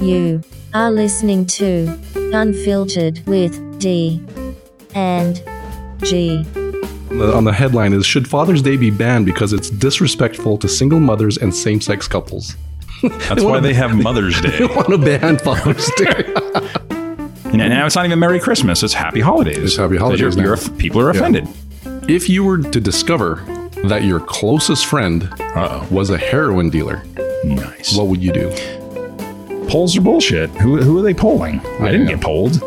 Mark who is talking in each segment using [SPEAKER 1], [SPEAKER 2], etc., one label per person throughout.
[SPEAKER 1] You are listening to Unfiltered with D and G.
[SPEAKER 2] The- on the headline is Should Father's Day be banned because it's disrespectful to single mothers and same sex couples?
[SPEAKER 3] That's why they have Mother's Day.
[SPEAKER 2] They want to ban Father's Day.
[SPEAKER 3] And now it's not even Merry Christmas. It's Happy Holidays.
[SPEAKER 2] It's Happy
[SPEAKER 3] Because
[SPEAKER 2] Holidays
[SPEAKER 3] You're, you're,
[SPEAKER 2] now.
[SPEAKER 3] people are offended.
[SPEAKER 2] if you were to discover that your closest friend uh,
[SPEAKER 3] Uh-oh.
[SPEAKER 2] was a heroin dealer,
[SPEAKER 3] Nice.
[SPEAKER 2] what would you do?
[SPEAKER 3] polls are bullshit. Who, who are they polling? I didn't
[SPEAKER 2] Yeah.
[SPEAKER 3] get polled.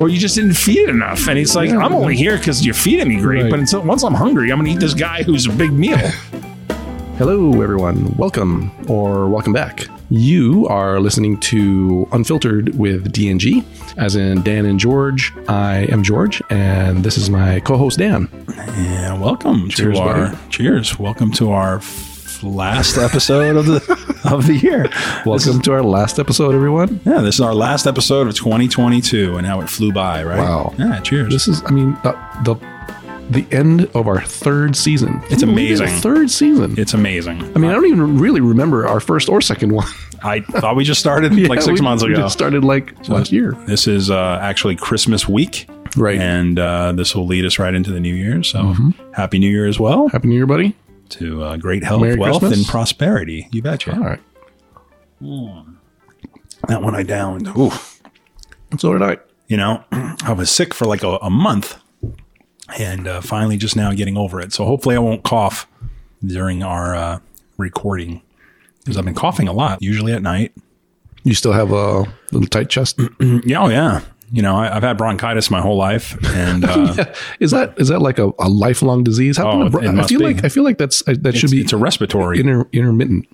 [SPEAKER 3] Or you just didn't feed it enough. And he's like,
[SPEAKER 2] Yeah,
[SPEAKER 3] I'm
[SPEAKER 2] yeah.
[SPEAKER 3] only here because you're feeding me great.
[SPEAKER 2] Right.
[SPEAKER 3] But until once I'm hungry, I'm going to eat this guy who's a big meal.
[SPEAKER 2] Hello, everyone. Welcome or welcome back. You are listening to Unfiltered with DNG, as in Dan and George. I am George, and this is my co host, Dan.
[SPEAKER 3] Yeah, welcome
[SPEAKER 2] Cheers,
[SPEAKER 3] to our
[SPEAKER 2] buddy.
[SPEAKER 3] cheers. Welcome to our f- last episode of the of the year. This is-
[SPEAKER 2] Welcome to our last episode, everyone.
[SPEAKER 3] yeah, this is our last episode of 2022, and how it flew by, right?
[SPEAKER 2] Wow.
[SPEAKER 3] Yeah, cheers.
[SPEAKER 2] This is, I mean, the, the, the end of our third season.
[SPEAKER 3] It's
[SPEAKER 2] Can you believe it?
[SPEAKER 3] amazing.
[SPEAKER 2] Third season.
[SPEAKER 3] it's amazing.
[SPEAKER 2] I mean, I don't even really remember our first or second one.
[SPEAKER 3] I thought we just started like
[SPEAKER 2] Yeah,
[SPEAKER 3] six
[SPEAKER 2] we-
[SPEAKER 3] months
[SPEAKER 2] we
[SPEAKER 3] ago.
[SPEAKER 2] just started like last year.
[SPEAKER 3] This is uh, actually Christmas week,
[SPEAKER 2] Right. Mm-hmm.
[SPEAKER 3] and uh, this will lead us right into the new year. So, happy New Year as well
[SPEAKER 2] Happy New Year, buddy.
[SPEAKER 3] to uh, great health,
[SPEAKER 2] Merry
[SPEAKER 3] wealth,
[SPEAKER 2] Christmas.
[SPEAKER 3] and prosperity. You betcha. Hmm.
[SPEAKER 2] All right.
[SPEAKER 3] That one I downed. Ooh.
[SPEAKER 2] So did I.
[SPEAKER 3] you know, I was sick for like a, a month and uh, finally just now getting over it. So hopefully I won't cough during our uh, recording because I've been coughing a lot, usually at night.
[SPEAKER 2] You still have a little tight chest.
[SPEAKER 3] Yeah, oh, yeah. You know, I, I've had bronchitis my whole life. And uh,
[SPEAKER 2] Is that is that like a, a lifelong disease? How
[SPEAKER 3] Oh,
[SPEAKER 2] come the bro-
[SPEAKER 3] it
[SPEAKER 2] I
[SPEAKER 3] must
[SPEAKER 2] feel
[SPEAKER 3] be.
[SPEAKER 2] like I feel like that's I, that should
[SPEAKER 3] it's,
[SPEAKER 2] be
[SPEAKER 3] it's a respiratory.
[SPEAKER 2] inter, intermittent.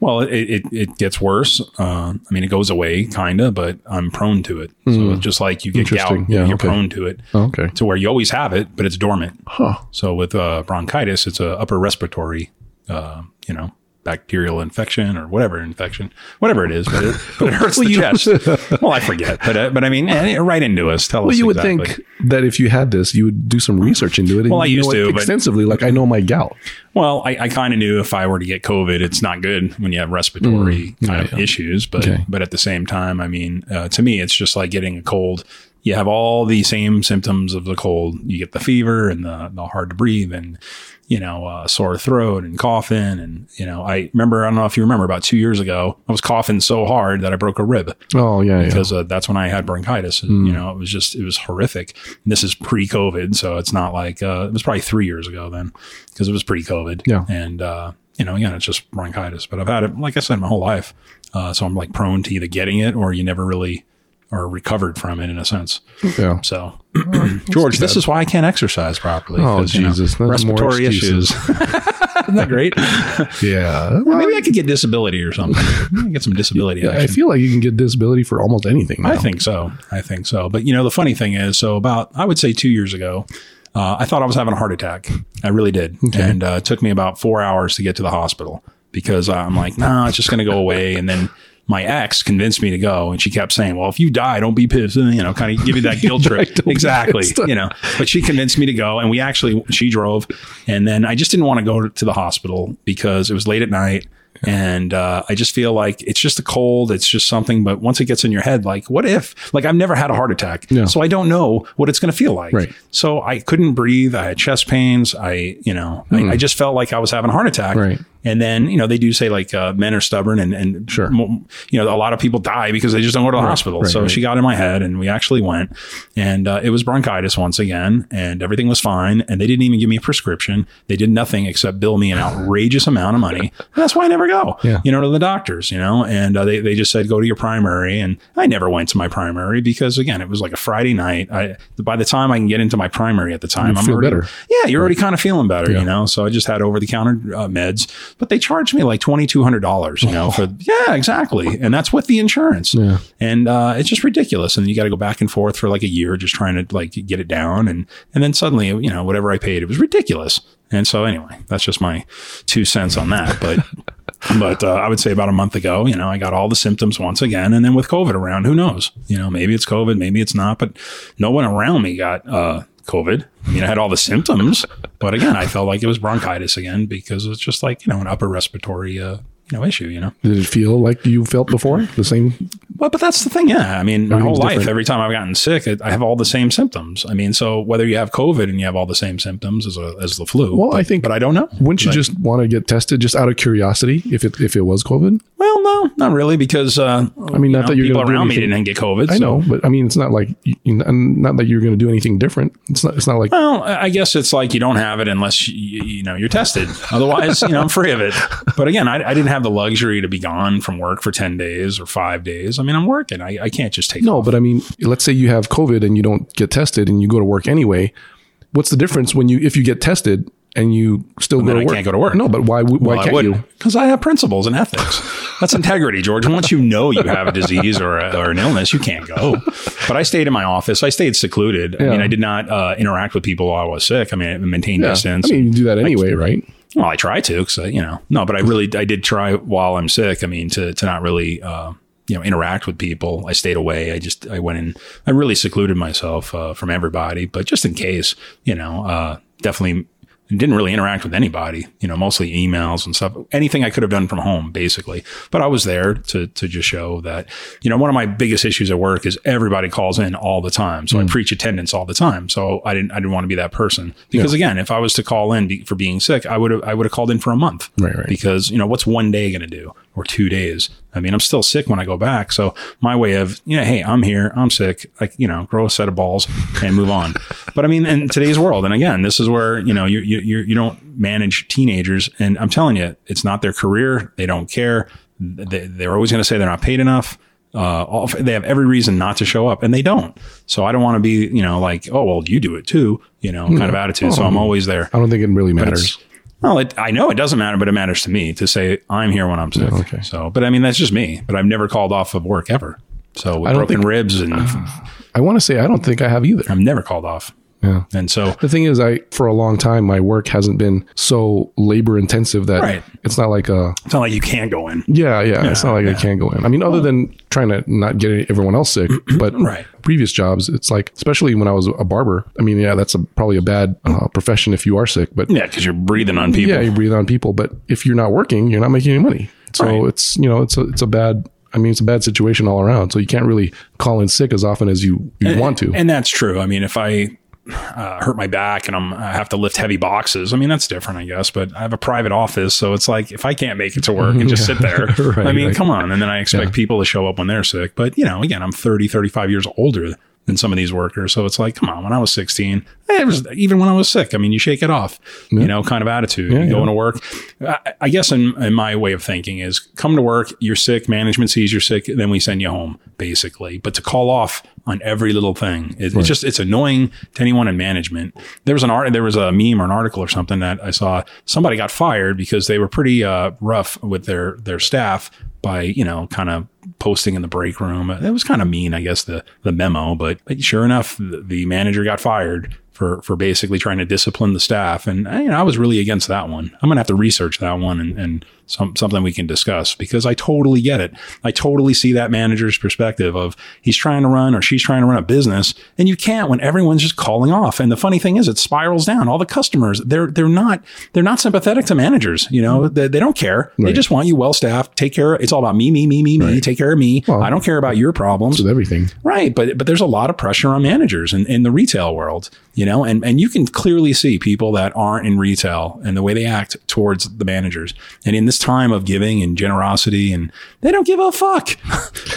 [SPEAKER 3] well, it, it, it gets worse. Uh, I mean, it goes away kind of, but I'm prone to it. So just like you get
[SPEAKER 2] Hmm. Interesting.
[SPEAKER 3] gout,
[SPEAKER 2] Yeah,
[SPEAKER 3] you're
[SPEAKER 2] okay.
[SPEAKER 3] prone to it.
[SPEAKER 2] Oh, okay.
[SPEAKER 3] To where you always have it, but it's dormant.
[SPEAKER 2] Huh.
[SPEAKER 3] So with uh, bronchitis, it's a upper respiratory, uh, you know, bacterial infection or whatever infection, whatever it is, but it, but it hurts the chest. well, I forget, but uh, but I mean, eh, right into us. Tell
[SPEAKER 2] Well,
[SPEAKER 3] us.
[SPEAKER 2] you would
[SPEAKER 3] exactly.
[SPEAKER 2] think that if you had this, you would do some research into it. And
[SPEAKER 3] Well, I
[SPEAKER 2] you
[SPEAKER 3] used
[SPEAKER 2] know
[SPEAKER 3] to,
[SPEAKER 2] it
[SPEAKER 3] but-
[SPEAKER 2] extensively. Like I know my gout.
[SPEAKER 3] Well, I, I kind of knew if I were to get COVID, it's not good when you have respiratory kind of issues. But
[SPEAKER 2] Okay.
[SPEAKER 3] but at the same time, I mean, uh, to me, it's just like getting a cold. You have all the same symptoms of the cold. You get the fever and the, the hard to breathe and you know uh, sore throat and coughing and you know I remember I don't know if you remember about two years ago I was coughing so hard that I broke a rib
[SPEAKER 2] Oh yeah, Hmm. yeah.
[SPEAKER 3] because uh, that's when I had bronchitis. And, You know, it was just it was horrific. And this is pre-COVID, so it's not like uh, it was probably three years ago then, because it was pre-COVID.
[SPEAKER 2] Yeah.
[SPEAKER 3] and uh, you know, again, it's just bronchitis. But I've had it, like I said, my whole life. Uh, so I'm like prone to either getting it or you never really are recovered from it in a sense.
[SPEAKER 2] yeah.
[SPEAKER 3] So, George, this is why I can't exercise properly.
[SPEAKER 2] Oh,
[SPEAKER 3] 'cause, you know,
[SPEAKER 2] Jesus, that's more
[SPEAKER 3] respiratory issues.
[SPEAKER 2] excuses.
[SPEAKER 3] Isn't that great?
[SPEAKER 2] Yeah. Well,
[SPEAKER 3] Maybe I could get disability or something. Maybe Get some disability.
[SPEAKER 2] I
[SPEAKER 3] action.
[SPEAKER 2] feel like you can get disability for almost anything.
[SPEAKER 3] I
[SPEAKER 2] now.
[SPEAKER 3] think so. I think so. But you know, the funny thing is, so about I would say two years ago, uh, I thought I was having a heart attack. I really did, and uh, it took me about four hours to get to the hospital because I'm like, nah, it's just going to go away. And then my ex convinced me to go, and she kept saying, "Well, if you die, don't be pissed," and, you know, kind of give you that guilt trip. exactly, you know. But she convinced me to go, and we actually she drove, and then I just didn't want to go to the hospital because it was late at night. And uh, I just feel like it's just a cold. It's just something. But once it gets in your head, like, what if? Like, I've never had a heart attack.
[SPEAKER 2] Yeah.
[SPEAKER 3] So I don't know what it's going to feel like.
[SPEAKER 2] Right.
[SPEAKER 3] So I couldn't breathe. I had chest pains. I, you know, I, I just felt like I was having a heart attack.
[SPEAKER 2] Hmm. Right.
[SPEAKER 3] And then, you know, they do say like uh, men are stubborn and, and
[SPEAKER 2] Sure.
[SPEAKER 3] mo- you know, a lot of people die because they just don't go to the hospital.
[SPEAKER 2] right,
[SPEAKER 3] so
[SPEAKER 2] right.
[SPEAKER 3] she got in my head and we actually went and uh, it was bronchitis once again and everything was fine. And they didn't even give me a prescription. They did nothing except bill me an outrageous amount of money. And that's why I never go,
[SPEAKER 2] Yeah.
[SPEAKER 3] you know, to the doctors, you know, and uh, they, they just said, go to your primary. And I never went to my primary because again, it was like a Friday night. I, by the time I can get into my primary at the time, I'm
[SPEAKER 2] feel
[SPEAKER 3] already,
[SPEAKER 2] better.
[SPEAKER 3] yeah, you're already kind of feeling better,
[SPEAKER 2] Yeah.
[SPEAKER 3] you know. So I just had over the counter uh, meds, but they charged me like twenty two hundred dollars, you know, for yeah, exactly, and that's with the insurance,
[SPEAKER 2] Yeah.
[SPEAKER 3] and uh, it's just ridiculous. And you got to go back and forth for like a year just trying to like get it down, and and then suddenly you know whatever I paid, it was ridiculous. And so anyway, that's just my two cents on that, but. But uh, I would say about a month ago, you know, I got all the symptoms once again, and then with COVID around, who knows? You know, maybe it's COVID, maybe it's not. But no one around me got uh, COVID. I mean, I had all the symptoms, but again, I felt like it was bronchitis again because it's just like you know an upper respiratory, uh, no issue, you know.
[SPEAKER 2] Did it feel like you felt before? The same?
[SPEAKER 3] Well, but that's the thing. Yeah. I mean, my whole
[SPEAKER 2] Everything's
[SPEAKER 3] life,
[SPEAKER 2] different.
[SPEAKER 3] every time I've gotten sick, it, I have all the same symptoms. I mean, so whether you have COVID and you have all the same symptoms as, a, as the flu,
[SPEAKER 2] Well,
[SPEAKER 3] but,
[SPEAKER 2] I think-
[SPEAKER 3] but I don't know.
[SPEAKER 2] Wouldn't you
[SPEAKER 3] Like-
[SPEAKER 2] just want to get tested just out of curiosity if it if it was COVID?
[SPEAKER 3] Well, no, not really, because uh, I
[SPEAKER 2] mean, not that you're
[SPEAKER 3] people
[SPEAKER 2] gonna do
[SPEAKER 3] around me
[SPEAKER 2] anything-
[SPEAKER 3] didn't get COVID.
[SPEAKER 2] I
[SPEAKER 3] so-
[SPEAKER 2] know, but I mean, it's not like you, you- not that you're going to do anything different. It's not. It's not like
[SPEAKER 3] Well, I I guess it's like you don't have it unless you, you know you're tested. Otherwise, you know I'm free of it. But again, I, I didn't have the luxury to be gone from work for ten days or five days. I mean, I'm working. I, I can't just take.
[SPEAKER 2] no, but I mean, let's say you have COVID and you don't get tested and you go to work anyway. What's the difference when you if you get tested and you still go
[SPEAKER 3] then
[SPEAKER 2] to
[SPEAKER 3] I
[SPEAKER 2] work?
[SPEAKER 3] can't go to work.
[SPEAKER 2] No, but why? w- Why
[SPEAKER 3] Well, I
[SPEAKER 2] can't you?
[SPEAKER 3] wouldn't because I have principles and ethics. That's integrity, George. Once you know you have a disease or, a, or an illness, you can't go. But I stayed in my office. I stayed secluded. I mean,
[SPEAKER 2] Yeah.
[SPEAKER 3] I did not uh, interact with people while I was sick. I mean, I maintained
[SPEAKER 2] Yeah. I
[SPEAKER 3] distance.
[SPEAKER 2] mean, you do that anyway, right?
[SPEAKER 3] Well, I try to, because you know, no, but I really, I did try while I'm sick. I mean, to to not really, uh, you know, interact with people. I stayed away. I just, I went in. I really secluded myself uh, from everybody, but just in case, you know, uh, definitely didn't really interact with anybody. You know, mostly emails and stuff. Anything I could have done from home, basically. But I was there to to just show that, you know, one of my biggest issues at work is everybody calls in all the time. So I
[SPEAKER 2] Mm.
[SPEAKER 3] preach attendance all the time. So I didn't, I didn't want to be that person because again, if I was to call in be, for being sick, I would have, I would have called in for a month.
[SPEAKER 2] Right, right.
[SPEAKER 3] Because you know what's one day going to do or two days? I mean, I'm still sick when I go back. So my way of yeah, hey, I'm here, I'm sick. Like you know, grow a set of balls and move on. but I mean, in today's world, and again, this is where you know you you you you don't manage teenagers, and I'm telling you, it's not their career. They don't care. They, they're always going to say they're not paid enough uh, all, they have every reason not to show up and they don't. So I don't want to be, you know, like, oh, well, you do it too, you know, kind of attitude. So I'm always there.
[SPEAKER 2] I don't think it really matters.
[SPEAKER 3] It's- Well, it, I know it doesn't matter, but it matters to me to say I'm here when I'm sick.
[SPEAKER 2] Oh, okay.
[SPEAKER 3] So, but I mean, that's just me, but I've never called off of work ever. So with
[SPEAKER 2] I don't
[SPEAKER 3] broken
[SPEAKER 2] think- Uh-huh.
[SPEAKER 3] ribs and
[SPEAKER 2] I want to say I don't think I have either.
[SPEAKER 3] I'm never called off.
[SPEAKER 2] Yeah.
[SPEAKER 3] And so
[SPEAKER 2] The thing is, I for a long time my work hasn't been so labor intensive that
[SPEAKER 3] Right.
[SPEAKER 2] it's not like a
[SPEAKER 3] it's not like you can't go in.
[SPEAKER 2] yeah yeah, it's not like I can't go in. I mean, other than trying to not get everyone else sick, but
[SPEAKER 3] Right.
[SPEAKER 2] previous jobs, it's like especially when I was a barber. I mean, yeah, that's a, probably a bad uh, profession if you are sick, but
[SPEAKER 3] Yeah. Cause you're breathing on people.
[SPEAKER 2] yeah, you breathe on people. But if you're not working, you're not making any money. So
[SPEAKER 3] Right.
[SPEAKER 2] it's you know it's a it's a bad. I mean, it's a bad situation all around. So you can't really call in sick as often as you, you want to.
[SPEAKER 3] And that's true. I mean, if I uh, hurt my back and I'm, I have to lift heavy boxes, I mean, that's different, I guess, but I have a private office. So it's like, if I can't make it to work and just sit there,
[SPEAKER 2] Right,
[SPEAKER 3] I mean,
[SPEAKER 2] right.
[SPEAKER 3] come on. And then I expect people to show up when they're sick. But, you know, again, I'm 30, 35 years older than some of these workers. So it's like, come on, when I was 16, eh, it was, even when I was sick, I mean, you shake it off, you know, kind of attitude. you go
[SPEAKER 2] yeah.
[SPEAKER 3] into work. I, I guess in, in my way of thinking is come to work, you're sick, management sees you're sick, then we send you home, basically. But to call off on every little thing, it, it's just, it's annoying to anyone in management. There was an art, there was a meme or an article or something that I saw somebody got fired because they were pretty uh, rough with their, their staff by, you know, kind of posting in the break room. It was kind of mean, I guess, the, the memo, but, but sure enough, the, the manager got fired for for basically trying to discipline the staff. And I, I was really against that one. I'm gonna have to research that one and, and some something we can discuss because I totally get it. I totally see that manager's perspective of he's trying to run or she's trying to run a business, and you can't when everyone's just calling off. And the funny thing is, it spirals down. All the customers they're they're not they're not sympathetic to managers. You know they, they don't care. They just want you well staffed. Take care. It's all about me me me me me. Take care of me. I don't care about your problems.
[SPEAKER 2] with everything.
[SPEAKER 3] Right, but but there's a lot of pressure on managers in, in the retail world, you know, and and you can clearly see people that aren't in retail and the way they act towards the managers. And in this time of giving and generosity, and they don't give a fuck.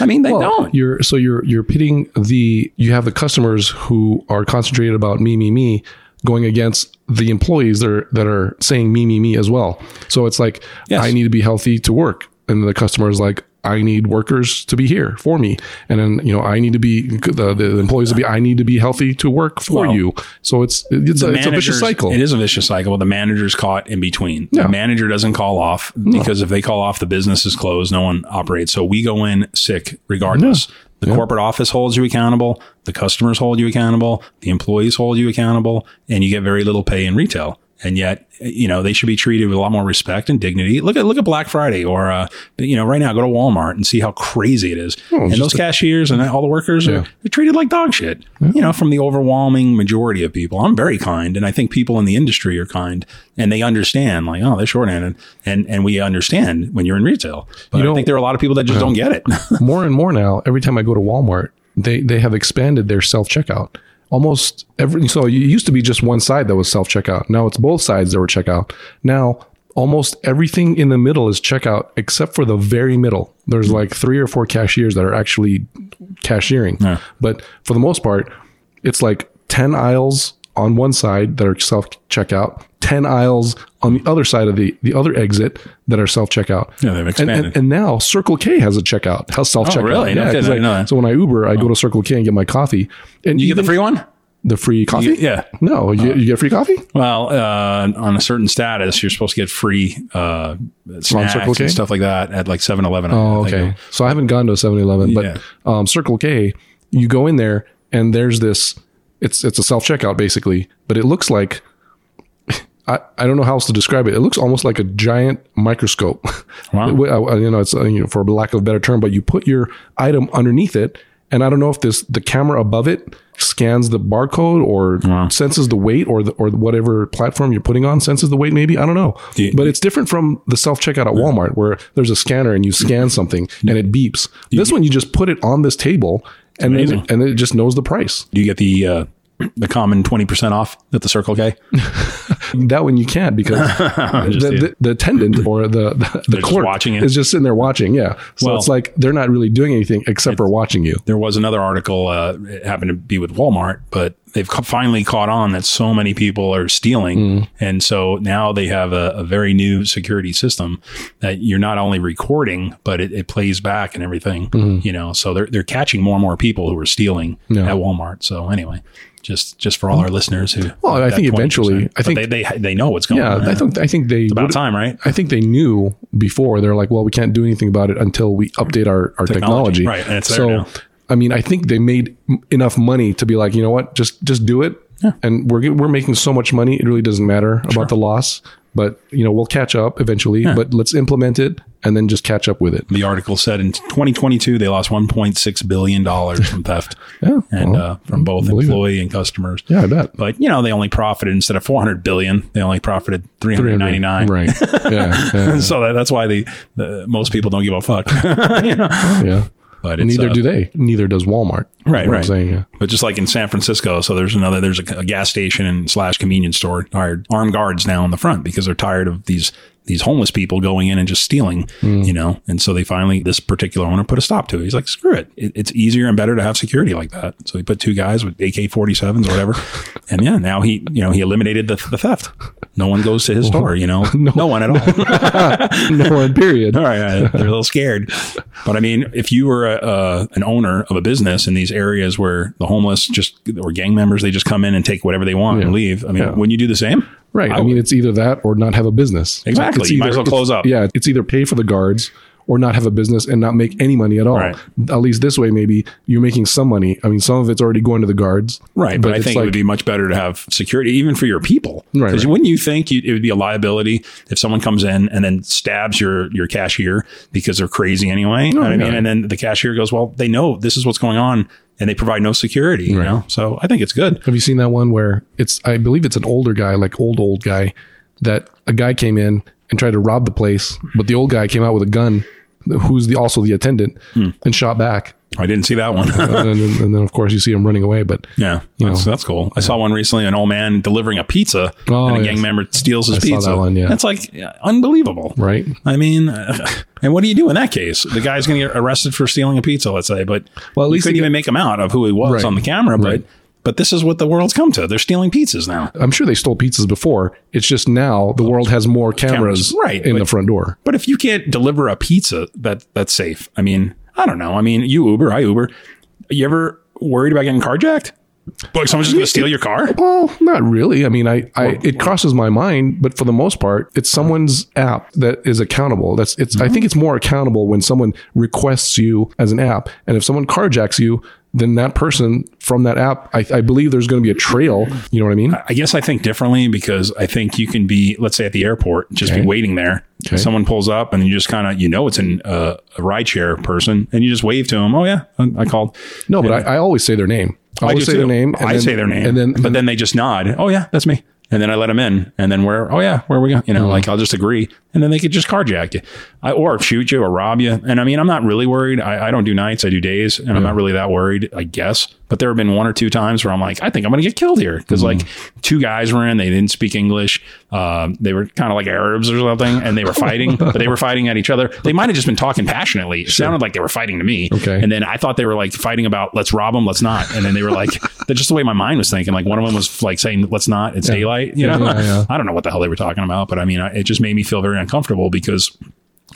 [SPEAKER 3] I mean, they don't.
[SPEAKER 2] You're so you're you're pitting the you have the customers who are concentrated about me me me going against the employees that are that are saying me me me as well. So it's like
[SPEAKER 3] Yes.
[SPEAKER 2] I need to be healthy to work, and the customer is like. I need workers to be here for me, and then you know I need to be the, the employees to be. I need to be healthy to work for
[SPEAKER 3] Well,
[SPEAKER 2] you. So it's it's, a, it's a vicious
[SPEAKER 3] managers-
[SPEAKER 2] cycle.
[SPEAKER 3] It is a vicious cycle. The manager's caught in between.
[SPEAKER 2] Yeah.
[SPEAKER 3] The manager doesn't call off because if they call off, the business is closed. No one operates. So we go in sick regardless. The corporate office holds you accountable. The customers hold you accountable. The employees hold you accountable, and you get very little pay in retail. and yet you know they should be treated with a lot more respect and dignity. Look at look at Black Friday or uh, you know right now go to Walmart and see how crazy it is,
[SPEAKER 2] Well,
[SPEAKER 3] and
[SPEAKER 2] Oh, just
[SPEAKER 3] those
[SPEAKER 2] the-
[SPEAKER 3] cashiers and all the workers
[SPEAKER 2] Yeah.
[SPEAKER 3] are they're treated like dog shit. You know from the overwhelming majority of people. I'm very kind, and I think people in the industry are kind, and they understand like oh they're shorthanded, and and we understand when you're in retail. But
[SPEAKER 2] You
[SPEAKER 3] I
[SPEAKER 2] know-
[SPEAKER 3] think there are a lot of people that just don't get it.
[SPEAKER 2] more and more now, every time I go to Walmart, they they have expanded their self checkout. Almost every so it used to be just one side that was self checkout. Now it's both sides that were checkout. Now almost everything in the middle is checkout except for the very middle. There's like three or four cashiers that are actually cashiering.
[SPEAKER 3] Yeah.
[SPEAKER 2] But for the most part, it's like 10 aisles on one side that are self checkout, 10 aisles on the other side of the the other exit that are self checkout.
[SPEAKER 3] Yeah,
[SPEAKER 2] And-
[SPEAKER 3] they've
[SPEAKER 2] and-
[SPEAKER 3] expanded.
[SPEAKER 2] and now Circle K has a checkout, has self checkout.
[SPEAKER 3] Oh, really? No
[SPEAKER 2] Yeah,
[SPEAKER 3] kidding,
[SPEAKER 2] 'cause
[SPEAKER 3] I
[SPEAKER 2] I-
[SPEAKER 3] didn't know that.
[SPEAKER 2] so when I Uber, I go to Circle K and get my coffee. And
[SPEAKER 3] you get the
[SPEAKER 2] even
[SPEAKER 3] free one.
[SPEAKER 2] the free coffee?
[SPEAKER 3] You- yeah.
[SPEAKER 2] No, you, you get free coffee?
[SPEAKER 3] Well, uh, on a certain status, you're supposed to get free uh, snacks
[SPEAKER 2] Circle K?
[SPEAKER 3] and stuff like that at like 7 Eleven.
[SPEAKER 2] Oh, okay. So I haven't gone to a 7 Eleven, but
[SPEAKER 3] Yeah.
[SPEAKER 2] um, Circle K, you go in there and there's this, it's, it's a self checkout basically, but it looks like, I, I don't know how else to describe it. It looks almost like a giant microscope.
[SPEAKER 3] Wow.
[SPEAKER 2] It- uh, you know, it's, uh, you know, for lack of a better term, but you put your item underneath it. And I don't know if this, the camera above it scans the barcode or senses the weight or the, or whatever platform you're putting on senses the weight, maybe. I don't know.
[SPEAKER 3] Yeah.
[SPEAKER 2] But it's different from the self checkout at Walmart where there's a scanner and you scan something and it beeps. This one, you just put it on this table and then,
[SPEAKER 3] amazing.
[SPEAKER 2] and then it just knows the price.
[SPEAKER 3] Do you get the uh, the common 20% off at the Circle K?
[SPEAKER 2] That one you can't because the, the, the attendant or the the, the
[SPEAKER 3] just
[SPEAKER 2] clerk
[SPEAKER 3] watching it.
[SPEAKER 2] is just sitting there watching. Yeah, so
[SPEAKER 3] Well- Oh,
[SPEAKER 2] it's like they're not really doing anything except for watching you.
[SPEAKER 3] There was another article, uh, it happened to be with Walmart, but they've ca- finally caught on that so many people are stealing.
[SPEAKER 2] Hmm.
[SPEAKER 3] And so now they have a, a very new security system that you're not only recording, but it, it plays back and everything, you know, so they're, they're catching more and more people who are stealing
[SPEAKER 2] Hmm. Yeah.
[SPEAKER 3] at Walmart. So anyway, just, just for all our listeners who,
[SPEAKER 2] Well, I
[SPEAKER 3] that
[SPEAKER 2] think eventually-
[SPEAKER 3] 20%.
[SPEAKER 2] I
[SPEAKER 3] But
[SPEAKER 2] think-
[SPEAKER 3] they, they, they know what's going
[SPEAKER 2] Yeah,
[SPEAKER 3] on.
[SPEAKER 2] I think I think they
[SPEAKER 3] about
[SPEAKER 2] would-
[SPEAKER 3] time, right?
[SPEAKER 2] I think they knew before. They're like, well, we can't do anything about it until we update our, our technology.
[SPEAKER 3] Technology, right, and it's there
[SPEAKER 2] so,
[SPEAKER 3] now.
[SPEAKER 2] I mean, I think they made m- enough money to be like, you know what, just just do it. And we're get- we're making so much money, it really doesn't matter about the loss. But you know, we'll catch up eventually. But let's implement it and then just catch up with it.
[SPEAKER 3] The article said in 2022 they lost 1.6 billion dollars from theft,
[SPEAKER 2] Yeah,
[SPEAKER 3] and
[SPEAKER 2] well,
[SPEAKER 3] uh, from both
[SPEAKER 2] believe it.
[SPEAKER 3] employee and customers.
[SPEAKER 2] Oh, Yeah, I bet.
[SPEAKER 3] But you know they only profited instead of 400 billion, they only profited 399.
[SPEAKER 2] Right. Yeah. Yeah.
[SPEAKER 3] So that, that's why the, the most people don't give a fuck. you know?
[SPEAKER 2] yeah.
[SPEAKER 3] But it's,
[SPEAKER 2] Neither
[SPEAKER 3] uh,
[SPEAKER 2] do they. Neither does Walmart. is
[SPEAKER 3] Right,
[SPEAKER 2] what I'm
[SPEAKER 3] right.
[SPEAKER 2] saying, yeah.
[SPEAKER 3] But just like in San Francisco, so there's another there's a, a gas station and slash convenience store hired armed guards now in the front because they're tired of these these homeless people going in and just stealing, you know. And so they finally this particular owner put a stop to it. He's like, screw it. it, it's easier and better to have security like that. So he put two guys with AK-47s or whatever, and yeah, now he you know he eliminated the, the theft. No one goes to his store, you know, no, one at all.
[SPEAKER 2] no one. Period.
[SPEAKER 3] All right, all right. they're a little scared. But I mean, if you were a, a, an owner of a business in these areas where the homeless just or gang members they just come in and take whatever they want and
[SPEAKER 2] Yeah.
[SPEAKER 3] leave, I mean,
[SPEAKER 2] Yeah.
[SPEAKER 3] wouldn't you do the same?
[SPEAKER 2] Right. I,
[SPEAKER 3] I
[SPEAKER 2] mean, it's either that or not have a business.
[SPEAKER 3] Exactly.
[SPEAKER 2] It's
[SPEAKER 3] You might as well close
[SPEAKER 2] it's-
[SPEAKER 3] up.
[SPEAKER 2] Yeah. It's either pay for the guards or not have a business and not make any money at all.
[SPEAKER 3] Right.
[SPEAKER 2] At least this way, maybe you're making some money. I mean, some of it's already going to the guards.
[SPEAKER 3] Right, but, I
[SPEAKER 2] it's
[SPEAKER 3] think it
[SPEAKER 2] like,
[SPEAKER 3] would be much better to have security, even for your people.
[SPEAKER 2] Right, right.
[SPEAKER 3] wouldn't you think you, it would be a liability if someone comes in and then stabs your your cashier because they're crazy anyway? I mean,
[SPEAKER 2] Oh, yeah.
[SPEAKER 3] and then the cashier goes, "Well, they know this is what's going on, and they provide no security." You know, so I think it's good.
[SPEAKER 2] have you seen that one where it's, I believe it's an older guy, like old, old guy, that a guy came in and tried to rob the place, but the old guy came out with a gun, who's the, also the attendant,
[SPEAKER 3] Hmm.
[SPEAKER 2] and shot back.
[SPEAKER 3] I didn't see that one.
[SPEAKER 2] Uh, and, then, and then, of course, you see him running away. But
[SPEAKER 3] Yeah, that's, that's cool. I saw one recently, an old man delivering a pizza,
[SPEAKER 2] Oh,
[SPEAKER 3] and a
[SPEAKER 2] yes.
[SPEAKER 3] gang member steals his
[SPEAKER 2] I saw
[SPEAKER 3] pizza.
[SPEAKER 2] that one, yeah.
[SPEAKER 3] That's like yeah, unbelievable.
[SPEAKER 2] right,
[SPEAKER 3] I mean, and what do you do in that case? The guy's going to get arrested for stealing a pizza, let's say, but
[SPEAKER 2] Well,
[SPEAKER 3] well,
[SPEAKER 2] at
[SPEAKER 3] at
[SPEAKER 2] least
[SPEAKER 3] least you couldn't
[SPEAKER 2] he got-
[SPEAKER 3] even make him out of who he was
[SPEAKER 2] Right.
[SPEAKER 3] on the camera. But
[SPEAKER 2] Right.
[SPEAKER 3] but this is what the world's come to. They're stealing pizzas now.
[SPEAKER 2] I'm sure they stole pizzas before. It's just now the world has more cameras,
[SPEAKER 3] Cameras, right,
[SPEAKER 2] in
[SPEAKER 3] but-
[SPEAKER 2] the front door.
[SPEAKER 3] But if you can't deliver a pizza, that that's safe. I mean, I don't know. I mean, you Uber, I Uber. You ever worried about getting carjacked? Like someone's just going to steal your car?
[SPEAKER 2] Well, not really. I mean, I, I it crosses my mind, but for the most part, it's someone's app that is accountable. That's it's. I think it's more accountable when someone requests you as an app, and if someone carjacks you, then that person from that app, I, I believe there's going to be a trail. You know what I mean?
[SPEAKER 3] I guess I think differently because I think you can be, let's say, at the airport, just
[SPEAKER 2] Okay.
[SPEAKER 3] be waiting there.
[SPEAKER 2] Okay.
[SPEAKER 3] Someone pulls up, and you just kind of, you know, it's an, uh, a rideshare person, and you just wave to them. Oh yeah, I, I called.
[SPEAKER 2] No, but I, I always say their name. I
[SPEAKER 3] I
[SPEAKER 2] always
[SPEAKER 3] do
[SPEAKER 2] say their
[SPEAKER 3] too.
[SPEAKER 2] name.
[SPEAKER 3] I
[SPEAKER 2] then-
[SPEAKER 3] say their name,
[SPEAKER 2] And then,
[SPEAKER 3] but then they just nod. Oh yeah, that's me. And then I let them in, and then where? Oh yeah, where we go? You
[SPEAKER 2] Mm-hmm.
[SPEAKER 3] know, like I'll just agree, and then they could just carjack you, I, or shoot you, or rob you. And I mean, I'm not really worried. I, I don't do nights; I do days, and I'm not really that worried, I guess. But there have been one or two times where I'm like, I think I'm going to get killed here because like
[SPEAKER 2] Mm-hmm.
[SPEAKER 3] two guys were in, they didn't speak English, um, they were kind of like Arabs or something, and they were fighting, but they were fighting at each other. They might have just been talking passionately. It sounded like they were fighting to me.
[SPEAKER 2] Okay.
[SPEAKER 3] And then I thought they were like fighting about let's rob them, let's not. And then they were like, that's just the way my mind was thinking. Like one of them was like saying, let's not, it's daylight. You know,
[SPEAKER 2] yeah, yeah.
[SPEAKER 3] I don't know what the hell they were talking about, but I mean, I, it just made me feel very uncomfortable because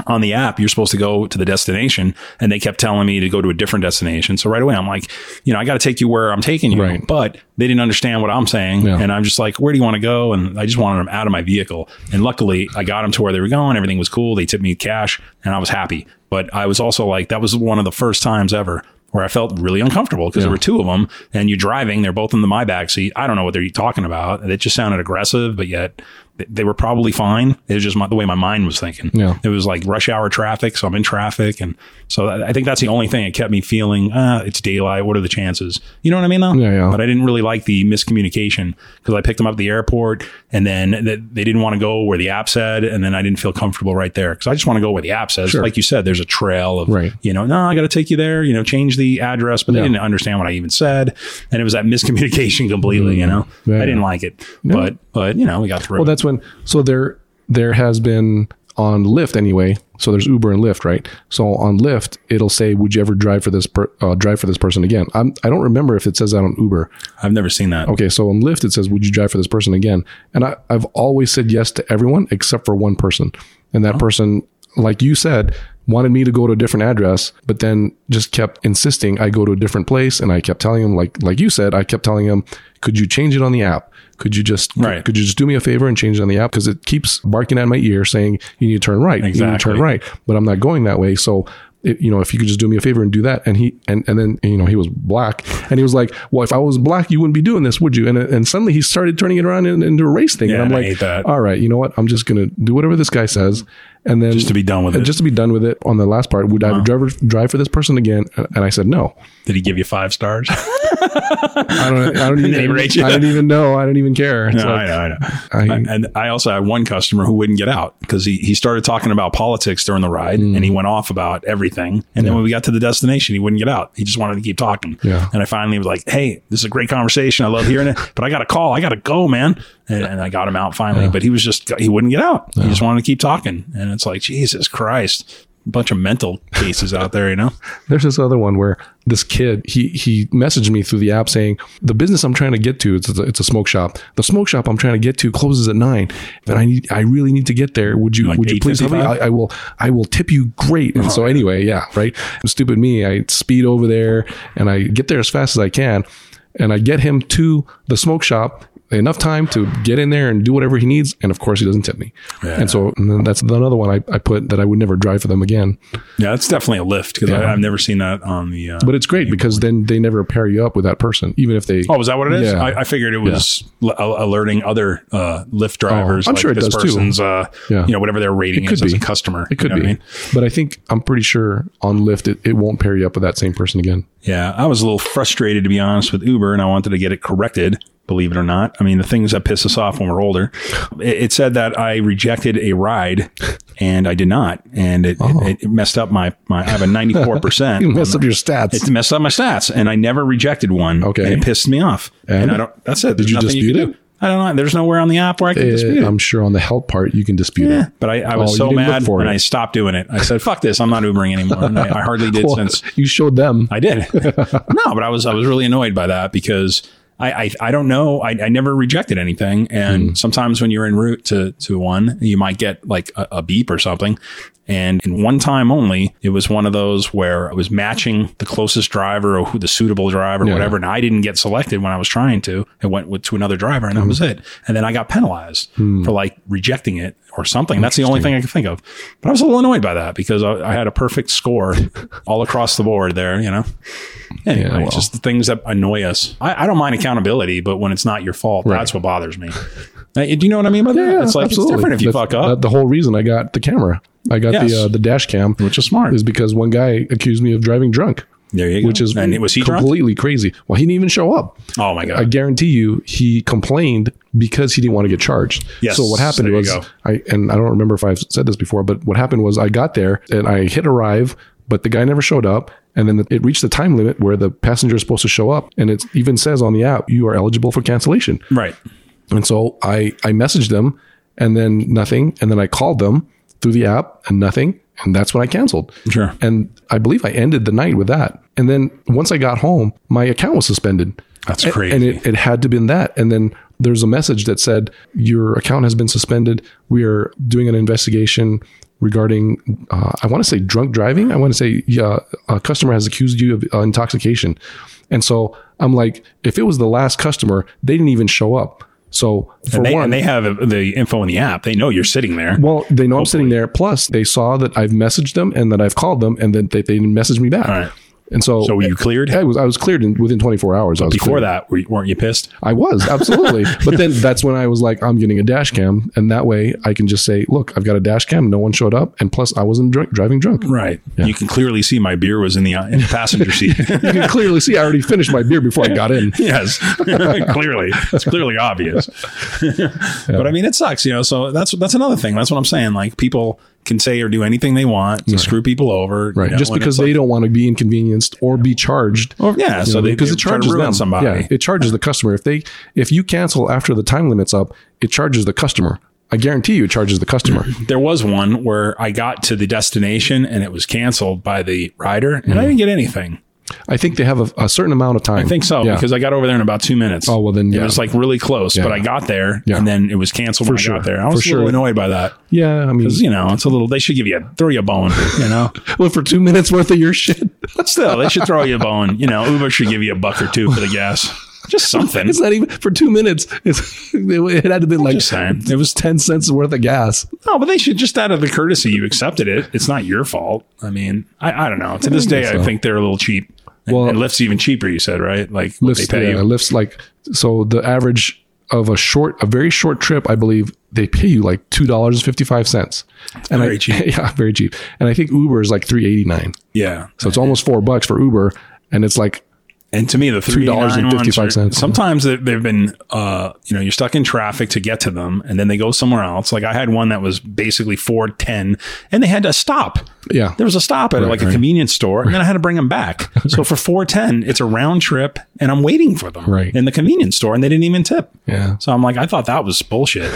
[SPEAKER 3] on the app, you're supposed to go to the destination and they kept telling me to go to a different destination. So right away, I'm like, you know, I got to take you where I'm taking you.
[SPEAKER 2] Right.
[SPEAKER 3] But they didn't understand what I'm saying.
[SPEAKER 2] Yeah.
[SPEAKER 3] And I'm just like, where do you want to go? And I just wanted them out of my vehicle. And luckily, I got them to where they were going. Everything was cool. They tipped me cash and I was happy. But I was also like, that was one of the first times ever. Where I felt really uncomfortable because there were two of them, and you're driving. They're both in the my back seat. I don't know what they're talking about. It just sounded aggressive, but yet th- they were probably fine. It was just my, the way my mind was thinking.
[SPEAKER 2] Yeah.
[SPEAKER 3] It was like rush hour traffic, so I'm in traffic, and so I I think that's the only thing that kept me feeling. Ah, it's daylight. What are the chances? You know what I mean, though.
[SPEAKER 2] Yeah, yeah.
[SPEAKER 3] But I didn't really like the miscommunication because I picked them up at the airport, and then th- they didn't want to go where the app said, and then I didn't feel comfortable right there because I just want to go where the app says. Like you said, there's a trail of
[SPEAKER 2] Right.
[SPEAKER 3] you know, no, I got to take you there. You know, change the address, but they didn't understand what I even said, and it was that miscommunication completely. You know,
[SPEAKER 2] Mm-hmm. Yeah.
[SPEAKER 3] I didn't like it, but but you know, we got through.
[SPEAKER 2] well,
[SPEAKER 3] it.
[SPEAKER 2] that's when. So there, there has been on Lyft anyway. So there's Uber and Lyft, right? So on Lyft, it'll say, "Would you ever drive for this per, uh, drive for this person again?" I'm, I don't remember if it says that Oh. on Uber.
[SPEAKER 3] I've never seen that.
[SPEAKER 2] Okay, so on Lyft it says, "Would you drive for this person again?" And I, I've always said yes to everyone except for one person, and that person, like you said, wanted me to go to a different address, but then just kept insisting I go to a different place, and I kept telling him, like like you said, I kept telling him, "Could you change it on the app? Could you just
[SPEAKER 3] Right.
[SPEAKER 2] could you just do me a favor and change it on the app?" Because it keeps barking at my ear saying, "You need to turn right, you need to turn
[SPEAKER 3] Exactly.
[SPEAKER 2] right," but I'm not going that way, so. It, you know, if you could just do me a favor and do that, and he and and then you know he was black, and he was like, "Well, if I was black, you wouldn't be doing this, would you?" And and suddenly he started turning it around in- into a race thing,
[SPEAKER 3] Yeah,
[SPEAKER 2] and I'm
[SPEAKER 3] and I
[SPEAKER 2] like,
[SPEAKER 3] hate that.
[SPEAKER 2] "All right, you know what? I'm just gonna do whatever this guy says, and then
[SPEAKER 3] Just to be done with it.
[SPEAKER 2] just to be done with it." On the last part, would I drive drive for this person again? And and I said, "No,
[SPEAKER 3] Did he give you five stars?
[SPEAKER 2] I don't. I don't even.
[SPEAKER 3] then he rates you.
[SPEAKER 2] I don't even know. I don't even care." It's
[SPEAKER 3] No,
[SPEAKER 2] like,
[SPEAKER 3] I know, I know.
[SPEAKER 2] I-
[SPEAKER 3] and I also had one customer who wouldn't get out because he, he started talking about politics during the ride and
[SPEAKER 2] Mm.
[SPEAKER 3] he went off about everything. And then when we got to the destination, he wouldn't get out. He just wanted to keep talking.
[SPEAKER 2] Yeah.
[SPEAKER 3] And I finally was like, hey, this is a great conversation. I love hearing it, but I got a call. I got to go, man. And, and I got him out finally, but he was just, he wouldn't get out. He just wanted to keep talking. And it's like, Jesus Christ, bunch of mental cases out there, you know?
[SPEAKER 2] There's this other one where this kid he he messaged me through the app saying the business I'm trying to get to it's a, it's a smoke shop. The smoke shop I'm trying to get to closes at nine, but I need I really need to get there. Would you
[SPEAKER 3] Like
[SPEAKER 2] would you please help me?
[SPEAKER 3] 8:55?
[SPEAKER 2] I, I will I will tip you great. And so anyway, yeah, right. Stupid me. I speed over there and I get there as fast as I can, and I get him to the smoke shop. Enough time to get in there and do whatever he needs, and of course he doesn't tip me. And so and then that's another one I, I put that I would never drive for them again.
[SPEAKER 3] Yeah, that's definitely a lift because I've never seen that on the. Uh,
[SPEAKER 2] But it's great because then they never pair you up with that person, even if they.
[SPEAKER 3] Oh, is that what it is?
[SPEAKER 2] Yeah.
[SPEAKER 3] I, I figured it was l- al- alerting other uh, Lyft drivers.
[SPEAKER 2] Oh, I'm sure it
[SPEAKER 3] this
[SPEAKER 2] does too.
[SPEAKER 3] person's, Uh,
[SPEAKER 2] Yeah.
[SPEAKER 3] You know, whatever their rating
[SPEAKER 2] It could
[SPEAKER 3] is as
[SPEAKER 2] be.
[SPEAKER 3] a customer.
[SPEAKER 2] it could be, but I think I'm pretty sure on Lyft it, it won't pair you up with that same person again.
[SPEAKER 3] Yeah, I was a little frustrated to be honest with Uber, and I wanted to get it corrected. Believe it or not, I mean the things that piss us off when we're older. It, it said that I rejected a ride, and I did not, and it, it, it messed up my my. I have a ninety four percent.
[SPEAKER 2] Oh. You messed up your stats.
[SPEAKER 3] It messed up my stats, and I never rejected one.
[SPEAKER 2] Okay.
[SPEAKER 3] and it pissed me off. And,
[SPEAKER 2] And?
[SPEAKER 3] I don't. That's it. Did
[SPEAKER 2] you dispute it?
[SPEAKER 3] I don't know. There's nowhere on the app where I can
[SPEAKER 2] Eh,
[SPEAKER 3] dispute it.
[SPEAKER 2] I'm sure on the help part you can dispute
[SPEAKER 3] Yeah,
[SPEAKER 2] it.
[SPEAKER 3] but I, I
[SPEAKER 2] Oh,
[SPEAKER 3] was
[SPEAKER 2] you
[SPEAKER 3] so
[SPEAKER 2] didn't look
[SPEAKER 3] mad
[SPEAKER 2] for
[SPEAKER 3] and
[SPEAKER 2] it.
[SPEAKER 3] I stopped doing it. I said, "Fuck this! I'm not Ubering anymore." And I, I hardly did
[SPEAKER 2] Well,
[SPEAKER 3] since
[SPEAKER 2] you showed them.
[SPEAKER 3] I did. no, but I was I was really annoyed by that because I I, I don't know. I, I never rejected anything, and sometimes when you're en route to to one, you might get like a, a beep or something. And in one time only, it was one of those where I was matching the closest driver or who the suitable driver, or
[SPEAKER 2] Yeah.
[SPEAKER 3] whatever, and I didn't get selected when I was trying to. It went with, to another driver, and that was it. And then I got penalized for like rejecting it or something. That's the only thing I can think of. But I was a little annoyed by that because I, I had a perfect score all across the board there. You know. Anyway,
[SPEAKER 2] Yeah, well.
[SPEAKER 3] just the things that annoy us. I, I don't mind accountability, but when it's not your fault,
[SPEAKER 2] Right.
[SPEAKER 3] that's what bothers me. Uh, Do you know what I mean by that? it's like it's different if you
[SPEAKER 2] That's-
[SPEAKER 3] fuck up.
[SPEAKER 2] that- the whole reason I got the camera, I got
[SPEAKER 3] Yes.
[SPEAKER 2] the uh, the dash cam,
[SPEAKER 3] Which is smart.
[SPEAKER 2] is because one guy accused me of driving drunk,
[SPEAKER 3] there you go.
[SPEAKER 2] which is
[SPEAKER 3] and it was he drunk?
[SPEAKER 2] completely crazy. Well, he didn't even show up.
[SPEAKER 3] Oh my god!
[SPEAKER 2] I guarantee you, he complained because he didn't want to get charged.
[SPEAKER 3] Yes,
[SPEAKER 2] so what happened
[SPEAKER 3] there you
[SPEAKER 2] was,
[SPEAKER 3] go.
[SPEAKER 2] I and I don't remember if I've said this before, but what happened was I got there and I hit arrive, but the guy never showed up. And then it reached the time limit where the passenger is supposed to show up, and it even says on the app you are eligible for cancellation.
[SPEAKER 3] right.
[SPEAKER 2] And so I I messaged them and then nothing. And then I called them through the app and nothing. And that's when I canceled.
[SPEAKER 3] Sure.
[SPEAKER 2] And I believe I ended the night with that. And then once I got home, my account was suspended.
[SPEAKER 3] That's
[SPEAKER 2] A-
[SPEAKER 3] crazy.
[SPEAKER 2] And it, it had to been that. And then there's a message that said, Your account has been suspended. We are doing an investigation regarding, uh, I want to say drunk driving. I want to say, yeah, a customer has accused you of uh, intoxication. And so I'm like, if it was the last customer, they didn't even show up. So for
[SPEAKER 3] And they,
[SPEAKER 2] one,
[SPEAKER 3] and they have uh, the info in the app. They know you're sitting there.
[SPEAKER 2] well, they know I'm sitting there. Plus, they saw that I've messaged them and that I've called them and that they, they didn't message me back.
[SPEAKER 3] All right.
[SPEAKER 2] And so,
[SPEAKER 3] So were you cleared?
[SPEAKER 2] I was I was cleared in, within 24 hours. I was
[SPEAKER 3] Before
[SPEAKER 2] cleared.
[SPEAKER 3] that, were you, weren't you pissed?
[SPEAKER 2] I was absolutely. but then that's when I was like, I'm getting a dash cam, and that way I can just say, look, I've got a dash cam. No one showed up, and plus I wasn't drunk, driving drunk.
[SPEAKER 3] Right. You can clearly see my beer was in the, in the passenger seat.
[SPEAKER 2] You can clearly see I already finished my beer before I got in.
[SPEAKER 3] yes, clearly, it's clearly obvious. But I mean, it sucks, you know. So that's that's another thing. That's what I'm saying. Like people can say or do anything they want to screw people over, you
[SPEAKER 2] Right.
[SPEAKER 3] know,
[SPEAKER 2] Just
[SPEAKER 3] and
[SPEAKER 2] because
[SPEAKER 3] it's
[SPEAKER 2] they don't want to be inconvenienced or be charged.
[SPEAKER 3] Or- yeah, so they-
[SPEAKER 2] because
[SPEAKER 3] they
[SPEAKER 2] it
[SPEAKER 3] try to
[SPEAKER 2] charges
[SPEAKER 3] ruin
[SPEAKER 2] them.
[SPEAKER 3] somebody.
[SPEAKER 2] Yeah, it charges the customer. If they if you cancel after the time limit's up, it charges the customer. I guarantee you, it charges the customer.
[SPEAKER 3] like- there was one where I got to the destination and it was canceled by the rider, and
[SPEAKER 2] Mm.
[SPEAKER 3] I didn't get anything.
[SPEAKER 2] I think they have a, a certain amount of time.
[SPEAKER 3] I think so
[SPEAKER 2] Yeah.
[SPEAKER 3] because I got over there in about two minutes.
[SPEAKER 2] Oh, well, then,
[SPEAKER 3] it
[SPEAKER 2] yeah.
[SPEAKER 3] was like really close, but
[SPEAKER 2] Yeah.
[SPEAKER 3] I got there
[SPEAKER 2] Yeah.
[SPEAKER 3] and then it was canceled when I
[SPEAKER 2] sure.
[SPEAKER 3] got there. I
[SPEAKER 2] For
[SPEAKER 3] was a
[SPEAKER 2] sure.
[SPEAKER 3] little annoyed by that
[SPEAKER 2] yeah, I mean,
[SPEAKER 3] because you know it's a little. They should give you a, throw you a bone, you know.
[SPEAKER 2] well, for two minutes worth of your shit,
[SPEAKER 3] But still, they should throw you a bone. You know, Uber should give you a buck or two for the gas. Just something.
[SPEAKER 2] it's not even for two minutes. It's, it had to be like
[SPEAKER 3] just saying. It was
[SPEAKER 2] ten cents worth of gas.
[SPEAKER 3] no, but they should just out of the courtesy you accepted it. It's not your fault. I mean, I, I don't know. To this day, I think they're a little cheap. And,
[SPEAKER 2] Well-
[SPEAKER 3] and Lyft's even cheaper. You said right? Like what
[SPEAKER 2] Lifts, uh,
[SPEAKER 3] they pay
[SPEAKER 2] yeah,
[SPEAKER 3] you.
[SPEAKER 2] lifts like so. The average of a short, a very short trip, I believe they pay you like two dollars and fifty five cents. And
[SPEAKER 3] very
[SPEAKER 2] I,
[SPEAKER 3] cheap.
[SPEAKER 2] yeah, very cheap. And I think Uber is like three eighty nine.
[SPEAKER 3] Yeah.
[SPEAKER 2] So it's almost four bucks for Uber, and it's like
[SPEAKER 3] And to me, the three dollars and fifty-five
[SPEAKER 2] $3.55.
[SPEAKER 3] cents. Sometimes they- they've been, uh, you know, you're stuck in traffic to get to them, and then they go somewhere else. Like I had one that was basically four ten, and they had to stop.
[SPEAKER 2] yeah,
[SPEAKER 3] There was a stop at like a
[SPEAKER 2] right.
[SPEAKER 3] convenience store, and then I had to bring them back. So for four ten, it's a round trip, and I'm waiting for them
[SPEAKER 2] Right.
[SPEAKER 3] in the convenience store, and they didn't even tip.
[SPEAKER 2] yeah.
[SPEAKER 3] So I'm like, I thought that was bullshit.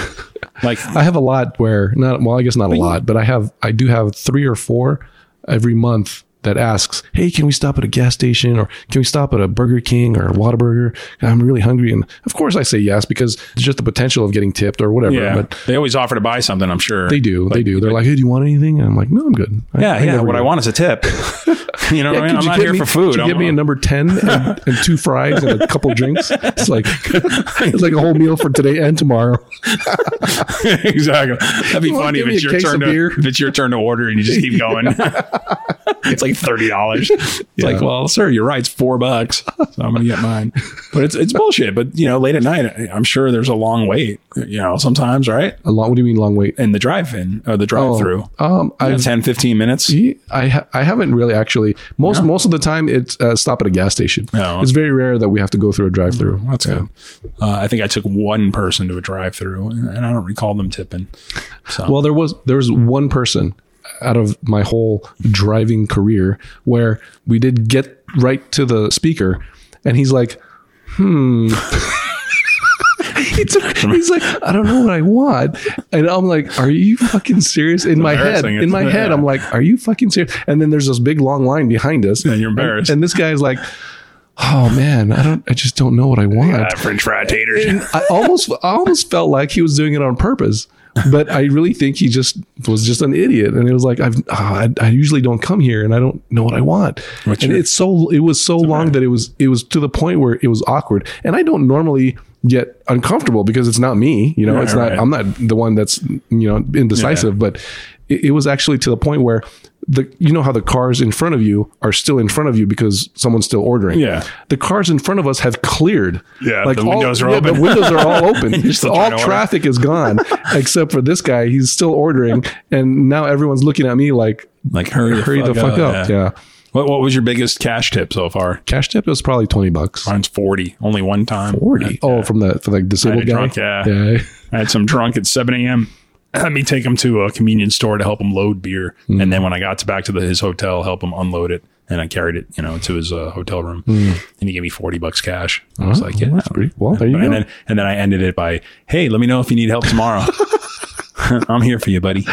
[SPEAKER 3] Like,
[SPEAKER 2] I have a lot where not well, I guess not a lot, but I have I do have three or four every month that asks, "Hey, can we stop at a gas station or can we stop at a Burger King or a Whataburger? I'm really hungry." And of course, I say yes because it's just the potential of getting tipped or whatever.
[SPEAKER 3] yeah,
[SPEAKER 2] But
[SPEAKER 3] they always offer to buy something. I'm sure
[SPEAKER 2] they do, they do. They're like, "Hey, do you want anything?" And I'm like, "No, I'm good." I-
[SPEAKER 3] Yeah, yeah.
[SPEAKER 2] never
[SPEAKER 3] What
[SPEAKER 2] do.
[SPEAKER 3] I want is a tip.
[SPEAKER 2] Yeah,
[SPEAKER 3] you know, what I
[SPEAKER 2] could
[SPEAKER 3] mean? I'm
[SPEAKER 2] you
[SPEAKER 3] not
[SPEAKER 2] get
[SPEAKER 3] here
[SPEAKER 2] me-
[SPEAKER 3] for
[SPEAKER 2] could
[SPEAKER 3] food.
[SPEAKER 2] you
[SPEAKER 3] I'm,
[SPEAKER 2] get me a number ten and, and two fries and a couple drinks. It's like it's like a whole meal for today and tomorrow.
[SPEAKER 3] exactly. That'd be
[SPEAKER 2] You wanna
[SPEAKER 3] funny if
[SPEAKER 2] give me
[SPEAKER 3] it's
[SPEAKER 2] a
[SPEAKER 3] your
[SPEAKER 2] case
[SPEAKER 3] turn
[SPEAKER 2] of
[SPEAKER 3] to
[SPEAKER 2] beer?
[SPEAKER 3] if it's your turn to order and you just keep going. it's like thirty dollars. It's like, well, sir, you're right. It's four bucks. So I'm gonna get mine. But it's it's bullshit. But you know, late at night, I- I'm sure there's a long wait. You know, sometimes right
[SPEAKER 2] A long. What do you mean long wait?
[SPEAKER 3] in the drive-in or the
[SPEAKER 2] Oh,
[SPEAKER 3] drive-through.
[SPEAKER 2] Um,
[SPEAKER 3] Yeah,
[SPEAKER 2] I've
[SPEAKER 3] 10, 15 minutes.
[SPEAKER 2] Ye- I ha- I haven't really actually most most of the time it's uh, stop at a gas station.
[SPEAKER 3] Oh. Mm,
[SPEAKER 2] It's very rare that we have to go through a drive through.
[SPEAKER 3] That's good. Uh, I think I took one person to a drive-through, and I don't recall them tipping.
[SPEAKER 2] Well, there was there was one person out of my whole driving career where we did get right to the speaker, and he's like, hmm. He took- he's like, I don't know what I want, and I'm like, Are you fucking serious? In my head,
[SPEAKER 3] embarrassing.
[SPEAKER 2] in my
[SPEAKER 3] It's-
[SPEAKER 2] head,
[SPEAKER 3] yeah.
[SPEAKER 2] I'm like, Are you fucking serious? And then there's this big long line behind us,
[SPEAKER 3] And you're embarrassed.
[SPEAKER 2] And, this guy's like, Oh man, I don't, I just don't know what I want.
[SPEAKER 3] Uh, French fry taters.
[SPEAKER 2] And I almost I almost felt like he was doing it on purpose, but I really think he just was just an idiot. And it was like I've ah, I, I usually don't come here, and I don't know what I want.
[SPEAKER 3] What's
[SPEAKER 2] and
[SPEAKER 3] your-
[SPEAKER 2] it's so it was so long that it was it was to the point where it was awkward, and I don't normally get uncomfortable because it's not me. You know,
[SPEAKER 3] Right,
[SPEAKER 2] it's not
[SPEAKER 3] right.
[SPEAKER 2] I'm not the one that's you know indecisive, but it, it was actually to the point where the you know how the cars in front of you are still in front of you because someone's still ordering.
[SPEAKER 3] Yeah.
[SPEAKER 2] The cars in front of us have cleared.
[SPEAKER 3] Yeah, the
[SPEAKER 2] all-
[SPEAKER 3] windows are
[SPEAKER 2] yeah,
[SPEAKER 3] open.
[SPEAKER 2] The windows are all open.
[SPEAKER 3] You're still
[SPEAKER 2] all
[SPEAKER 3] trying to order.
[SPEAKER 2] traffic is gone except for this guy. He's still ordering, and now everyone's looking at me like,
[SPEAKER 3] Like hurry,
[SPEAKER 2] "Hurry the fuck up!" Yeah.
[SPEAKER 3] What, what was your biggest cash tip so far?
[SPEAKER 2] Cash tip it was probably twenty bucks.
[SPEAKER 3] Mine's forty. Only one time.
[SPEAKER 2] Forty.
[SPEAKER 3] Yeah.
[SPEAKER 2] Oh, from the for like disabled guy.
[SPEAKER 3] Drunk, yeah.
[SPEAKER 2] yeah.
[SPEAKER 3] I had some drunk at 7 a.m. Let me take him to a convenience store to help him load beer.
[SPEAKER 2] Hmm.
[SPEAKER 3] And then when I got to back to the, his hotel, help him unload it. And I carried it, you know, to his uh, hotel room. And he gave me 40 bucks cash. I was like, yeah.
[SPEAKER 2] that's pretty- Hmm. Oh, well, there you
[SPEAKER 3] and
[SPEAKER 2] go.
[SPEAKER 3] Then, and then I ended it by, hey, let me know if you need help tomorrow. I'm here for you, buddy.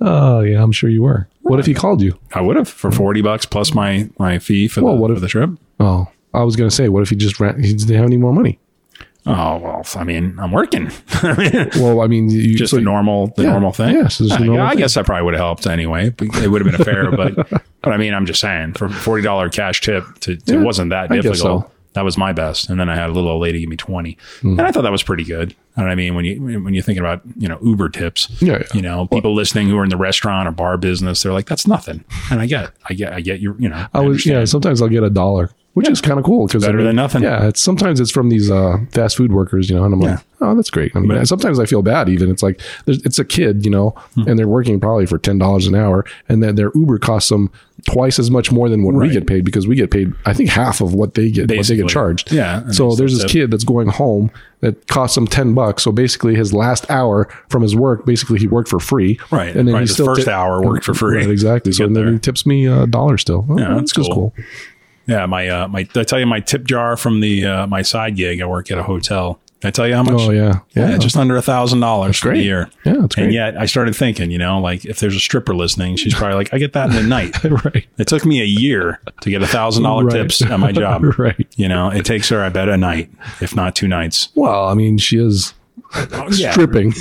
[SPEAKER 2] Oh yeah, I'm sure you were. What if he called you?
[SPEAKER 3] I would have for 40 bucks plus my, my fee for,
[SPEAKER 2] Well,
[SPEAKER 3] the,
[SPEAKER 2] what if-
[SPEAKER 3] for the trip.
[SPEAKER 2] Oh, I was gonna say, what if he just ran? He didn't have any more money.
[SPEAKER 3] Oh, well, I mean, I'm working. I mean,
[SPEAKER 2] Well, I mean, you,
[SPEAKER 3] just
[SPEAKER 2] so
[SPEAKER 3] the normal, the
[SPEAKER 2] Yeah.
[SPEAKER 3] normal thing.
[SPEAKER 2] Yeah, so just the
[SPEAKER 3] I,
[SPEAKER 2] normal
[SPEAKER 3] I
[SPEAKER 2] thing.
[SPEAKER 3] guess that probably would have helped anyway. but It would have been a fair, but but I mean, I'm just saying, for forty dollar cash tip, to, to-
[SPEAKER 2] Yeah,
[SPEAKER 3] it wasn't that
[SPEAKER 2] I guess
[SPEAKER 3] difficult.
[SPEAKER 2] so. Mm-hmm.
[SPEAKER 3] That was my best, and then I had a little old lady give me twenty, and I thought that was pretty good. And I mean, when you when you're thinking about you know Uber tips,
[SPEAKER 2] Yeah, yeah.
[SPEAKER 3] you know people listening who are in the restaurant or bar business, they're like, that's nothing. And I get, it. I get, I get your, you know,
[SPEAKER 2] I was yeah. Sometimes I'll get a dollar, which is kind of cool because
[SPEAKER 3] better than nothing.
[SPEAKER 2] Yeah, it's, sometimes it's from these uh, fast food workers, you know, and I'm like, oh, that's great. I mean, and sometimes I feel bad. Even it's like there's- it's a kid, you know,
[SPEAKER 3] Hmm.
[SPEAKER 2] and they're working probably for ten dollars an hour, and then their Uber costs them twice as much more than what we
[SPEAKER 3] Right.
[SPEAKER 2] get paid because we get paid I think half of what they get what they
[SPEAKER 3] Basically.
[SPEAKER 2] get charged.
[SPEAKER 3] Yeah, and
[SPEAKER 2] So
[SPEAKER 3] they
[SPEAKER 2] there's this
[SPEAKER 3] still
[SPEAKER 2] kid that's going home that costs him ten bucks. So basically, his last hour from his work, basically he worked for free.
[SPEAKER 3] Right,
[SPEAKER 2] And then
[SPEAKER 3] right,
[SPEAKER 2] he
[SPEAKER 3] his
[SPEAKER 2] still
[SPEAKER 3] first hour worked for free
[SPEAKER 2] Right, exactly.
[SPEAKER 3] to
[SPEAKER 2] So
[SPEAKER 3] get
[SPEAKER 2] and then
[SPEAKER 3] there.
[SPEAKER 2] he tips me a dollar still. Oh,
[SPEAKER 3] Yeah,
[SPEAKER 2] that's
[SPEAKER 3] that's
[SPEAKER 2] just
[SPEAKER 3] cool.
[SPEAKER 2] cool.
[SPEAKER 3] Yeah, my uh, my did I tell you my tip jar from the uh, my side gig. I work at a hotel. Did I tell you how much?
[SPEAKER 2] Oh yeah,
[SPEAKER 3] yeah, just under a thousand dollars for the
[SPEAKER 2] great.
[SPEAKER 3] year.
[SPEAKER 2] Yeah, that's
[SPEAKER 3] And
[SPEAKER 2] great.
[SPEAKER 3] yet, I started thinking, you know, like if there's a stripper listening, she's probably like, I get that in a night.
[SPEAKER 2] right,
[SPEAKER 3] It took me a year to get a thousand dollar
[SPEAKER 2] Right.
[SPEAKER 3] tips at my job.
[SPEAKER 2] right.
[SPEAKER 3] You know, it takes her, I bet, a night, if not two nights.
[SPEAKER 2] Well, I mean, she is
[SPEAKER 3] Oh, yeah.
[SPEAKER 2] stripping,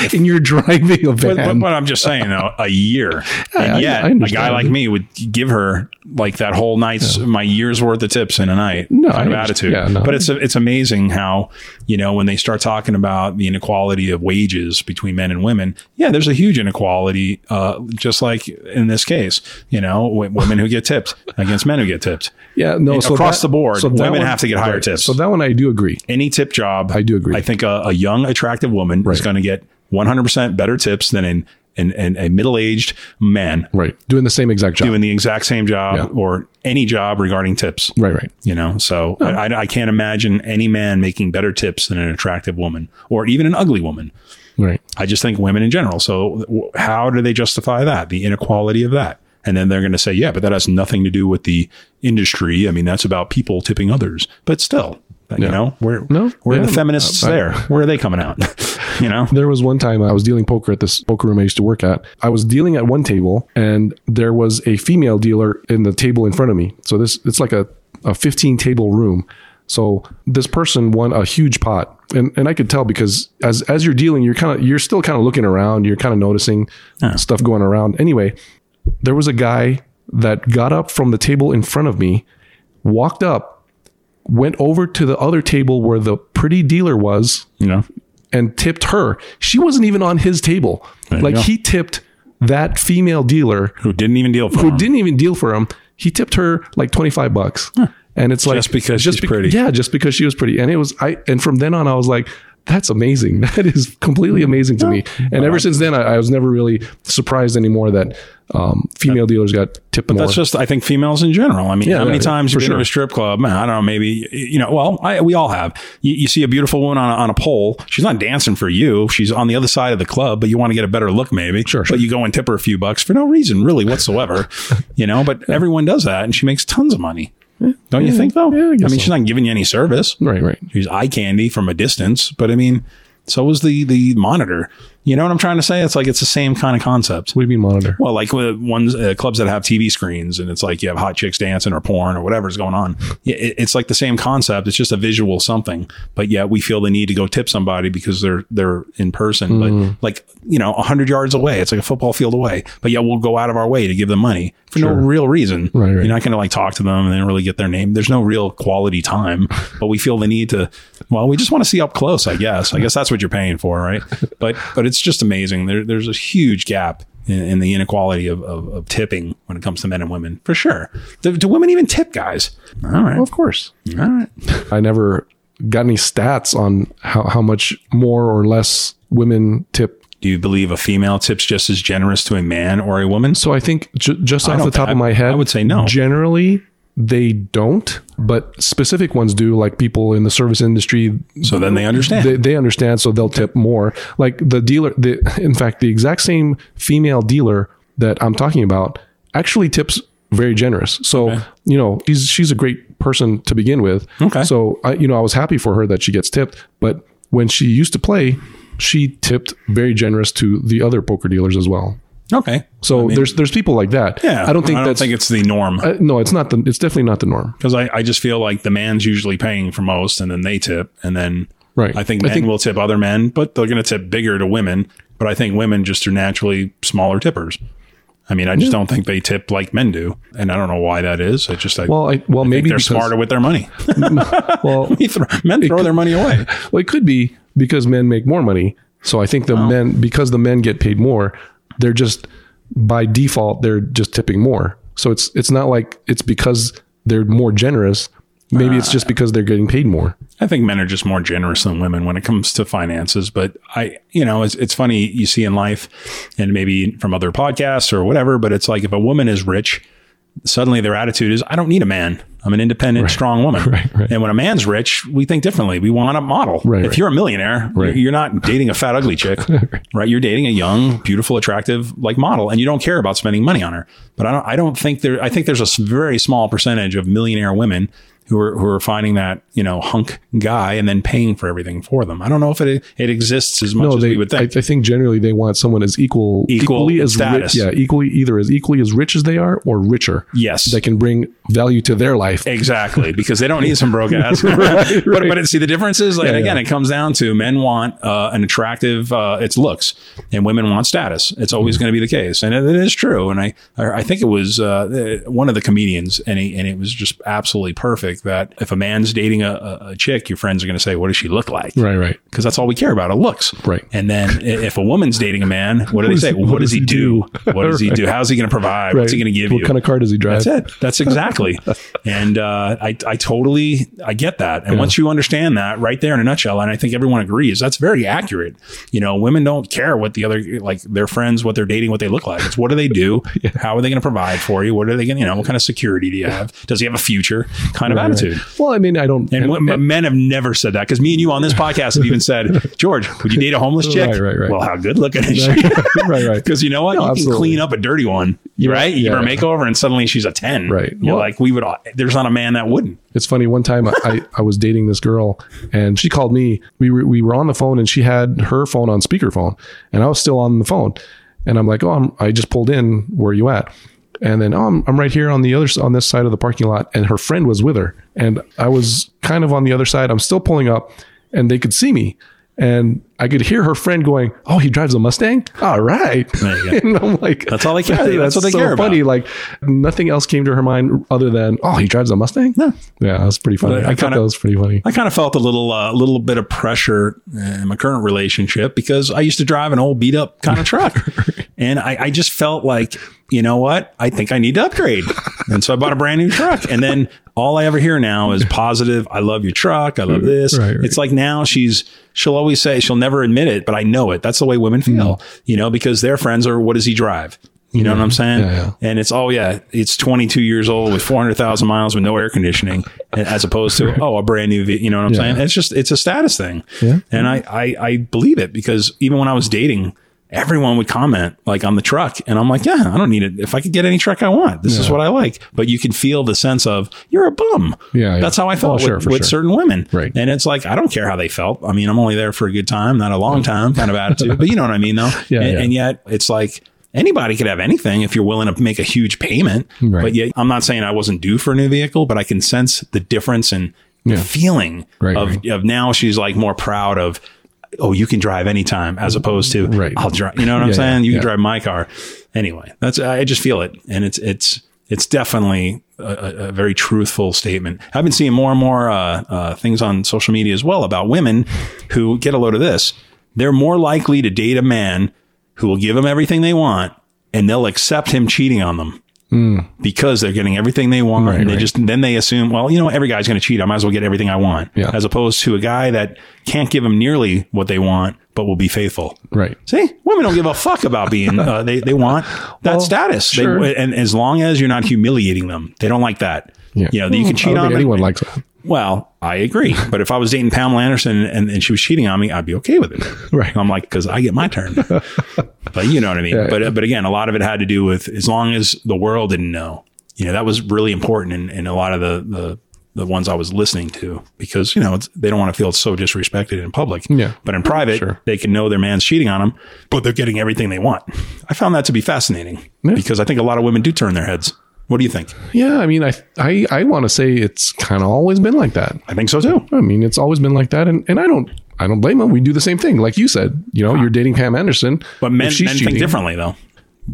[SPEAKER 2] and you're driving a van.
[SPEAKER 3] But, but, but I'm just saying, though, a year.
[SPEAKER 2] I- I
[SPEAKER 3] And yet, a guy
[SPEAKER 2] understand.
[SPEAKER 3] like me would give her like that whole night's my year's worth of tips in a night
[SPEAKER 2] No, I
[SPEAKER 3] kind of
[SPEAKER 2] understand.
[SPEAKER 3] attitude.
[SPEAKER 2] Yeah, no.
[SPEAKER 3] But it's it's amazing how you know when they start talking about the inequality of wages between men and women. Yeah, there's a huge inequality, uh, just like in this case. You know, w- women who get tipped against men who get tipped.
[SPEAKER 2] yeah, no. So
[SPEAKER 3] across
[SPEAKER 2] that-
[SPEAKER 3] the board,
[SPEAKER 2] that
[SPEAKER 3] women have to get higher tips.
[SPEAKER 2] So that one I do agree.
[SPEAKER 3] Any tip job,
[SPEAKER 2] I do agree.
[SPEAKER 3] I think a, a young, attractive woman is
[SPEAKER 2] Right.
[SPEAKER 3] going to get 100 percent better tips than in. And, and a middle-aged man
[SPEAKER 2] Right, doing the same exact job.
[SPEAKER 3] doing the exact same job
[SPEAKER 2] Yeah.
[SPEAKER 3] or any job regarding tips.
[SPEAKER 2] right, right.
[SPEAKER 3] You know, so I, I- I can't imagine any man making better tips than an attractive woman or even an ugly woman.
[SPEAKER 2] Right.
[SPEAKER 3] I just think women in general. So w- how do they justify that? The inequality of that. And then they're going to say, yeah, but that has nothing to do with the industry. I mean, that's about people tipping others, but still, you know, where,
[SPEAKER 2] No,
[SPEAKER 3] where are
[SPEAKER 2] yeah,
[SPEAKER 3] the feminists
[SPEAKER 2] I-
[SPEAKER 3] there? Where are they coming out? you know?
[SPEAKER 2] There was one time I was dealing poker at this poker room I used to work at. I was dealing at one table and there was a female dealer in the table in front of me. So this it's like a, a 15 table room. So this person won a huge pot. And and I could tell because as as you're dealing, you're kind of you're still kind of looking around, you're kind of noticing stuff going around. Anyway, there was a guy that got up from the table in front of me, walked up, went over to the other table where the pretty dealer was,
[SPEAKER 3] You know?
[SPEAKER 2] and tipped her. She wasn't even on his table.
[SPEAKER 3] you
[SPEAKER 2] like
[SPEAKER 3] go.
[SPEAKER 2] he tipped that female dealer
[SPEAKER 3] Who didn't even deal for
[SPEAKER 2] who
[SPEAKER 3] them.
[SPEAKER 2] didn't even deal for him. He tipped her like 25 bucks. And it's like
[SPEAKER 3] Just because she's
[SPEAKER 2] bec-
[SPEAKER 3] pretty.
[SPEAKER 2] Yeah, just because she was pretty. And it was I and from then on I was like that's amazing. That is completely amazing to me. And ever since then, I, I was never really surprised anymore that um, female dealers got tipped more.
[SPEAKER 3] That's just, I think, females in general. I mean, how many
[SPEAKER 2] yeah,
[SPEAKER 3] times
[SPEAKER 2] for
[SPEAKER 3] you've been
[SPEAKER 2] sure.
[SPEAKER 3] to a strip club? Man, I don't know. Maybe you know. Well, I, we all have. You, you see a beautiful woman on a, on a pole. She's not dancing for you. She's on the other side of the club, but you want to get a better look, maybe. Sure. But you go and tip her a few bucks for no reason, really whatsoever. you know. But everyone does that, and she makes tons of money. Don't you think though?
[SPEAKER 2] Yeah, I guess
[SPEAKER 3] mean,
[SPEAKER 2] so.
[SPEAKER 3] she's not giving you any service.
[SPEAKER 2] right, right.
[SPEAKER 3] She's eye candy from a distance, but I mean, so was the the monitor. You know what I'm trying to say? It's like it's the same kind of concept.
[SPEAKER 2] What do you mean monitor?
[SPEAKER 3] Well, like with ones uh, clubs that have TV screens, and it's like you have hot chicks dancing or porn or whatever's going on. Yeah, it, it's like the same concept. It's just a visual something, but yet we feel the need to go tip somebody because they're they're in person,
[SPEAKER 2] Hmm.
[SPEAKER 3] but like you know, hundred yards away. It's like a football field away, but yeah, we'll go out of our way to give them money for no real reason.
[SPEAKER 2] Right, right.
[SPEAKER 3] You're not going to like talk to them and then really get their name. There's no real quality time, but we feel the need to. Well, we just want to see up close, I guess. I guess that's what you're paying for, right? But but it's just amazing. There, there's a huge gap in, in the inequality of, of, of tipping when it comes to men and women, for sure. Do, do women even tip guys? All right.
[SPEAKER 2] Of course.
[SPEAKER 3] All right.
[SPEAKER 2] I never got any stats on how, how much more or less women tip.
[SPEAKER 3] Do you believe a female tip's just as generous to a man or a woman?
[SPEAKER 2] So I think j- just
[SPEAKER 3] I
[SPEAKER 2] off
[SPEAKER 3] don't
[SPEAKER 2] the top
[SPEAKER 3] th-
[SPEAKER 2] of my head,
[SPEAKER 3] I would say no.
[SPEAKER 2] Generally, they don't, but specific ones do, like people in the service industry.
[SPEAKER 3] So then they understand.
[SPEAKER 2] They, they understand, so they'll tip more. Like the dealer, the, in fact, the exact same female dealer that I'm talking about actually tips very generous. So, you know, she's, she's a great person to begin with.
[SPEAKER 3] Okay.
[SPEAKER 2] So, I, you know, I was happy for her that she gets tipped, but when she used to play, she tipped very generous to the other poker dealers as well.
[SPEAKER 3] okay.
[SPEAKER 2] So there's there's people like that.
[SPEAKER 3] Yeah.
[SPEAKER 2] I don't think that's
[SPEAKER 3] think it's the norm.
[SPEAKER 2] uh, no, it's not the. It's definitely not the norm.
[SPEAKER 3] because I, I just feel like the man's usually paying for most and then they tip and then
[SPEAKER 2] Right.
[SPEAKER 3] i think
[SPEAKER 2] I
[SPEAKER 3] men
[SPEAKER 2] think-
[SPEAKER 3] will tip other men but they're going to tip bigger to women but i think women just are naturally smaller tippers i mean i just don't think they tip like men do and i don't know why that is i just i,
[SPEAKER 2] Well, I, well,
[SPEAKER 3] think
[SPEAKER 2] maybe
[SPEAKER 3] they're
[SPEAKER 2] because-
[SPEAKER 3] smarter with their money
[SPEAKER 2] Well,
[SPEAKER 3] They throw- men throw their money away
[SPEAKER 2] well, it could be because men make more money. So I think the men because the men get paid more, they're just by default they're just tipping more. So it's it's not like it's because they're more generous. Maybe it's
[SPEAKER 3] Uh,
[SPEAKER 2] just because they're getting paid more.
[SPEAKER 3] I think men are just more generous than women when it comes to finances. But I, you know, it's, it's funny you see in life and maybe from other podcasts or whatever, but it's like if a woman is rich, suddenly their attitude is, I don't need a man. I'm an independent, strong woman.
[SPEAKER 2] Right, right.
[SPEAKER 3] And when a man's rich, we think differently. We want a model.
[SPEAKER 2] Right,
[SPEAKER 3] if
[SPEAKER 2] right.
[SPEAKER 3] you're a millionaire,
[SPEAKER 2] Right.
[SPEAKER 3] you're not dating a fat, ugly chick, right? You're dating a young, beautiful, attractive, like model, and you don't care about spending money on her. But I don't, I don't think there, I think there's a s- very small percentage of millionaire women who are, who are finding that, you know, hunk guy and then paying for everything for them. I don't know if it, it exists as much
[SPEAKER 2] No,
[SPEAKER 3] as
[SPEAKER 2] they.
[SPEAKER 3] we would
[SPEAKER 2] I,
[SPEAKER 3] think.
[SPEAKER 2] I think generally they want someone as equal,
[SPEAKER 3] Equal
[SPEAKER 2] equally as
[SPEAKER 3] status.
[SPEAKER 2] rich. Yeah, equally either as equally as rich as they are or richer.
[SPEAKER 3] yes.
[SPEAKER 2] That can bring value to their life.
[SPEAKER 3] Exactly, because they don't need some broke ass. But
[SPEAKER 2] right.
[SPEAKER 3] but it, see the difference is like again, it comes down to men want uh, an attractive uh, it's looks, and women want status. It's always
[SPEAKER 2] Mm-hmm.
[SPEAKER 3] going to be the case, and it, it is true. And I I I think it was uh, uh, one of the comedians, and he, and it was just absolutely perfect that if a man's dating a, a, a chick, your friends are going to say, "What does she look like?"
[SPEAKER 2] Right. Right.
[SPEAKER 3] because that's all we care about are looks.
[SPEAKER 2] Right.
[SPEAKER 3] And then i- if a woman's dating a man, what do they
[SPEAKER 2] does-
[SPEAKER 3] say? What, does he do? What does he do? How's he going to provide? What's he
[SPEAKER 2] Right.
[SPEAKER 3] going to give
[SPEAKER 2] what
[SPEAKER 3] you?
[SPEAKER 2] kind of car does he drive?
[SPEAKER 3] That's it. That's exactly. and uh, I, I totally, I get that. And once you understand that, right there in a nutshell, and I think everyone agrees, that's very accurate. You know, women don't care what the other, like their friends, what they're dating, what they look like. It's what do they do? How are they going to provide for you? What are they going? to You know, what kind of security do you have? Does he have a future? Kind of attitude.
[SPEAKER 2] Well, I mean, I don't.
[SPEAKER 3] And, w- men have never said that because me and you on this podcast have even said, George, would you date a homeless chick?
[SPEAKER 2] Right, right, right.
[SPEAKER 3] Well, how good looking is she?
[SPEAKER 2] right, right.
[SPEAKER 3] Because you know what?
[SPEAKER 2] No,
[SPEAKER 3] you
[SPEAKER 2] absolutely.
[SPEAKER 3] can clean up a dirty one, right? You give
[SPEAKER 2] yeah,
[SPEAKER 3] her a
[SPEAKER 2] yeah.
[SPEAKER 3] makeover and suddenly she's a 10.
[SPEAKER 2] Right.
[SPEAKER 3] You're
[SPEAKER 2] Well-
[SPEAKER 3] like, we would, there's not a man that wouldn't.
[SPEAKER 2] It's funny. One time, I, I, I was dating this girl, and she called me. We were we were on the phone, and she had her phone on speakerphone, and I was still on the phone. And I'm like, oh, I'm, I just pulled in. Where are you at? And then, oh, I'm, I'm right here on the other s- on this side of the parking lot. And her friend was with her, and I was kind of on the other side. I'm still pulling up, and they could see me. And I could hear her friend going, "Oh, he drives a Mustang. All right."
[SPEAKER 3] There you
[SPEAKER 2] and I'm like,
[SPEAKER 3] That's all they care- that's what they
[SPEAKER 2] so
[SPEAKER 3] care about.
[SPEAKER 2] funny. Like nothing else came to her mind other than, "Oh, he drives a Mustang."
[SPEAKER 3] No.
[SPEAKER 2] Yeah, that was pretty funny.
[SPEAKER 3] But I
[SPEAKER 2] I, thought
[SPEAKER 3] kinda-
[SPEAKER 2] that was pretty funny.
[SPEAKER 3] I kind of felt a little, uh, a little bit of pressure uh, in my current relationship because I used to drive an old beat up kind of truck, and I, I just felt like, you know what? I think I need to upgrade, and so I bought a brand new truck. And then all I ever hear now is positive. I love your truck. I love this.
[SPEAKER 2] Right, right.
[SPEAKER 3] It's like now she's, she'll always say she'll never admit it, but I know it. That's the way women feel,
[SPEAKER 2] Mm-hmm.
[SPEAKER 3] you know, because their friends are. What does he drive? You know what I'm saying?
[SPEAKER 2] Yeah, yeah.
[SPEAKER 3] And it's, oh, yeah, it's 22 years old with 400,000 miles with no air conditioning, as opposed to, oh, a brand new, ve- you know what I'm saying? It's just, it's a status thing.
[SPEAKER 2] Yeah.
[SPEAKER 3] And I, I, I believe it because even when I was dating, everyone would comment like on the truck. And I'm like, yeah, I don't need it. If I could get any truck I want, this is what I like. But you can feel the sense of, you're a bum.
[SPEAKER 2] Yeah, yeah.
[SPEAKER 3] That's how I
[SPEAKER 2] Oh,
[SPEAKER 3] felt
[SPEAKER 2] sure,
[SPEAKER 3] with,
[SPEAKER 2] for
[SPEAKER 3] with
[SPEAKER 2] sure.
[SPEAKER 3] certain women.
[SPEAKER 2] Right.
[SPEAKER 3] And it's like, I don't care how they felt. I mean, I'm only there for a good time, not a long time kind of attitude. But you know what I mean, though?
[SPEAKER 2] Yeah,
[SPEAKER 3] and,
[SPEAKER 2] yeah.
[SPEAKER 3] and yet it's like anybody could have anything if you're willing to make a huge payment.
[SPEAKER 2] Right.
[SPEAKER 3] But yet I'm not saying I wasn't due for a new vehicle, but I can sense the difference in the feeling
[SPEAKER 2] Right,
[SPEAKER 3] of,
[SPEAKER 2] right.
[SPEAKER 3] of now she's like more proud of, oh, you can drive anytime as opposed to,
[SPEAKER 2] Right.
[SPEAKER 3] I'll drive. You know what I'm
[SPEAKER 2] Yeah,
[SPEAKER 3] saying?
[SPEAKER 2] yeah,
[SPEAKER 3] you
[SPEAKER 2] yeah.
[SPEAKER 3] can drive my car. Anyway, that's, I just feel it. And it's, it's, it's definitely a, a- a very truthful statement. I've been seeing more and more uh, uh, things on social media as well about women who get a load of this. They're more likely to date a man who will give them everything they want and they'll accept him cheating on them because they're getting everything they want.
[SPEAKER 2] Hmm. Right,
[SPEAKER 3] and they
[SPEAKER 2] right.
[SPEAKER 3] just then they assume, well, you know, every guy's going to cheat. I might as well get everything I want.
[SPEAKER 2] Yeah.
[SPEAKER 3] As opposed to a guy that can't give them nearly what they want, but will be faithful.
[SPEAKER 2] Right.
[SPEAKER 3] See, women don't give a fuck about being. Uh, they they want that status.
[SPEAKER 2] sure.
[SPEAKER 3] They, and as long as you're not humiliating them, they don't like that.
[SPEAKER 2] Yeah. Hmm.
[SPEAKER 3] You know, that you can
[SPEAKER 2] I
[SPEAKER 3] cheat
[SPEAKER 2] don't
[SPEAKER 3] on
[SPEAKER 2] think
[SPEAKER 3] them.
[SPEAKER 2] anyone likes that.
[SPEAKER 3] Well, I agree. But if I was dating Pamela Anderson and, and she was cheating on me, I'd be okay with it.
[SPEAKER 2] Right.
[SPEAKER 3] I'm like, because I get my turn. but you know what I mean. But but again, a lot of it had to do with as long as the world didn't know. You know, that was really important in, in a lot of the, the the ones I was listening to because you know it's, they don't want to feel so disrespected in public.
[SPEAKER 2] Yeah.
[SPEAKER 3] But in private, they can know their man's cheating on them, but they're getting everything they want. I found that to be fascinating because I think a lot of women do turn their heads. What do you think?
[SPEAKER 2] Yeah, I mean, I I, I want to say it's kind of always been like that.
[SPEAKER 3] I think so too.
[SPEAKER 2] I mean, it's always been like that, and, and I don't I don't blame them. We do the same thing, like you said. You know, you're dating Pam Anderson,
[SPEAKER 3] But men,
[SPEAKER 2] If she's
[SPEAKER 3] men
[SPEAKER 2] cheating-
[SPEAKER 3] think differently though.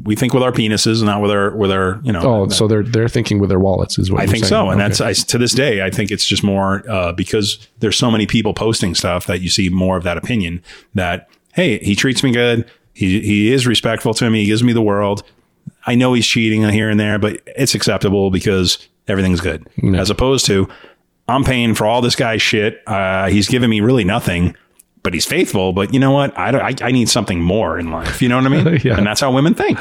[SPEAKER 3] We think with our penises, not with our with our you know.
[SPEAKER 2] Oh, so they're they're thinking with their wallets is what
[SPEAKER 3] I
[SPEAKER 2] you're
[SPEAKER 3] think
[SPEAKER 2] saying.
[SPEAKER 3] so, and
[SPEAKER 2] Okay.
[SPEAKER 3] that's I, to this day. I think it's just more uh, because there's so many people posting stuff that you see more of that opinion. That hey, he treats me good. He he is respectful to me. He gives me the world. I know he's cheating here and there, but it's acceptable because everything's good. As opposed to I'm paying for all this guy's shit. Uh, he's giving me really nothing. But he's faithful. But you know what? I, don't, I I need something more in life. You know what I mean?
[SPEAKER 2] Yeah.
[SPEAKER 3] And that's how women think.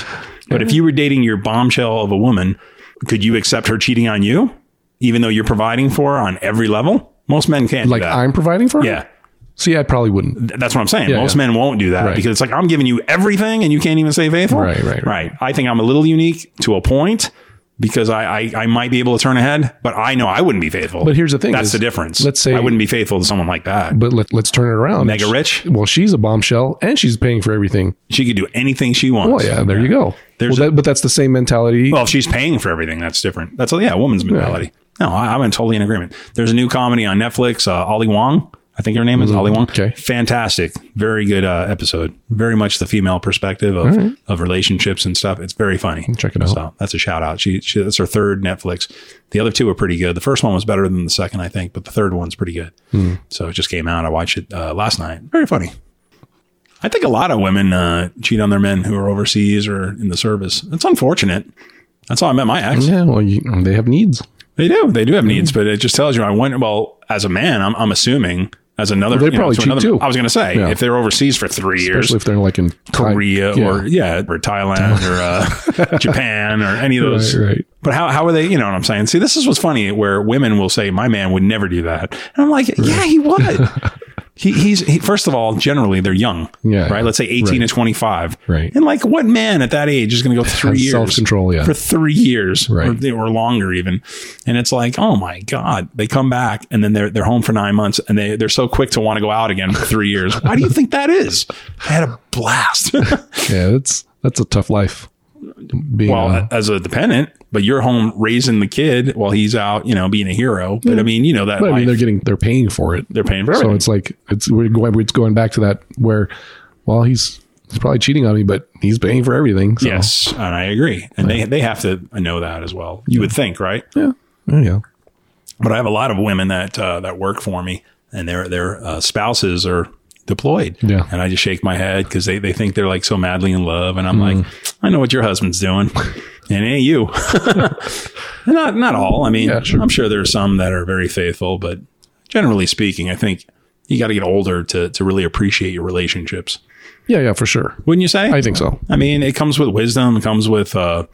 [SPEAKER 3] But if you were dating your bombshell of a woman, could you accept her cheating on you, even though you're providing for her on every level? Most men can't.
[SPEAKER 2] like
[SPEAKER 3] do that.
[SPEAKER 2] I'm providing for. her?
[SPEAKER 3] yeah,
[SPEAKER 2] See, I probably wouldn't.
[SPEAKER 3] Th- that's what I'm saying. Most
[SPEAKER 2] yeah.
[SPEAKER 3] men won't do that
[SPEAKER 2] Right.
[SPEAKER 3] because it's like I'm giving you everything and you can't even say faithful.
[SPEAKER 2] Right, right, right.
[SPEAKER 3] right. I think I'm a little unique to a point because I I, I might be able to turn ahead, but I know I wouldn't be faithful.
[SPEAKER 2] But here's the thing:
[SPEAKER 3] that's
[SPEAKER 2] is,
[SPEAKER 3] the difference.
[SPEAKER 2] Let's say
[SPEAKER 3] I wouldn't be faithful to someone like that.
[SPEAKER 2] But let, let's turn it around.
[SPEAKER 3] Mega rich?
[SPEAKER 2] Well, she's a bombshell, and she's paying for everything.
[SPEAKER 3] She could do anything she wants.
[SPEAKER 2] Well, Oh, yeah, there you go.
[SPEAKER 3] There's
[SPEAKER 2] well, that, but that's the same mentality.
[SPEAKER 3] Well, if she's paying for everything, that's different. That's yeah, a woman's mentality. No, I, I'm in totally in agreement. There's a new comedy on Netflix, uh, Ollie Wong. I think her name is Ollie Wong.
[SPEAKER 2] okay.
[SPEAKER 3] Fantastic. Very good uh, episode. Very much the female perspective of, of relationships and stuff. It's very funny.
[SPEAKER 2] Check it out.
[SPEAKER 3] So that's a shout out. She, she that's her third Netflix. The other two are pretty good. The first one was better than the second, I think, but the third one's pretty good.
[SPEAKER 2] Hmm.
[SPEAKER 3] So it just came out. I watched it uh, last night. Very funny. I think a lot of women uh, cheat on their men who are overseas or in the service. It's unfortunate. That's how I met my ex.
[SPEAKER 2] yeah, well, you, they have needs.
[SPEAKER 3] They do. They do have needs,
[SPEAKER 2] Mm-hmm.
[SPEAKER 3] but it just tells you. I wonder. Well, as a man, I'm, I'm assuming as another.
[SPEAKER 2] they
[SPEAKER 3] you know,
[SPEAKER 2] probably
[SPEAKER 3] to
[SPEAKER 2] cheat
[SPEAKER 3] another-
[SPEAKER 2] too.
[SPEAKER 3] I was going to say
[SPEAKER 2] Yeah.
[SPEAKER 3] if they're overseas for three years,
[SPEAKER 2] Especially if they're like in Thai-
[SPEAKER 3] Korea
[SPEAKER 2] yeah.
[SPEAKER 3] or yeah, or Thailand or uh, Japan or any of
[SPEAKER 2] right,
[SPEAKER 3] those.
[SPEAKER 2] right.
[SPEAKER 3] But how how are they? You know what I'm saying? See, this is what's funny. Where women will say, "My man would never do that," and I'm like, "Yeah, he would." he, he's he, first of all, generally they're young,
[SPEAKER 2] Yeah.
[SPEAKER 3] right? Let's say 18 to 25,
[SPEAKER 2] Right.
[SPEAKER 3] And like, what man at that age is going to go three
[SPEAKER 2] Has
[SPEAKER 3] years
[SPEAKER 2] self-control, yeah.
[SPEAKER 3] for three years,
[SPEAKER 2] Right.
[SPEAKER 3] Or, or longer even? And it's like, oh my god, they come back and then they're they're home for nine months, and they they're so quick to want to go out again for three years. Why do you think that is? I had a blast.
[SPEAKER 2] Yeah, that's that's a tough life. Being uh,
[SPEAKER 3] Well,
[SPEAKER 2] a-
[SPEAKER 3] as a dependent, but you're home raising the kid while he's out, you know, being a hero. But I mean, you know that
[SPEAKER 2] but I mean, they're
[SPEAKER 3] life, they're,
[SPEAKER 2] getting they're paying for it.
[SPEAKER 3] paying for
[SPEAKER 2] So
[SPEAKER 3] everything.
[SPEAKER 2] it's like it's we're going it's going back to that where, well, he's he's probably cheating on me, but he's paying for everything. So.
[SPEAKER 3] yes, and I agree. And they they have to know that as well. You would think, right?
[SPEAKER 2] Yeah. There you go.
[SPEAKER 3] But I have a lot of women that uh, that work for me, and their their uh, spouses are deployed.
[SPEAKER 2] Yeah.
[SPEAKER 3] And I just shake my head because they they think they're like so madly in love, and I'm
[SPEAKER 2] Mm-hmm.
[SPEAKER 3] like, I know what your husband's doing, and it ain't you. not not all. I mean,
[SPEAKER 2] Yeah, sure.
[SPEAKER 3] I'm sure there are some that are very faithful, but generally speaking, I think you got to get older to to really appreciate your relationships.
[SPEAKER 2] Yeah, yeah, for sure.
[SPEAKER 3] Wouldn't you say?
[SPEAKER 2] I think so.
[SPEAKER 3] I mean, it comes with wisdom. It comes with uh,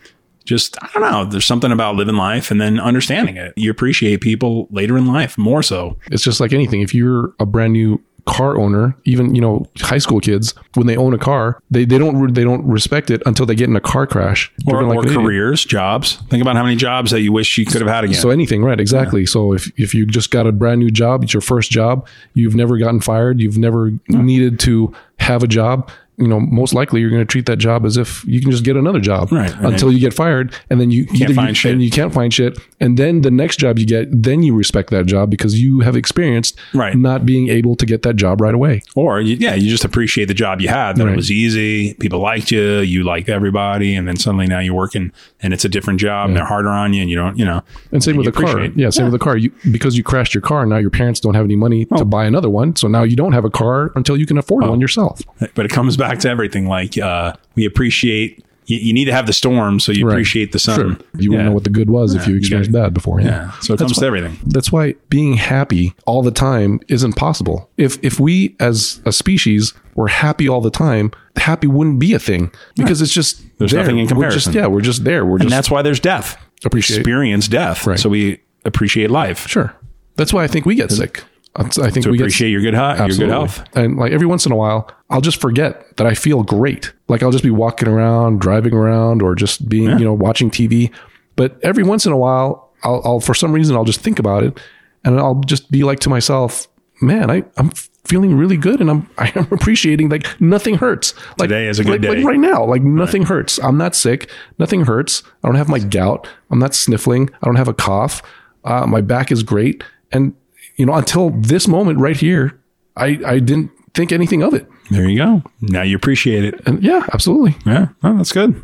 [SPEAKER 3] just I don't know. There's something about living life and then understanding it. You appreciate people later in life more so.
[SPEAKER 2] It's just like anything. If you're a brand new car owner, even you know high school kids, when they own a car, they, they don't re- they don't respect it until they get in a car crash.
[SPEAKER 3] Or,
[SPEAKER 2] Driven like
[SPEAKER 3] or
[SPEAKER 2] an idiot.
[SPEAKER 3] careers, jobs. Think about how many jobs that you wish you could have had again.
[SPEAKER 2] So anything, right? Exactly. So if if you just got a brand new job, it's your first job. You've never gotten fired. You've never needed to have a job. You know, most likely you're going to treat that job as if you can just get another job
[SPEAKER 3] Right. And
[SPEAKER 2] until you get fired, and then you either
[SPEAKER 3] find
[SPEAKER 2] you,
[SPEAKER 3] shit.
[SPEAKER 2] and you can't find shit, and then the next job you get, then you respect that job because you have experienced
[SPEAKER 3] Right.
[SPEAKER 2] not being able to get that job right away.
[SPEAKER 3] or you, yeah, you just appreciate the job you had. That
[SPEAKER 2] Right.
[SPEAKER 3] it was easy. People liked you. You liked everybody, and then suddenly now you're working, and it's a different job, and they're harder on you, and you don't, you know.
[SPEAKER 2] And same
[SPEAKER 3] you
[SPEAKER 2] with the car.
[SPEAKER 3] appreciate-
[SPEAKER 2] Yeah, same with the car. You because you crashed your car, now your parents don't have any money
[SPEAKER 3] Oh.
[SPEAKER 2] to buy another one. So now you don't have a car until you can afford one yourself.
[SPEAKER 3] but it comes back to everything. Like uh, we appreciate you, you need to have the storm so you
[SPEAKER 2] Right.
[SPEAKER 3] appreciate the sun.
[SPEAKER 2] Sure. Um, You wouldn't
[SPEAKER 3] Yeah.
[SPEAKER 2] know what the good was if you experienced
[SPEAKER 3] gotta-
[SPEAKER 2] bad before.
[SPEAKER 3] Yeah. So it
[SPEAKER 2] That's
[SPEAKER 3] comes to everything.
[SPEAKER 2] That's why being happy all the time isn't possible. If if we as a species were happy all the time, happy wouldn't be a thing because it's just
[SPEAKER 3] There's
[SPEAKER 2] there.
[SPEAKER 3] nothing in
[SPEAKER 2] We're just-
[SPEAKER 3] comparison.
[SPEAKER 2] yeah, we're just there. We're
[SPEAKER 3] And
[SPEAKER 2] just
[SPEAKER 3] that's why there's death.
[SPEAKER 2] Appreciate-
[SPEAKER 3] Experience death.
[SPEAKER 2] Right.
[SPEAKER 3] So we appreciate life.
[SPEAKER 2] sure. That's why I think we get sick. I think
[SPEAKER 3] To
[SPEAKER 2] we
[SPEAKER 3] appreciate
[SPEAKER 2] get,
[SPEAKER 3] your good, hi- your good
[SPEAKER 2] Absolutely.
[SPEAKER 3] health.
[SPEAKER 2] And like every once in a while, I'll just forget that I feel great. Like I'll just be walking around, driving around, or just being, you know, watching TV. But every once in a while, I'll, I'll for some reason I'll just think about it, and I'll just be like to myself, "Man, I, I'm feeling really good, and I'm I am appreciating like nothing hurts. Like
[SPEAKER 3] Today is a good
[SPEAKER 2] like- like
[SPEAKER 3] day.
[SPEAKER 2] right now, like nothing hurts. I'm not sick. Nothing hurts. I don't have my gout. I'm not sniffling. I don't have a cough. Uh, my back is great. And you know, until this moment right here, I I didn't think anything of it.
[SPEAKER 3] There you go. Now you appreciate it.
[SPEAKER 2] And yeah, absolutely.
[SPEAKER 3] Yeah. Well, that's good.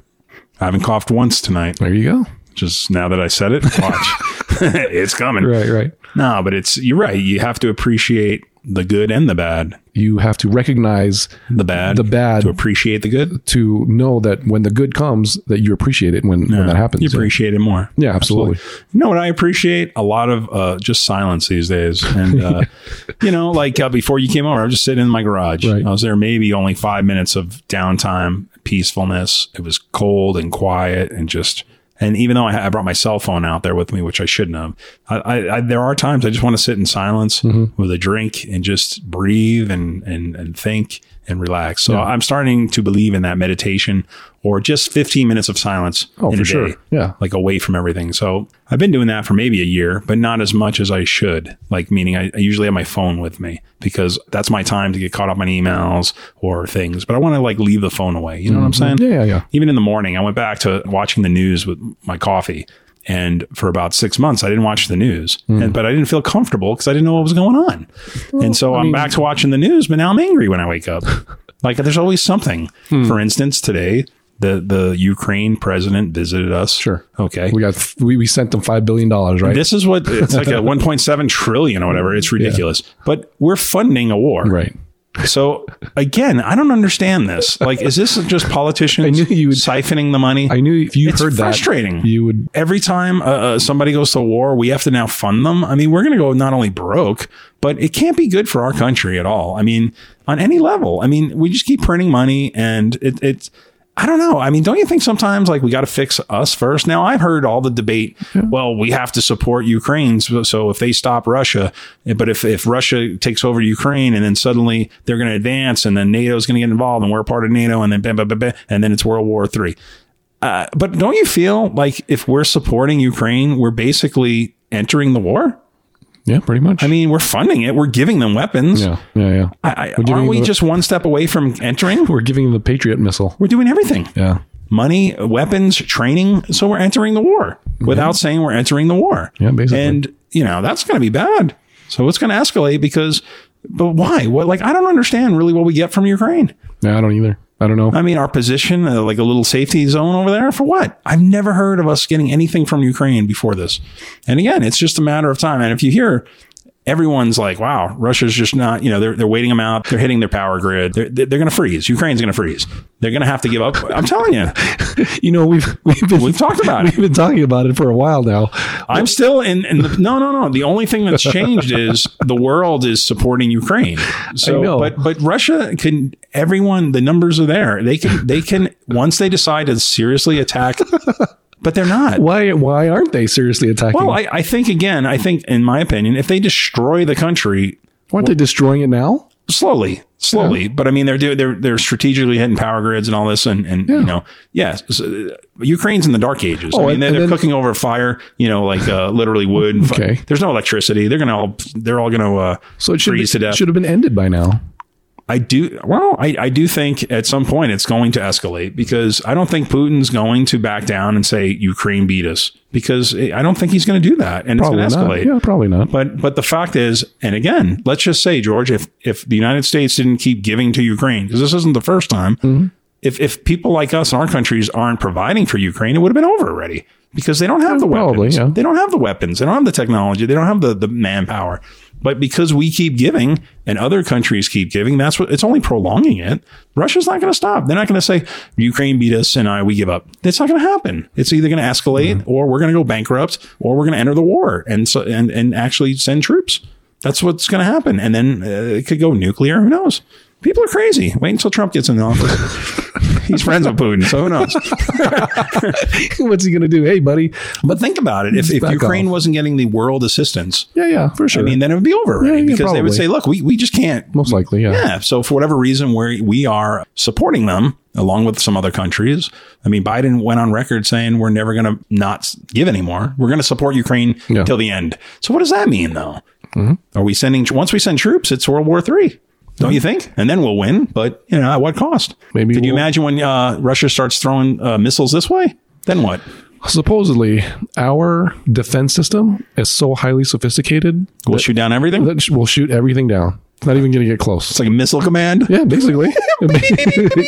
[SPEAKER 3] I haven't coughed once tonight.
[SPEAKER 2] There you go.
[SPEAKER 3] Just now that I said it, watch. it's coming.
[SPEAKER 2] Right, right.
[SPEAKER 3] No, but it's, you're right. You have to appreciate the good and the bad.
[SPEAKER 2] You have to recognize
[SPEAKER 3] The bad.
[SPEAKER 2] The bad.
[SPEAKER 3] To appreciate the good.
[SPEAKER 2] to know that when the good comes, that you appreciate it when, when that happens.
[SPEAKER 3] You appreciate it more.
[SPEAKER 2] yeah, absolutely.
[SPEAKER 3] You know what I appreciate? A lot of uh, just silence these days. And, uh, you know, like uh, before you came over, I was just sitting in my garage.
[SPEAKER 2] Right.
[SPEAKER 3] I was there maybe only five minutes of downtime, peacefulness. It was cold and quiet and just. And even though I, ha- I brought my cell phone out there with me, which I shouldn't have, I, I, I there are times I just want to sit in silence
[SPEAKER 2] Mm-hmm.
[SPEAKER 3] with a drink and just breathe and and and think and relax. So I'm starting to believe in that meditation or just 15 minutes of silence.
[SPEAKER 2] Oh,
[SPEAKER 3] in
[SPEAKER 2] for
[SPEAKER 3] a
[SPEAKER 2] sure.
[SPEAKER 3] day
[SPEAKER 2] Yeah.
[SPEAKER 3] like away from everything. So I've been doing that for maybe a year, but not as much as I should. Like, meaning I, I usually have my phone with me because that's my time to get caught up on emails or things. But I want to like leave the phone away. You know what I'm saying?
[SPEAKER 2] Mm-hmm. Yeah, yeah, yeah.
[SPEAKER 3] Even in the morning, I went back to watching the news with my coffee. And for about six months, I didn't watch the news,
[SPEAKER 2] Hmm.
[SPEAKER 3] and, but I didn't feel comfortable because I didn't know what was going on. and so I'm back to watching the news, but now I'm angry when I wake up. like there's always something.
[SPEAKER 2] Hmm.
[SPEAKER 3] For instance, today, the, the Ukraine president visited us.
[SPEAKER 2] Sure.
[SPEAKER 3] Okay.
[SPEAKER 2] We got we, we sent them five billion dollars, right?
[SPEAKER 3] This is what it's like a 1.7 trillion or whatever. It's ridiculous. But we're funding a war.
[SPEAKER 2] right.
[SPEAKER 3] So again, I don't understand this. Like, is this just politicians
[SPEAKER 2] I knew you would-
[SPEAKER 3] siphoning the money?
[SPEAKER 2] I knew if you
[SPEAKER 3] It's
[SPEAKER 2] heard that,
[SPEAKER 3] frustrating.
[SPEAKER 2] you would
[SPEAKER 3] Every time uh, uh, somebody goes to war, we have to now fund them. I mean, we're going to go not only broke, but it can't be good for our country at all. I mean, on any level. I mean, we just keep printing money and it, it's, I don't know. I mean, don't you think sometimes like we got to fix us first? Now, I've heard all the debate. Well, we have to support Ukraine. So, so if they stop Russia, but if, if Russia takes over Ukraine and then suddenly they're going to advance and then NATO's going to get involved and we're a part of NATO and then bam, bam, bam, bam, and then it's World War Three. Uh, but don't you feel like if we're supporting Ukraine, we're basically entering the war?
[SPEAKER 2] Yeah, pretty much.
[SPEAKER 3] I mean, we're funding it. We're giving them weapons.
[SPEAKER 2] yeah, yeah, yeah.
[SPEAKER 3] I,
[SPEAKER 2] We're
[SPEAKER 3] I,
[SPEAKER 2] giving
[SPEAKER 3] aren't we
[SPEAKER 2] the-
[SPEAKER 3] just one step away from entering?
[SPEAKER 2] We're giving the Patriot missile.
[SPEAKER 3] We're doing everything
[SPEAKER 2] Yeah,
[SPEAKER 3] money, weapons, training. So we're entering the war without saying we're entering the war.
[SPEAKER 2] Yeah, basically.
[SPEAKER 3] And, you know, that's going to be bad. So it's going to escalate because, but why? What, like, I don't understand really what we get from Ukraine.
[SPEAKER 2] no, I don't either. I don't know.
[SPEAKER 3] I mean, our position, uh, like a little safety zone over there, for what? I've never heard of us getting anything from Ukraine before this. And again, it's just a matter of time. And if you hear, everyone's like, "Wow, Russia's just not," you know, they're they're waiting them out. They're hitting their power grid. They're they're going to freeze. Ukraine's going to freeze. They're going to have to give up. I'm telling you,
[SPEAKER 2] you know, we've we've been
[SPEAKER 3] We've talked about it.
[SPEAKER 2] We've been talking about it for a while now.
[SPEAKER 3] I'm still in. in the, no, no, no. The only thing that's changed is the world is supporting Ukraine. So,
[SPEAKER 2] I know.
[SPEAKER 3] but but Russia can. Everyone, the numbers are there. They can. They can. Once they decide to seriously attack, but they're not.
[SPEAKER 2] Why why aren't they seriously attacking?
[SPEAKER 3] Well,
[SPEAKER 2] why
[SPEAKER 3] I, I think again. I think, in my opinion, if they destroy the country,
[SPEAKER 2] aren't they destroying it now?
[SPEAKER 3] slowly, slowly. But I mean, they're do they're they're strategically hitting power grids and all this, and and you know, yes, so, uh, Ukraine's in the dark ages.
[SPEAKER 2] Oh,
[SPEAKER 3] I mean,
[SPEAKER 2] and-
[SPEAKER 3] they're,
[SPEAKER 2] and
[SPEAKER 3] they're
[SPEAKER 2] then-
[SPEAKER 3] cooking over fire, you know, like uh, literally wood. and fi-
[SPEAKER 2] Okay.
[SPEAKER 3] there's no electricity. They're gonna all they're all gonna uh,
[SPEAKER 2] So it should
[SPEAKER 3] freeze to
[SPEAKER 2] be,
[SPEAKER 3] death.
[SPEAKER 2] should have been ended by now.
[SPEAKER 3] I do well. I, I do think at some point it's going to escalate because I don't think Putin's going to back down and say Ukraine beat us because eh, I don't think he's going to do that and
[SPEAKER 2] Probably
[SPEAKER 3] it's going to
[SPEAKER 2] not.
[SPEAKER 3] escalate.
[SPEAKER 2] Yeah, probably not.
[SPEAKER 3] But but the fact is, and again, let's just say, George, if if the United States didn't keep giving to Ukraine, because this isn't the first time, if if people like us in our countries aren't providing for Ukraine, it would have been over already because they don't have the
[SPEAKER 2] Probably,
[SPEAKER 3] weapons.
[SPEAKER 2] yeah.
[SPEAKER 3] They don't have the weapons. They don't have the technology. They don't have the the manpower. But because we keep giving and other countries keep giving, that's what it's only prolonging it. Russia's not going to stop. They're not going to say Ukraine beat us and I we give up. It's not going to happen. It's either going to escalate or we're going to go bankrupt or we're going to enter the war and so and and actually send troops. That's what's going to happen. And then uh, it could go nuclear. Who knows? People are crazy. Wait until Trump gets in office. He's friends with Putin, so who knows?
[SPEAKER 2] What's he going to do? Hey, buddy.
[SPEAKER 3] But think about it. If, if
[SPEAKER 2] Back
[SPEAKER 3] Ukraine
[SPEAKER 2] off.
[SPEAKER 3] wasn't getting the world assistance,
[SPEAKER 2] Yeah, yeah, for sure.
[SPEAKER 3] I mean, then it would be over right?
[SPEAKER 2] Yeah, yeah,
[SPEAKER 3] because they would
[SPEAKER 2] probably.
[SPEAKER 3] say, look, we, we just can't.
[SPEAKER 2] most likely, yeah.
[SPEAKER 3] Yeah. So for whatever reason, we we are supporting them along with some other countries. I mean, Biden went on record saying we're never going to not s- give anymore. We're going to support Ukraine
[SPEAKER 2] Yeah.
[SPEAKER 3] till the end. So what does that mean, though? Are we sending once we send troops, it's World War Three. Don't you think? And then we'll win, but you know at what cost?
[SPEAKER 2] Maybe
[SPEAKER 3] Can you
[SPEAKER 2] we'll-
[SPEAKER 3] imagine when uh, Russia starts throwing uh, missiles this way? Then what?
[SPEAKER 2] Supposedly, our defense system is so highly sophisticated
[SPEAKER 3] We'll shoot down everything.
[SPEAKER 2] that sh- will shoot everything down. It's not even going to get close.
[SPEAKER 3] it's like a missile command.
[SPEAKER 2] Yeah, basically.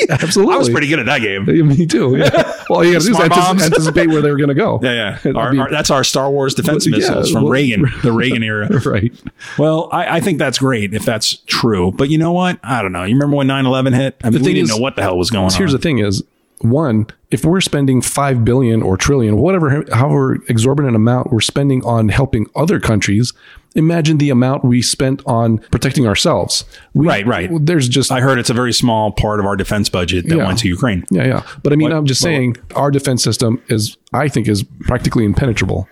[SPEAKER 2] Absolutely.
[SPEAKER 3] I was pretty good at that game.
[SPEAKER 2] Yeah, Me too. Yeah. Well, all you got to do is
[SPEAKER 3] Smart
[SPEAKER 2] antici-
[SPEAKER 3] bombs.
[SPEAKER 2] anticipate where they were going to go.
[SPEAKER 3] Yeah, yeah.
[SPEAKER 2] It'd
[SPEAKER 3] Our,
[SPEAKER 2] be-
[SPEAKER 3] our- that's our Star Wars defense
[SPEAKER 2] Well, yeah,
[SPEAKER 3] missiles from
[SPEAKER 2] well-
[SPEAKER 3] Reagan, the Reagan era.
[SPEAKER 2] Right.
[SPEAKER 3] Well, I, I think that's great if that's true. But you know what? I don't know. You remember when 9 11 hit? I mean, we
[SPEAKER 2] thing
[SPEAKER 3] didn't
[SPEAKER 2] is-
[SPEAKER 3] know what the hell was going on.
[SPEAKER 2] Here's the thing: is one, if we're spending five billion or trillion, whatever, however exorbitant amount we're spending on helping other countries, imagine the amount we spent on protecting ourselves. We,
[SPEAKER 3] Right, right.
[SPEAKER 2] There's just
[SPEAKER 3] I heard it's a very small part of our defense budget that
[SPEAKER 2] Yeah.
[SPEAKER 3] went to Ukraine.
[SPEAKER 2] yeah, yeah. But I mean,
[SPEAKER 3] What-
[SPEAKER 2] I'm just
[SPEAKER 3] what-
[SPEAKER 2] saying, our defense system is, I think, is practically impenetrable.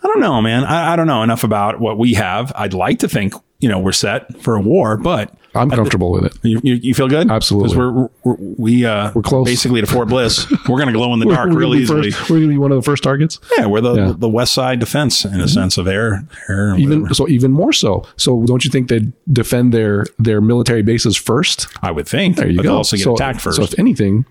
[SPEAKER 3] I don't know, man. I, I don't know enough about what we have. I'd like to think, you know, we're set for a war, but
[SPEAKER 2] I'm comfortable with it.
[SPEAKER 3] you, you, you feel good?
[SPEAKER 2] Absolutely.
[SPEAKER 3] 'Cause We're, we're, we, uh, we're
[SPEAKER 2] close.
[SPEAKER 3] Basically to Fort Bliss. we're going to glow in the
[SPEAKER 2] We're-
[SPEAKER 3] dark
[SPEAKER 2] we're
[SPEAKER 3] really
[SPEAKER 2] gonna be
[SPEAKER 3] easily.
[SPEAKER 2] first- we're going to be one of the first targets.
[SPEAKER 3] Yeah, we're the,
[SPEAKER 2] Yeah. Mm-hmm.
[SPEAKER 3] the West Side defense in a sense of air. air and
[SPEAKER 2] Even
[SPEAKER 3] whatever.
[SPEAKER 2] so, even more so. So, don't you think they defend their their military bases first?
[SPEAKER 3] I would think.
[SPEAKER 2] There you
[SPEAKER 3] but
[SPEAKER 2] go.
[SPEAKER 3] they'll also get
[SPEAKER 2] so,
[SPEAKER 3] attacked first.
[SPEAKER 2] So if anything,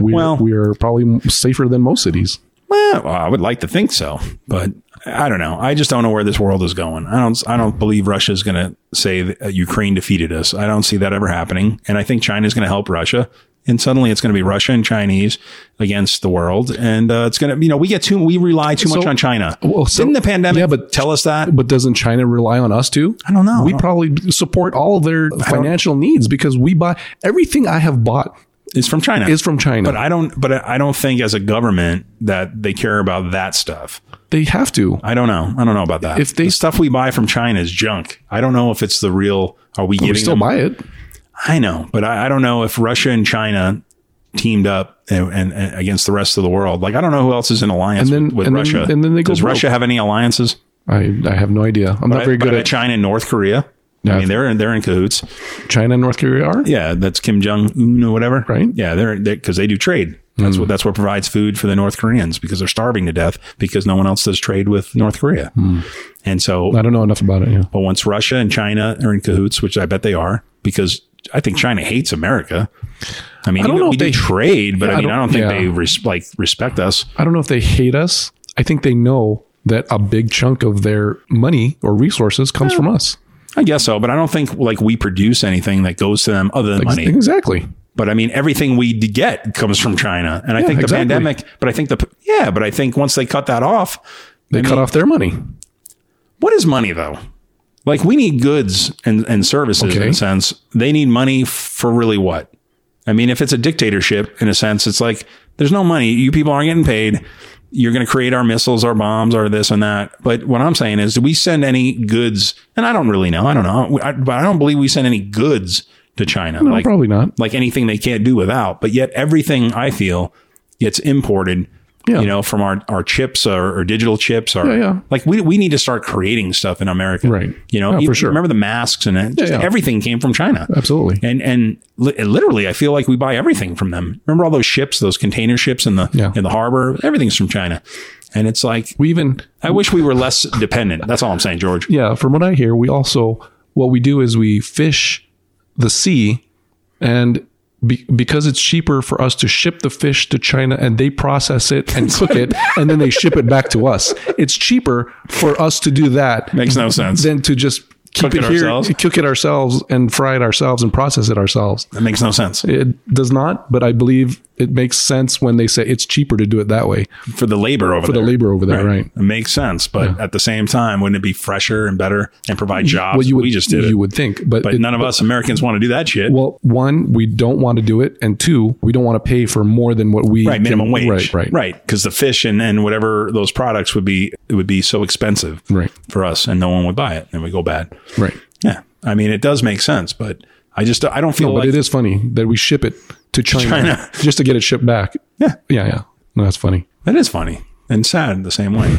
[SPEAKER 2] we're,
[SPEAKER 3] Well-
[SPEAKER 2] we're probably safer than most cities.
[SPEAKER 3] well, I would like to think so, but I don't know. I just don't know where this world is going. I don't. I don't believe Russia's going to say that uh, Ukraine defeated us. I don't see that ever happening. And I think China's going to help Russia. And suddenly it's going to be Russia and Chinese against the world. And uh, it's going to, you know, we get too, we rely too much
[SPEAKER 2] So-
[SPEAKER 3] on China.
[SPEAKER 2] Well, so-
[SPEAKER 3] Didn't the pandemic
[SPEAKER 2] Yeah, but-
[SPEAKER 3] tell us that?
[SPEAKER 2] But doesn't China rely on us too? I
[SPEAKER 3] don't know. I
[SPEAKER 2] We
[SPEAKER 3] don't-
[SPEAKER 2] probably support all of their financial needs because we buy everything I have bought
[SPEAKER 3] It's from China.
[SPEAKER 2] is from China.
[SPEAKER 3] but I don't, but I don't think as a government that they care about that stuff.
[SPEAKER 2] they have to.
[SPEAKER 3] I don't know. I don't know about that.
[SPEAKER 2] If they-
[SPEAKER 3] the stuff we buy from China is junk, I don't know if it's the real. Are we giving
[SPEAKER 2] We still
[SPEAKER 3] them?
[SPEAKER 2] buy it.
[SPEAKER 3] I know, but I, I don't know if Russia and China teamed up and, and, and against the rest of the world. Like I don't know who else is in alliance
[SPEAKER 2] And then-
[SPEAKER 3] with, with
[SPEAKER 2] and then-
[SPEAKER 3] Russia.
[SPEAKER 2] and then they go
[SPEAKER 3] Does
[SPEAKER 2] broke.
[SPEAKER 3] Russia have any alliances?
[SPEAKER 2] I, I have no idea. I'm not very good
[SPEAKER 3] By
[SPEAKER 2] at
[SPEAKER 3] China and North Korea.
[SPEAKER 2] Yeah.
[SPEAKER 3] I mean, they're in, they're in cahoots.
[SPEAKER 2] China and North Korea are.
[SPEAKER 3] Yeah, that's Kim Jong Un or whatever.
[SPEAKER 2] Right. Hmm.
[SPEAKER 3] Yeah, they're because they do trade. That's what that's what provides food for the North Koreans because they're starving to death because no one else does trade with North Korea.
[SPEAKER 2] Hmm.
[SPEAKER 3] And so
[SPEAKER 2] I don't know enough about it. Yeah.
[SPEAKER 3] But once Russia and China are in cahoots, which I bet they are, because I think China hates America. I mean,
[SPEAKER 2] I don't
[SPEAKER 3] even
[SPEAKER 2] know
[SPEAKER 3] we
[SPEAKER 2] if
[SPEAKER 3] do
[SPEAKER 2] they-
[SPEAKER 3] trade, but
[SPEAKER 2] Yeah,
[SPEAKER 3] I
[SPEAKER 2] I
[SPEAKER 3] mean, I
[SPEAKER 2] don't-
[SPEAKER 3] don't, think
[SPEAKER 2] yeah.
[SPEAKER 3] they res- like respect us.
[SPEAKER 2] I don't know if they hate us. I think they know that a big chunk of their money or resources comes from us.
[SPEAKER 3] I guess so, but I don't think like we produce anything that goes to them other than money.
[SPEAKER 2] Exactly.
[SPEAKER 3] But I mean, everything we d- get comes from China, and I think the
[SPEAKER 2] exactly.
[SPEAKER 3] pandemic. But I think the p- yeah, but I think once they cut that off,
[SPEAKER 2] They
[SPEAKER 3] I
[SPEAKER 2] cut
[SPEAKER 3] mean,
[SPEAKER 2] off their money.
[SPEAKER 3] What is money though? Like we need goods and, and services
[SPEAKER 2] Okay.
[SPEAKER 3] in a sense. They need money f- for really what? I mean, if it's a dictatorship in a sense, it's like there's no money. You people aren't getting paid. You're going to create our missiles, our bombs, our this and that. But what I'm saying is, do we send any goods? And I don't really know. I don't know. I, but I don't believe we send any goods to China.
[SPEAKER 2] No, probably not.
[SPEAKER 3] Like anything they can't do without. But yet everything I feel gets imported.
[SPEAKER 2] Yeah.
[SPEAKER 3] You know, from our, our chips or, or digital chips or
[SPEAKER 2] Yeah, yeah.
[SPEAKER 3] like we, we need to start creating stuff in America.
[SPEAKER 2] Right.
[SPEAKER 3] You know,
[SPEAKER 2] Yeah, for
[SPEAKER 3] even-
[SPEAKER 2] sure.
[SPEAKER 3] remember the masks and it, just
[SPEAKER 2] yeah.
[SPEAKER 3] everything came from China.
[SPEAKER 2] Absolutely.
[SPEAKER 3] And and li- literally, I feel like we buy everything from them. Remember all those ships, those container ships in the
[SPEAKER 2] Yeah.
[SPEAKER 3] in the harbor. Everything's from China, and it's like
[SPEAKER 2] We even
[SPEAKER 3] I wish we were less dependent. That's all I'm saying, George.
[SPEAKER 2] yeah, from what I hear, we also what we do is we fish the sea, and be, because it's cheaper for us to ship the fish to China and they process it and cook it, and then they ship it back to us. It's cheaper for us to do that
[SPEAKER 3] Makes no sense.
[SPEAKER 2] than to just keep
[SPEAKER 3] Cook
[SPEAKER 2] it,
[SPEAKER 3] it
[SPEAKER 2] here,
[SPEAKER 3] ourselves?
[SPEAKER 2] cook it ourselves, and fry it ourselves and process it ourselves.
[SPEAKER 3] That makes no sense.
[SPEAKER 2] It does not, but I believe it makes sense when they say it's cheaper to do it that way
[SPEAKER 3] for the labor over
[SPEAKER 2] for
[SPEAKER 3] there.
[SPEAKER 2] the labor over there, right?
[SPEAKER 3] It makes sense, but at the same time, wouldn't it be fresher and better and provide jobs?
[SPEAKER 2] you would
[SPEAKER 3] we just did
[SPEAKER 2] you
[SPEAKER 3] it,
[SPEAKER 2] would think, but,
[SPEAKER 3] but
[SPEAKER 2] it-
[SPEAKER 3] none of us Americans want to do that shit.
[SPEAKER 2] well, one, we don't want to do it, and two, we don't want to pay for more than what we
[SPEAKER 3] right, minimum
[SPEAKER 2] can- right,
[SPEAKER 3] wage,
[SPEAKER 2] right,
[SPEAKER 3] right, because the fish and, and whatever those products would be, it would be so expensive
[SPEAKER 2] Right.
[SPEAKER 3] for us, and no one would buy it, and we go bad.
[SPEAKER 2] right.
[SPEAKER 3] Yeah, I mean, it does make sense, but I just I don't feel
[SPEAKER 2] No,
[SPEAKER 3] like
[SPEAKER 2] but it is funny that we ship it to China,
[SPEAKER 3] China.
[SPEAKER 2] just to get it shipped back.
[SPEAKER 3] Yeah.
[SPEAKER 2] yeah, yeah. No, that's funny.
[SPEAKER 3] That is funny and sad the same way.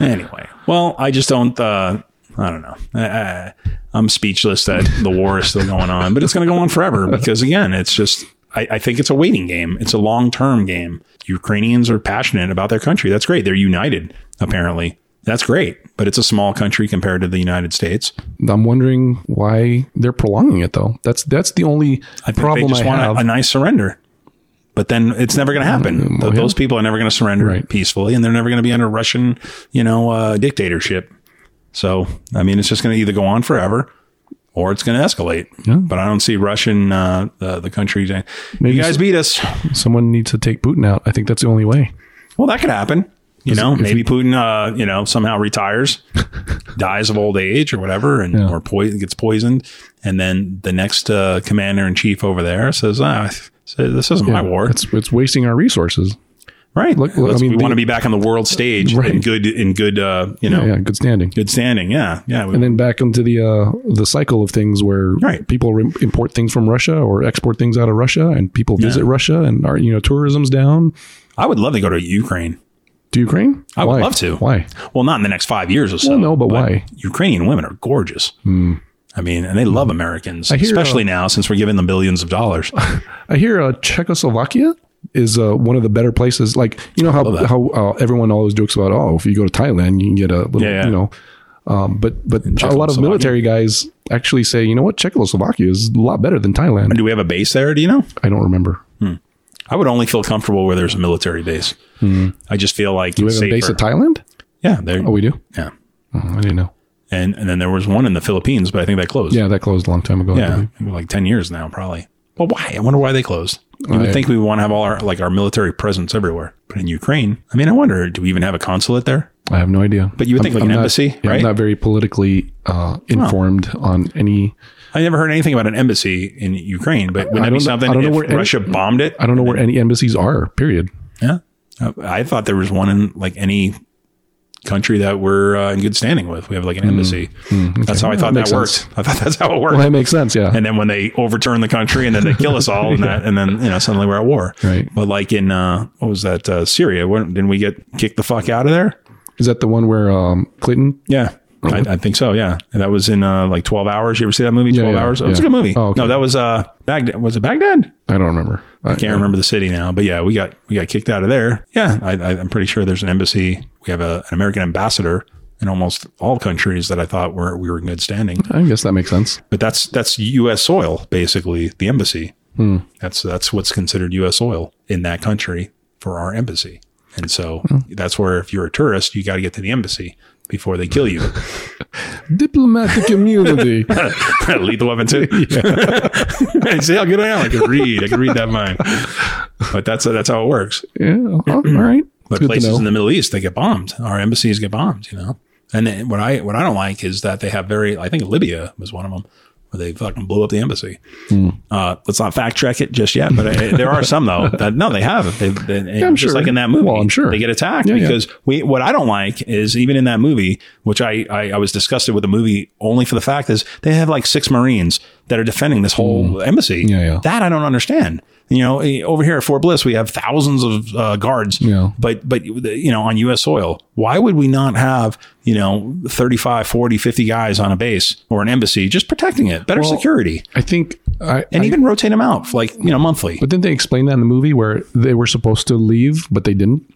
[SPEAKER 3] anyway, well, I just don't. Uh, I don't know. I, I, I'm speechless that the war is still going on, but it's going to go on forever because again, it's just. I, I think it's a waiting game. It's a long term game. Ukrainians are passionate about their country. That's great. They're united. Apparently, that's great. But it's a small country compared to the United States.
[SPEAKER 2] I'm wondering why they're prolonging it though. That's that's the only
[SPEAKER 3] I think
[SPEAKER 2] problem
[SPEAKER 3] they just
[SPEAKER 2] I
[SPEAKER 3] want
[SPEAKER 2] have. Mm,
[SPEAKER 3] a, a nice surrender. But then it's never going to happen. Th- Those people are never going to surrender
[SPEAKER 2] Right.
[SPEAKER 3] peacefully, and they're never going to be under Russian, you know, uh, dictatorship. So I mean, it's just going to either go on forever, or it's going to escalate. But I don't see Russian uh, the, the country. saying,
[SPEAKER 2] Maybe
[SPEAKER 3] you guys beat us.
[SPEAKER 2] Someone needs to take Putin out. I think that's the only way.
[SPEAKER 3] Well, that could happen. You know, maybe Putin, uh, you know, somehow retires, dies of old age or whatever, and or poi- gets poisoned, and then the next uh, commander in chief over there says, ah, "This isn't my war."
[SPEAKER 2] It's it's wasting our resources.
[SPEAKER 3] Right.
[SPEAKER 2] Look- look, I
[SPEAKER 3] Let's-
[SPEAKER 2] mean,
[SPEAKER 3] we
[SPEAKER 2] the-
[SPEAKER 3] want to be back on the world stage in
[SPEAKER 2] Right.
[SPEAKER 3] good in good uh, you know
[SPEAKER 2] Yeah, good standing.
[SPEAKER 3] good standing. Yeah, yeah. We-
[SPEAKER 2] And then back into the uh, the cycle of things where
[SPEAKER 3] Right.
[SPEAKER 2] people re- import things from Russia or export things out of Russia, and people visit Russia, and our you know tourism's down
[SPEAKER 3] I would love to go to Ukraine.
[SPEAKER 2] to Ukraine.
[SPEAKER 3] I would
[SPEAKER 2] Why?
[SPEAKER 3] love to.
[SPEAKER 2] Why?
[SPEAKER 3] Well, not in the next five years or so.
[SPEAKER 2] Well, no, but why? Hmm.
[SPEAKER 3] Ukrainian women are gorgeous. I mean, and they love Americans,
[SPEAKER 2] hear, uh,
[SPEAKER 3] especially now since we're giving them billions of dollars.
[SPEAKER 2] I hear uh, Czechoslovakia is uh, one of the better places. Like you know how how uh, everyone always jokes about oh if you go to Thailand you can get a little
[SPEAKER 3] Yeah, yeah.
[SPEAKER 2] you know, um, but but a lot of
[SPEAKER 3] Czechoslovakia.
[SPEAKER 2] military guys actually say you know what Czechoslovakia is a lot better than Thailand.
[SPEAKER 3] Do we have a base there? Do you know?
[SPEAKER 2] I don't remember.
[SPEAKER 3] I would only feel comfortable where there's a military base. I just feel like
[SPEAKER 2] Hmm. Do we
[SPEAKER 3] it's
[SPEAKER 2] have a
[SPEAKER 3] safer.
[SPEAKER 2] base at Thailand?
[SPEAKER 3] yeah, there.
[SPEAKER 2] Oh, we do.
[SPEAKER 3] yeah.
[SPEAKER 2] Oh, I didn't know.
[SPEAKER 3] And and then there was one in the Philippines, but I think that closed.
[SPEAKER 2] Yeah, that closed a long time ago. I
[SPEAKER 3] Yeah,
[SPEAKER 2] believe.
[SPEAKER 3] like ten years now, probably. Well, why? I wonder why they closed. You
[SPEAKER 2] I-
[SPEAKER 3] would think we want to have all our like our military presence everywhere, but in Ukraine, I mean, I wonder, do we even have a consulate there?
[SPEAKER 2] I have no idea.
[SPEAKER 3] But you would think like an
[SPEAKER 2] not-
[SPEAKER 3] embassy,
[SPEAKER 2] yeah,
[SPEAKER 3] right?
[SPEAKER 2] I'm not very politically uh, informed on any.
[SPEAKER 3] I never heard anything about an embassy in Ukraine, but
[SPEAKER 2] I
[SPEAKER 3] wouldn't it be
[SPEAKER 2] don't know-
[SPEAKER 3] something
[SPEAKER 2] I don't know
[SPEAKER 3] if
[SPEAKER 2] where any-
[SPEAKER 3] Russia bombed it?
[SPEAKER 2] I don't know where any embassies are. Period.
[SPEAKER 3] yeah, Uh, I thought there was one in like any country that we're uh, in good standing with. We have
[SPEAKER 2] Hmm.
[SPEAKER 3] like an embassy. That's how I thought that,
[SPEAKER 2] makes
[SPEAKER 3] worked.
[SPEAKER 2] sense.
[SPEAKER 3] I thought that's how it worked.
[SPEAKER 2] Well, that makes sense. Yeah.
[SPEAKER 3] and then when they overturn the country and then they kill us all and that and then you know suddenly we're at war
[SPEAKER 2] Right.
[SPEAKER 3] but like in uh what was that uh syria when, didn't we get kicked the fuck out of there
[SPEAKER 2] Is that the one where um, Clinton?
[SPEAKER 3] yeah
[SPEAKER 2] Oh.
[SPEAKER 3] I, I think so yeah and that was in uh like 12 hours you ever see that movie 12
[SPEAKER 2] yeah,
[SPEAKER 3] hours oh, it's a
[SPEAKER 2] yeah.
[SPEAKER 3] good movie
[SPEAKER 2] Oh, okay.
[SPEAKER 3] no that was uh baghdad was it baghdad
[SPEAKER 2] I don't remember. I,
[SPEAKER 3] can't remember the city now but yeah we got we got kicked out of there yeah I, I, i'm pretty sure there's an embassy we have a, an american ambassador in almost all countries that i thought were we were in good standing
[SPEAKER 2] I guess that makes sense.
[SPEAKER 3] but that's that's U.S. soil, basically the embassy. That's that's what's considered U.S. soil in that country for our embassy, and so that's where if you're a tourist, you got to get to the embassy before they kill you.
[SPEAKER 2] Diplomatic immunity.
[SPEAKER 3] Lethal Weapon Two. and see how good I am. I can read. I can read that mind. But that's that's how it works.
[SPEAKER 2] yeah. Oh, all right. It's
[SPEAKER 3] But
[SPEAKER 2] good to
[SPEAKER 3] places in
[SPEAKER 2] know.
[SPEAKER 3] the Middle East, they get bombed. Our embassies get bombed. You know. And then what I what I don't like is that they have very. I think Libya was one of them where they fucking blew up the embassy.
[SPEAKER 2] Hmm.
[SPEAKER 3] Uh, let's not fact check it just yet, but uh there are some though that no, they have. They, they,
[SPEAKER 2] I'm
[SPEAKER 3] just
[SPEAKER 2] sure.
[SPEAKER 3] like in that movie,
[SPEAKER 2] Well, I'm sure.
[SPEAKER 3] they get attacked
[SPEAKER 2] Yeah, yeah.
[SPEAKER 3] because we. What I don't like is even in that movie, which I, I I was disgusted with the movie only for the fact is they have like six Marines that are defending this whole embassy.
[SPEAKER 2] Hmm. Yeah, yeah.
[SPEAKER 3] That I don't understand. You know, eh, over here at Fort Bliss, we have thousands of uh, guards.
[SPEAKER 2] Yeah.
[SPEAKER 3] But but you know, on U.S. soil, why would we not have you know 35, 40, 50 guys on a base or an embassy just protecting it? Better security
[SPEAKER 2] I think I.
[SPEAKER 3] and
[SPEAKER 2] I-
[SPEAKER 3] even rotate them out like you know monthly.
[SPEAKER 2] but didn't they explain that in the movie where they were supposed to leave, but they didn't?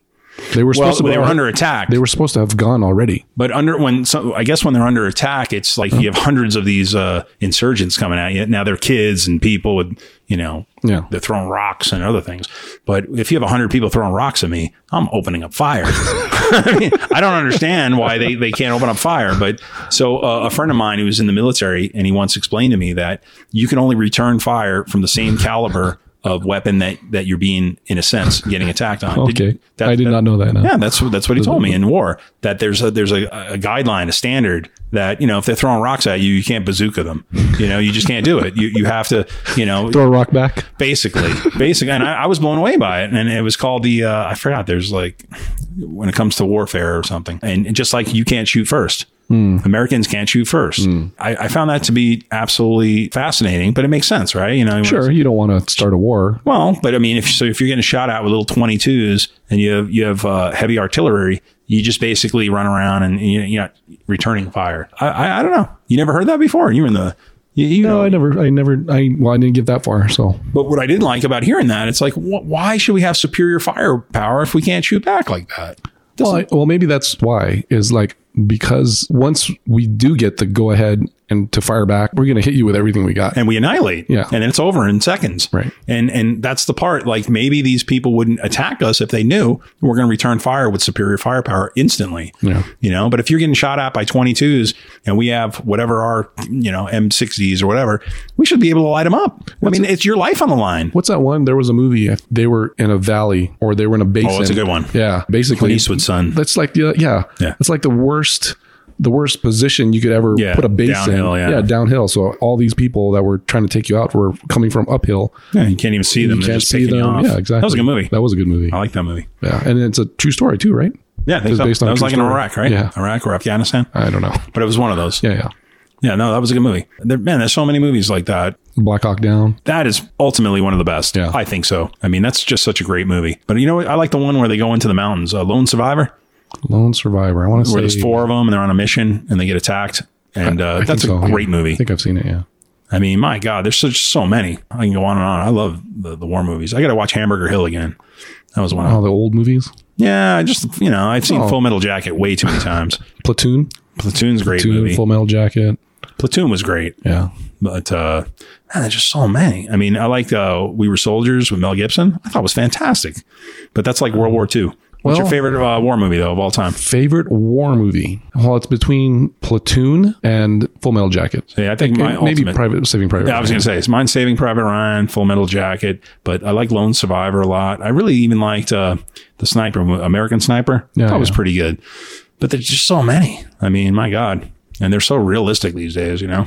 [SPEAKER 2] They were
[SPEAKER 3] well,
[SPEAKER 2] supposed to.
[SPEAKER 3] they
[SPEAKER 2] go-
[SPEAKER 3] were under attack.
[SPEAKER 2] They were supposed to have gone already.
[SPEAKER 3] but under when so I guess when they're under attack, it's like you have hundreds of these uh, insurgents coming at you. Now they're kids and people with you know
[SPEAKER 2] Yeah.
[SPEAKER 3] they're throwing rocks and other things. But if you have hundred people throwing rocks at me, I'm opening up fire. I, mean, I don't understand why they, they can't open up fire. But so uh, a friend of mine who was in the military and he once explained to me that you can only return fire from the same caliber of weapon that that you're being in a sense getting attacked on.
[SPEAKER 2] Okay.
[SPEAKER 3] you- that-
[SPEAKER 2] I did
[SPEAKER 3] that-
[SPEAKER 2] not know that. No.
[SPEAKER 3] Yeah, that's what that's what he told me in war. That there's a there's a, a guideline, a standard that you know if they're throwing rocks at you, you can't bazooka them. You know, you just can't do it. You you have to you know
[SPEAKER 2] Throw a rock back.
[SPEAKER 3] basically basically and I, I was blown away by it and it was called the uh, i forgot there's like when it comes to warfare or something and and just like you can't shoot first americans can't shoot first I, I found that to be absolutely fascinating but it makes sense right you know
[SPEAKER 2] Sure. You don't want to start a war.
[SPEAKER 3] well but i mean if so if you're getting shot at with little 22s and you have you have uh, heavy artillery you just basically run around and you- you're not returning fire I, I i don't know you never heard that before you were in the you, you
[SPEAKER 2] No,
[SPEAKER 3] know
[SPEAKER 2] I never, I never, I, well, I didn't get that far. So
[SPEAKER 3] but what I didn't like about hearing that, it's like, wh- why should we have superior firepower if we can't shoot back like that?
[SPEAKER 2] Well, I, well, maybe that's why is like because once we do get the go ahead and to fire back, we're going to hit you with everything we got.
[SPEAKER 3] And we annihilate.
[SPEAKER 2] Yeah.
[SPEAKER 3] And then it's over in seconds.
[SPEAKER 2] Right.
[SPEAKER 3] And and that's the part. Like maybe these people wouldn't attack us if they knew we're going to return fire with superior firepower instantly.
[SPEAKER 2] Yeah.
[SPEAKER 3] You know, but if you're getting shot at by 22s and we have whatever our, you know, M60s or whatever, we should be able to light them up. I mean, it's your life on the line.
[SPEAKER 2] What's that one? There was a movie. They were in a valley or they were in a basin.
[SPEAKER 3] Oh, a good one.
[SPEAKER 2] Yeah. Basically,
[SPEAKER 3] Clint Eastwood's son.
[SPEAKER 2] that's like yeah, yeah,
[SPEAKER 3] Yeah.
[SPEAKER 2] It's like the worst, the worst position you could ever
[SPEAKER 3] Yeah,
[SPEAKER 2] put a base
[SPEAKER 3] downhill,
[SPEAKER 2] in.
[SPEAKER 3] yeah.
[SPEAKER 2] downhill. So all these people that were trying to take you out were coming from uphill.
[SPEAKER 3] Yeah, you can't even see them.
[SPEAKER 2] you
[SPEAKER 3] They're
[SPEAKER 2] can't
[SPEAKER 3] just
[SPEAKER 2] see
[SPEAKER 3] picking you
[SPEAKER 2] them.
[SPEAKER 3] off.
[SPEAKER 2] Yeah, exactly.
[SPEAKER 3] That was a good movie. Oh.
[SPEAKER 2] That was a good movie.
[SPEAKER 3] I like that movie.
[SPEAKER 2] Yeah, and it's a true story too, right?
[SPEAKER 3] Yeah, I think
[SPEAKER 2] Just
[SPEAKER 3] so.
[SPEAKER 2] based on
[SPEAKER 3] that was
[SPEAKER 2] true
[SPEAKER 3] like in
[SPEAKER 2] story.
[SPEAKER 3] Iraq, right?
[SPEAKER 2] Yeah.
[SPEAKER 3] Iraq or Afghanistan.
[SPEAKER 2] I don't know.
[SPEAKER 3] But it was one of those. Yeah,
[SPEAKER 2] Yeah, yeah.
[SPEAKER 3] no, that was a good movie. There, man, there's so many movies like that.
[SPEAKER 2] Black Hawk Down.
[SPEAKER 3] That is ultimately one of the best.
[SPEAKER 2] Yeah.
[SPEAKER 3] I think so. I mean, that's just such a great movie. But you know what? I like the one where they go into the mountains. Uh, Lone Survivor,
[SPEAKER 2] Lone Survivor. I want to
[SPEAKER 3] where
[SPEAKER 2] say
[SPEAKER 3] there's four of them and they're on a mission and they get attacked. And uh,
[SPEAKER 2] I
[SPEAKER 3] that's a
[SPEAKER 2] think so, yeah.
[SPEAKER 3] great movie.
[SPEAKER 2] I think I've seen it. Yeah.
[SPEAKER 3] I mean, my God, there's such so many. I can go on and on. I love the, the war movies. I got to watch Hamburger Hill again. That was one. Of,
[SPEAKER 2] Oh, the old movies.
[SPEAKER 3] yeah, I just you know I've seen
[SPEAKER 2] Oh.
[SPEAKER 3] Full Metal Jacket way too many times.
[SPEAKER 2] Platoon.
[SPEAKER 3] Platoon's a great
[SPEAKER 2] Platoon.
[SPEAKER 3] movie.
[SPEAKER 2] Full Metal Jacket.
[SPEAKER 3] Platoon was great.
[SPEAKER 2] Yeah.
[SPEAKER 3] But uh, man, there's just so many. I mean, I liked uh, We Were Soldiers with Mel Gibson. I thought it was fantastic. But that's like World War II. What's your
[SPEAKER 2] Well-
[SPEAKER 3] favorite uh, war movie though of all time?
[SPEAKER 2] Favorite war movie? Well, it's between Platoon and Full Metal Jacket.
[SPEAKER 3] Yeah, I think my
[SPEAKER 2] Maybe
[SPEAKER 3] ultimate.
[SPEAKER 2] Private Saving Private.
[SPEAKER 3] yeah, I was
[SPEAKER 2] Ryan.
[SPEAKER 3] gonna say it's mine. Saving Private Ryan, Full Metal Jacket, but I like Lone Survivor a lot. I really even liked uh, the Sniper, mo- American Sniper.
[SPEAKER 2] Yeah,
[SPEAKER 3] that was
[SPEAKER 2] yeah.
[SPEAKER 3] pretty good. But there's just so many. I mean, my God, and they're so realistic these days. You know,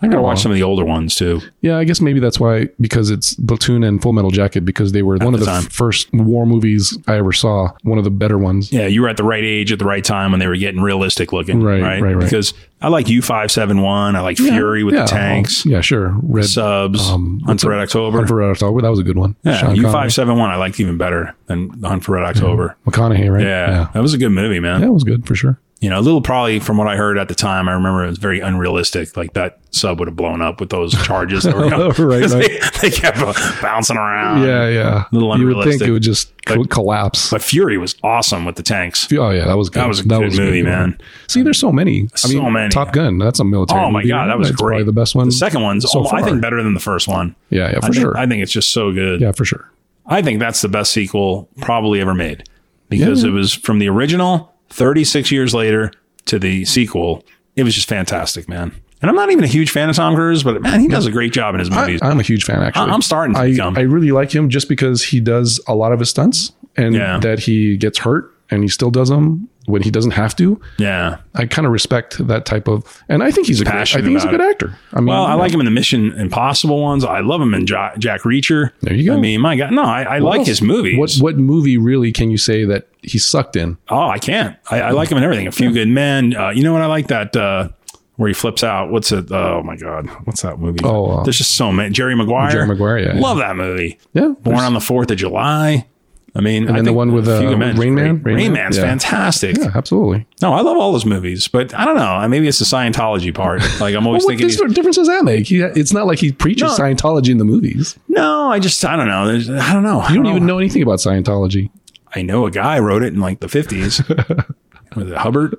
[SPEAKER 3] I gotta watch some of the older ones too.
[SPEAKER 2] Yeah, I guess maybe that's why because it's Platoon and Full Metal Jacket because they were one of the
[SPEAKER 3] the time.
[SPEAKER 2] f- first war movies I ever saw. One of the better ones.
[SPEAKER 3] yeah, you were at the right age at the right time when they were getting realistic looking.
[SPEAKER 2] Right,
[SPEAKER 3] Right,
[SPEAKER 2] right, right.
[SPEAKER 3] Because I like U five seven one. I like Fury with
[SPEAKER 2] Yeah,
[SPEAKER 3] the tanks,
[SPEAKER 2] oh, yeah, sure. Red
[SPEAKER 3] subs,
[SPEAKER 2] um,
[SPEAKER 3] Hunt
[SPEAKER 2] what's
[SPEAKER 3] for
[SPEAKER 2] it-
[SPEAKER 3] Red October.
[SPEAKER 2] Hunt for Red October. That was a good one.
[SPEAKER 3] yeah,
[SPEAKER 2] Sean
[SPEAKER 3] U
[SPEAKER 2] Connery.
[SPEAKER 3] five seven one. I liked even better than the Hunt for Red October.
[SPEAKER 2] McConaughey, right?
[SPEAKER 3] Yeah, that was a good movie, man.
[SPEAKER 2] Yeah, it was good for sure.
[SPEAKER 3] You know, a little probably from what I heard at the time. I remember it was very unrealistic. Like that sub would have blown up with those charges. That were
[SPEAKER 2] Oh, Right,
[SPEAKER 3] because
[SPEAKER 2] right.
[SPEAKER 3] They, they kept uh, bouncing around.
[SPEAKER 2] yeah, yeah.
[SPEAKER 3] Uh, little
[SPEAKER 2] you would think
[SPEAKER 3] unrealistic.
[SPEAKER 2] it would just co- collapse.
[SPEAKER 3] but Fury was awesome with the tanks.
[SPEAKER 2] oh yeah, that was good.
[SPEAKER 3] That was a good movie,
[SPEAKER 2] one.
[SPEAKER 3] man.
[SPEAKER 2] See, there's so many. I
[SPEAKER 3] So
[SPEAKER 2] mean,
[SPEAKER 3] many.
[SPEAKER 2] Top Gun. That's a military.
[SPEAKER 3] Oh my
[SPEAKER 2] movie,
[SPEAKER 3] god,
[SPEAKER 2] right?
[SPEAKER 3] that was
[SPEAKER 2] That's
[SPEAKER 3] great.
[SPEAKER 2] Probably the best one.
[SPEAKER 3] The second one's,
[SPEAKER 2] so
[SPEAKER 3] almo- I
[SPEAKER 2] far.
[SPEAKER 3] think, better than the first one.
[SPEAKER 2] Yeah, yeah, for
[SPEAKER 3] I think,
[SPEAKER 2] sure.
[SPEAKER 3] I think it's just so good.
[SPEAKER 2] yeah, for sure.
[SPEAKER 3] I think that's the best sequel probably ever made because
[SPEAKER 2] Yeah.
[SPEAKER 3] it was from the original 36 years later to the sequel. It was just fantastic, man. And I'm not even a huge fan of Tom Cruise, but man, he does a great job in his
[SPEAKER 2] I,
[SPEAKER 3] movies.
[SPEAKER 2] I'm a huge fan. Actually,
[SPEAKER 3] I- I'm starting to
[SPEAKER 2] I,
[SPEAKER 3] become.
[SPEAKER 2] I really like him just because he does a lot of his stunts and
[SPEAKER 3] Yeah.
[SPEAKER 2] that he gets hurt and he still does them when he doesn't have to.
[SPEAKER 3] yeah.
[SPEAKER 2] I kind of respect that type of, and I think he's a great, I
[SPEAKER 3] passionate
[SPEAKER 2] think he's a
[SPEAKER 3] about
[SPEAKER 2] good actor. I mean,
[SPEAKER 3] Well, I like him in the Mission Impossible ones. I love him in jo- Jack Reacher.
[SPEAKER 2] There you go.
[SPEAKER 3] I mean, my God, no, I, I like his movies.
[SPEAKER 2] What what movie really can you say that he sucked in?
[SPEAKER 3] Oh, I can't. I, I like him in everything. A Few Good Men. Uh, you know what? I like that uh, where he flips out. What's it? Oh my God, what's that movie?
[SPEAKER 2] Oh, uh,
[SPEAKER 3] there's just so many. Jerry Maguire.
[SPEAKER 2] Jerry Maguire, yeah, yeah.
[SPEAKER 3] Love that movie.
[SPEAKER 2] Yeah,
[SPEAKER 3] Born on the Fourth of July. I mean, and I
[SPEAKER 2] then the one with,
[SPEAKER 3] A
[SPEAKER 2] uh,
[SPEAKER 3] Few Good
[SPEAKER 2] with
[SPEAKER 3] Men's
[SPEAKER 2] Rain Man?
[SPEAKER 3] great.
[SPEAKER 2] Rain
[SPEAKER 3] Rain,
[SPEAKER 2] Man?
[SPEAKER 3] Man's
[SPEAKER 2] Yeah.
[SPEAKER 3] fantastic.
[SPEAKER 2] Yeah, absolutely.
[SPEAKER 3] No, I love all those movies, but I don't know. Maybe it's the Scientology part. Like I'm always
[SPEAKER 2] What
[SPEAKER 3] thinking.
[SPEAKER 2] dis-
[SPEAKER 3] he's-
[SPEAKER 2] difference does that make? He, it's not like he preaches
[SPEAKER 3] No.
[SPEAKER 2] Scientology in the movies.
[SPEAKER 3] No, I just I don't know. There's, I don't know.
[SPEAKER 2] You don't even know anything about Scientology.
[SPEAKER 3] I know a guy wrote it in like the 50s. was it Hubbard?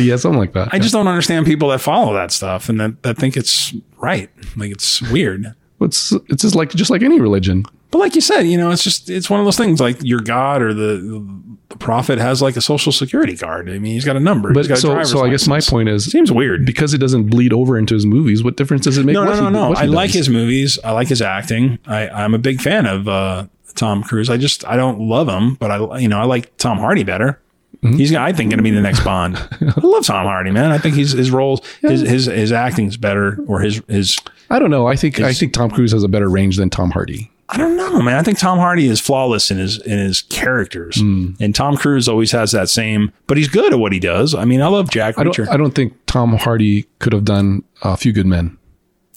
[SPEAKER 2] yeah, something like that.
[SPEAKER 3] I just don't understand people that follow that stuff and that, that think it's right. Like it's weird.
[SPEAKER 2] It's it's just like just like any religion.
[SPEAKER 3] But like you said, you know, it's just it's one of those things. Like your God or the, the prophet has like a social security card. I mean, he's got a number.
[SPEAKER 2] But
[SPEAKER 3] he's got a
[SPEAKER 2] so
[SPEAKER 3] driver's
[SPEAKER 2] so I guess my
[SPEAKER 3] license.
[SPEAKER 2] point is
[SPEAKER 3] seems weird.
[SPEAKER 2] because it doesn't bleed over into his movies. What difference does it make?
[SPEAKER 3] No,
[SPEAKER 2] what
[SPEAKER 3] no,
[SPEAKER 2] he-
[SPEAKER 3] no, no.
[SPEAKER 2] what he
[SPEAKER 3] I like
[SPEAKER 2] does?
[SPEAKER 3] his movies. I like his acting. I, I'm a big fan of uh, Tom Cruise. I just I don't love him, but I you know I like Tom Hardy better.
[SPEAKER 2] Mm-hmm.
[SPEAKER 3] He's I think going to be the next Bond. I love Tom Hardy, man. I think he's, his roles, his his his acting's better, or his his
[SPEAKER 2] I don't know. I think I think Tom Cruise has a better range than Tom Hardy.
[SPEAKER 3] I don't know, man. I think Tom Hardy is flawless in his in his characters,
[SPEAKER 2] Hmm.
[SPEAKER 3] and Tom Cruise always has that same. But he's good at what he does. I mean, I love Jack
[SPEAKER 2] I don't.
[SPEAKER 3] Reacher.
[SPEAKER 2] I don't think Tom Hardy could have done uh, a few good men.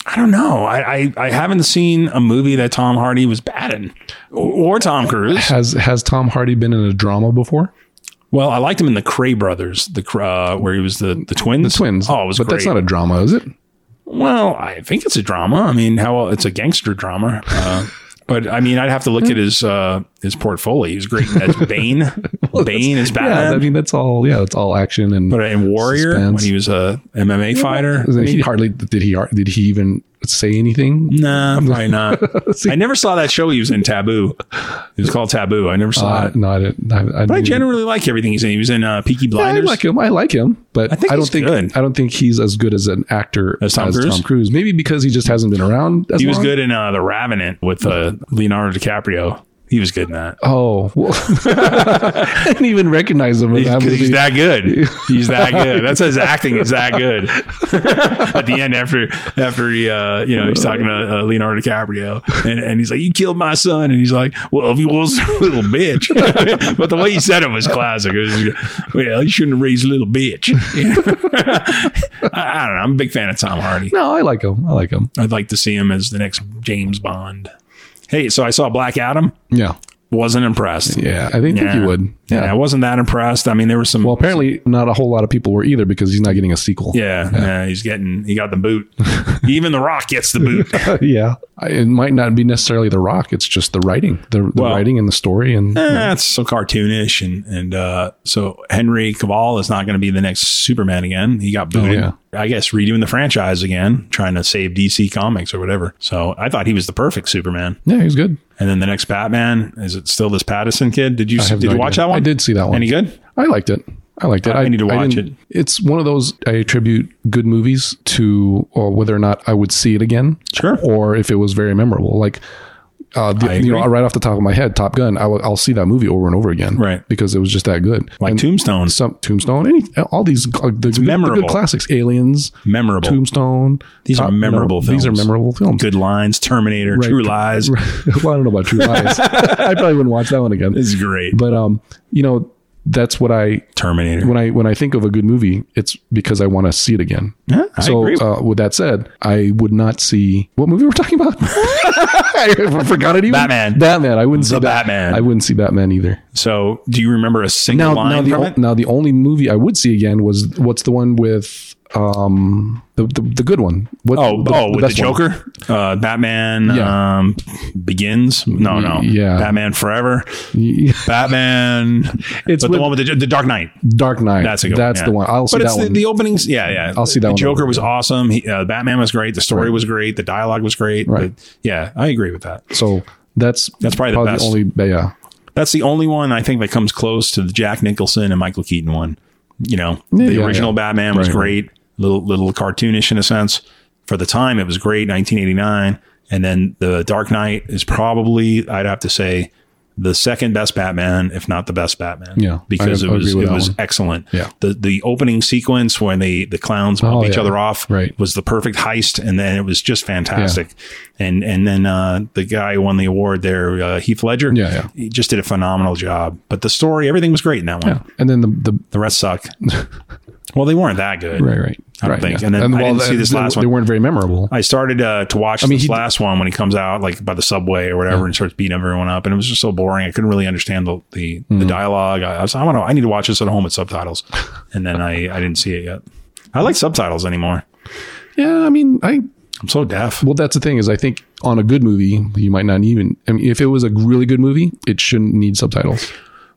[SPEAKER 3] I don't know. I, I I haven't seen a movie that Tom Hardy was bad in, or, or Tom Cruise.
[SPEAKER 2] Has Has Tom Hardy been in a drama before?
[SPEAKER 3] Well, I liked him in the Cray Brothers, the Cr- uh, where he was the the twins.
[SPEAKER 2] The twins.
[SPEAKER 3] Oh, it was
[SPEAKER 2] but
[SPEAKER 3] great.
[SPEAKER 2] that's not a drama, is it?
[SPEAKER 3] well, I think it's a drama. I mean, how it's a gangster drama. Uh, but I mean, I'd have to look at his uh, his portfolio. He was great as Bane. Bane is
[SPEAKER 2] Yeah, I
[SPEAKER 3] Batman.
[SPEAKER 2] mean that's all. Yeah, it's all action and.
[SPEAKER 3] but uh, in Warrior,
[SPEAKER 2] Suspense.
[SPEAKER 3] when he was a MMA fighter,
[SPEAKER 2] Isn't he hardly did he har- did he even say anything?
[SPEAKER 3] nah, probably not. I never saw that show he was in Taboo. It was called Taboo. I never saw
[SPEAKER 2] Uh,
[SPEAKER 3] it.
[SPEAKER 2] no, I didn't. I, I
[SPEAKER 3] But I
[SPEAKER 2] didn't-
[SPEAKER 3] generally like everything he's in. He was in uh, Peaky
[SPEAKER 2] Yeah, I
[SPEAKER 3] Blinders.
[SPEAKER 2] like him. I like him, but I,
[SPEAKER 3] I think
[SPEAKER 2] don't
[SPEAKER 3] he's
[SPEAKER 2] think
[SPEAKER 3] good.
[SPEAKER 2] I don't think he's as good as an actor
[SPEAKER 3] As Tom Cruise?
[SPEAKER 2] Cruise. Maybe because he just hasn't been around. As
[SPEAKER 3] he was
[SPEAKER 2] long.
[SPEAKER 3] good in uh, The Ravenant with uh, Leonardo DiCaprio. He was good in that.
[SPEAKER 2] Oh, well, I didn't even recognize him in that
[SPEAKER 3] 'Cause
[SPEAKER 2] movie.
[SPEAKER 3] he's that good. He's that good. That's his acting is that good. At the end, after after he, uh, you know, he's talking to uh, Leonardo DiCaprio, and, and he's like, "You killed my son," and he's like, "Well, if he was a little bitch," but the way he said it was classic. It was, well, you shouldn't have raised a little bitch. I, I don't know. I'm a big fan of Tom Hardy.
[SPEAKER 2] no, I like him. I like him.
[SPEAKER 3] I'd like to see him as the next James Bond. Hey, so I saw Black Adam.
[SPEAKER 2] Yeah,
[SPEAKER 3] Wasn't impressed.
[SPEAKER 2] yeah. I didn't think
[SPEAKER 3] Yeah.
[SPEAKER 2] he would.
[SPEAKER 3] Yeah.
[SPEAKER 2] Yeah.
[SPEAKER 3] I wasn't that impressed. I mean, there were some.
[SPEAKER 2] Well, apparently not a whole lot of people were either because he's not getting a sequel.
[SPEAKER 3] Yeah, yeah, he's getting he got the boot. Even the Rock gets the boot.
[SPEAKER 2] yeah. I, it might not be necessarily The Rock. It's just the writing, the, the
[SPEAKER 3] Well- eh.
[SPEAKER 2] writing and the story, and
[SPEAKER 3] That's so cartoonish, and and uh, so Henry Cavill is not going to be the next Superman again. He got booted.
[SPEAKER 2] Oh, yeah.
[SPEAKER 3] I guess redoing the franchise again, trying to save DC Comics or whatever. So I thought he was the perfect Superman.
[SPEAKER 2] yeah, he's good.
[SPEAKER 3] And then the next Batman is it still this Patterson kid? Did you
[SPEAKER 2] I have
[SPEAKER 3] did
[SPEAKER 2] no
[SPEAKER 3] you watch
[SPEAKER 2] idea.
[SPEAKER 3] that one?
[SPEAKER 2] I did see that one.
[SPEAKER 3] Any good?
[SPEAKER 2] I liked it. I liked it.
[SPEAKER 3] I need to watch
[SPEAKER 2] didn't-
[SPEAKER 3] it.
[SPEAKER 2] It's one of those I attribute good movies to or whether or not I would see it again.
[SPEAKER 3] Sure.
[SPEAKER 2] Or if it was very memorable. Like, uh, the,
[SPEAKER 3] I
[SPEAKER 2] you know,
[SPEAKER 3] agree.
[SPEAKER 2] right off the top of my head, Top Gun, I will, I'll see that movie over and over again.
[SPEAKER 3] Right.
[SPEAKER 2] Because it was just that good.
[SPEAKER 3] Like
[SPEAKER 2] And
[SPEAKER 3] Tombstone,
[SPEAKER 2] some Tombstone, any, all these, uh, the, good, the
[SPEAKER 3] memorable.
[SPEAKER 2] good classics, Aliens,
[SPEAKER 3] memorable,
[SPEAKER 2] Tombstone. Uh,
[SPEAKER 3] These are memorable
[SPEAKER 2] These are
[SPEAKER 3] films.
[SPEAKER 2] memorable films.
[SPEAKER 3] good lines, Terminator, True Lies.
[SPEAKER 2] well, I don't know about True Lies. I probably wouldn't watch that one again.
[SPEAKER 3] This is great.
[SPEAKER 2] But, um, you know, that's what I
[SPEAKER 3] Terminator.
[SPEAKER 2] when I when I think of a good movie, it's because I want to see it again.
[SPEAKER 3] Yeah, I
[SPEAKER 2] so,
[SPEAKER 3] agree.
[SPEAKER 2] uh, with that said, I would not see what movie we're talking about. I forgot it even.
[SPEAKER 3] Batman.
[SPEAKER 2] Batman. I wouldn't see
[SPEAKER 3] The
[SPEAKER 2] Bat-
[SPEAKER 3] Batman.
[SPEAKER 2] I wouldn't see Batman either.
[SPEAKER 3] So, do you remember a single
[SPEAKER 2] Now,
[SPEAKER 3] line
[SPEAKER 2] now the
[SPEAKER 3] from
[SPEAKER 2] o-
[SPEAKER 3] it?
[SPEAKER 2] now the only movie I would see again was what's the one with um the the, the good one. What,
[SPEAKER 3] Oh, oh, with the
[SPEAKER 2] best one?
[SPEAKER 3] Joker, uh, Batman
[SPEAKER 2] Yeah.
[SPEAKER 3] um, begins. No, no,
[SPEAKER 2] yeah.
[SPEAKER 3] Batman Forever, Batman.
[SPEAKER 2] It's
[SPEAKER 3] but the
[SPEAKER 2] with-
[SPEAKER 3] one with the, the Dark Knight.
[SPEAKER 2] Dark Knight.
[SPEAKER 3] That's a good
[SPEAKER 2] That's
[SPEAKER 3] one.
[SPEAKER 2] the
[SPEAKER 3] yeah.
[SPEAKER 2] one. I'll see
[SPEAKER 3] but it's
[SPEAKER 2] that
[SPEAKER 3] the,
[SPEAKER 2] one.
[SPEAKER 3] the openings. Yeah, yeah.
[SPEAKER 2] I'll see that
[SPEAKER 3] the
[SPEAKER 2] one
[SPEAKER 3] Joker
[SPEAKER 2] over.
[SPEAKER 3] was awesome. He, uh, Batman was great. The story was great. The dialogue was great.
[SPEAKER 2] Right.
[SPEAKER 3] But yeah, I agree with that.
[SPEAKER 2] so that's
[SPEAKER 3] That's probably the best.
[SPEAKER 2] only yeah.
[SPEAKER 3] That's the only one I think that comes close to the Jack Nicholson and Michael Keaton one. You know,
[SPEAKER 2] Yeah,
[SPEAKER 3] the
[SPEAKER 2] yeah,
[SPEAKER 3] original
[SPEAKER 2] yeah.
[SPEAKER 3] Batman was
[SPEAKER 2] Right.
[SPEAKER 3] great, little little cartoonish in a sense. For the time, it was great, 1989. And then the Dark Knight is probably, I'd have to say, the second best Batman, if not the best Batman.
[SPEAKER 2] Yeah,
[SPEAKER 3] because
[SPEAKER 2] I
[SPEAKER 3] it was
[SPEAKER 2] agree with
[SPEAKER 3] it
[SPEAKER 2] that
[SPEAKER 3] was
[SPEAKER 2] one.
[SPEAKER 3] excellent.
[SPEAKER 2] Yeah.
[SPEAKER 3] the the opening sequence when they the clowns bump
[SPEAKER 2] Oh,
[SPEAKER 3] each
[SPEAKER 2] yeah.
[SPEAKER 3] other off
[SPEAKER 2] Right.
[SPEAKER 3] was the perfect heist, and then it was just fantastic. And and then uh, the guy who won the award there, uh, Heath Ledger.
[SPEAKER 2] Yeah, yeah.
[SPEAKER 3] He just did a phenomenal job. But the story, everything was great in that one.
[SPEAKER 2] Yeah. And then the the
[SPEAKER 3] The rest suck. well, they weren't that good.
[SPEAKER 2] Right, right.
[SPEAKER 3] I don't
[SPEAKER 2] right,
[SPEAKER 3] think. And then I didn't
[SPEAKER 2] they-
[SPEAKER 3] see this
[SPEAKER 2] they-
[SPEAKER 3] last
[SPEAKER 2] They
[SPEAKER 3] one.
[SPEAKER 2] weren't very memorable.
[SPEAKER 3] I started uh, to watch
[SPEAKER 2] mean,
[SPEAKER 3] this
[SPEAKER 2] he-
[SPEAKER 3] last one when he comes out, like by the subway or whatever, and starts beating everyone up, and it was just so boring. I couldn't really understand the the,
[SPEAKER 2] Mm-hmm.
[SPEAKER 3] the dialogue. I, I was, I want to, I need to watch this at home with subtitles, and then I I didn't see it yet. I like subtitles anymore.
[SPEAKER 2] Yeah, I mean, I
[SPEAKER 3] I'm so deaf.
[SPEAKER 2] well, that's the thing is, I think on a good movie, you might not even. I mean, if it was a really good movie, it shouldn't need subtitles.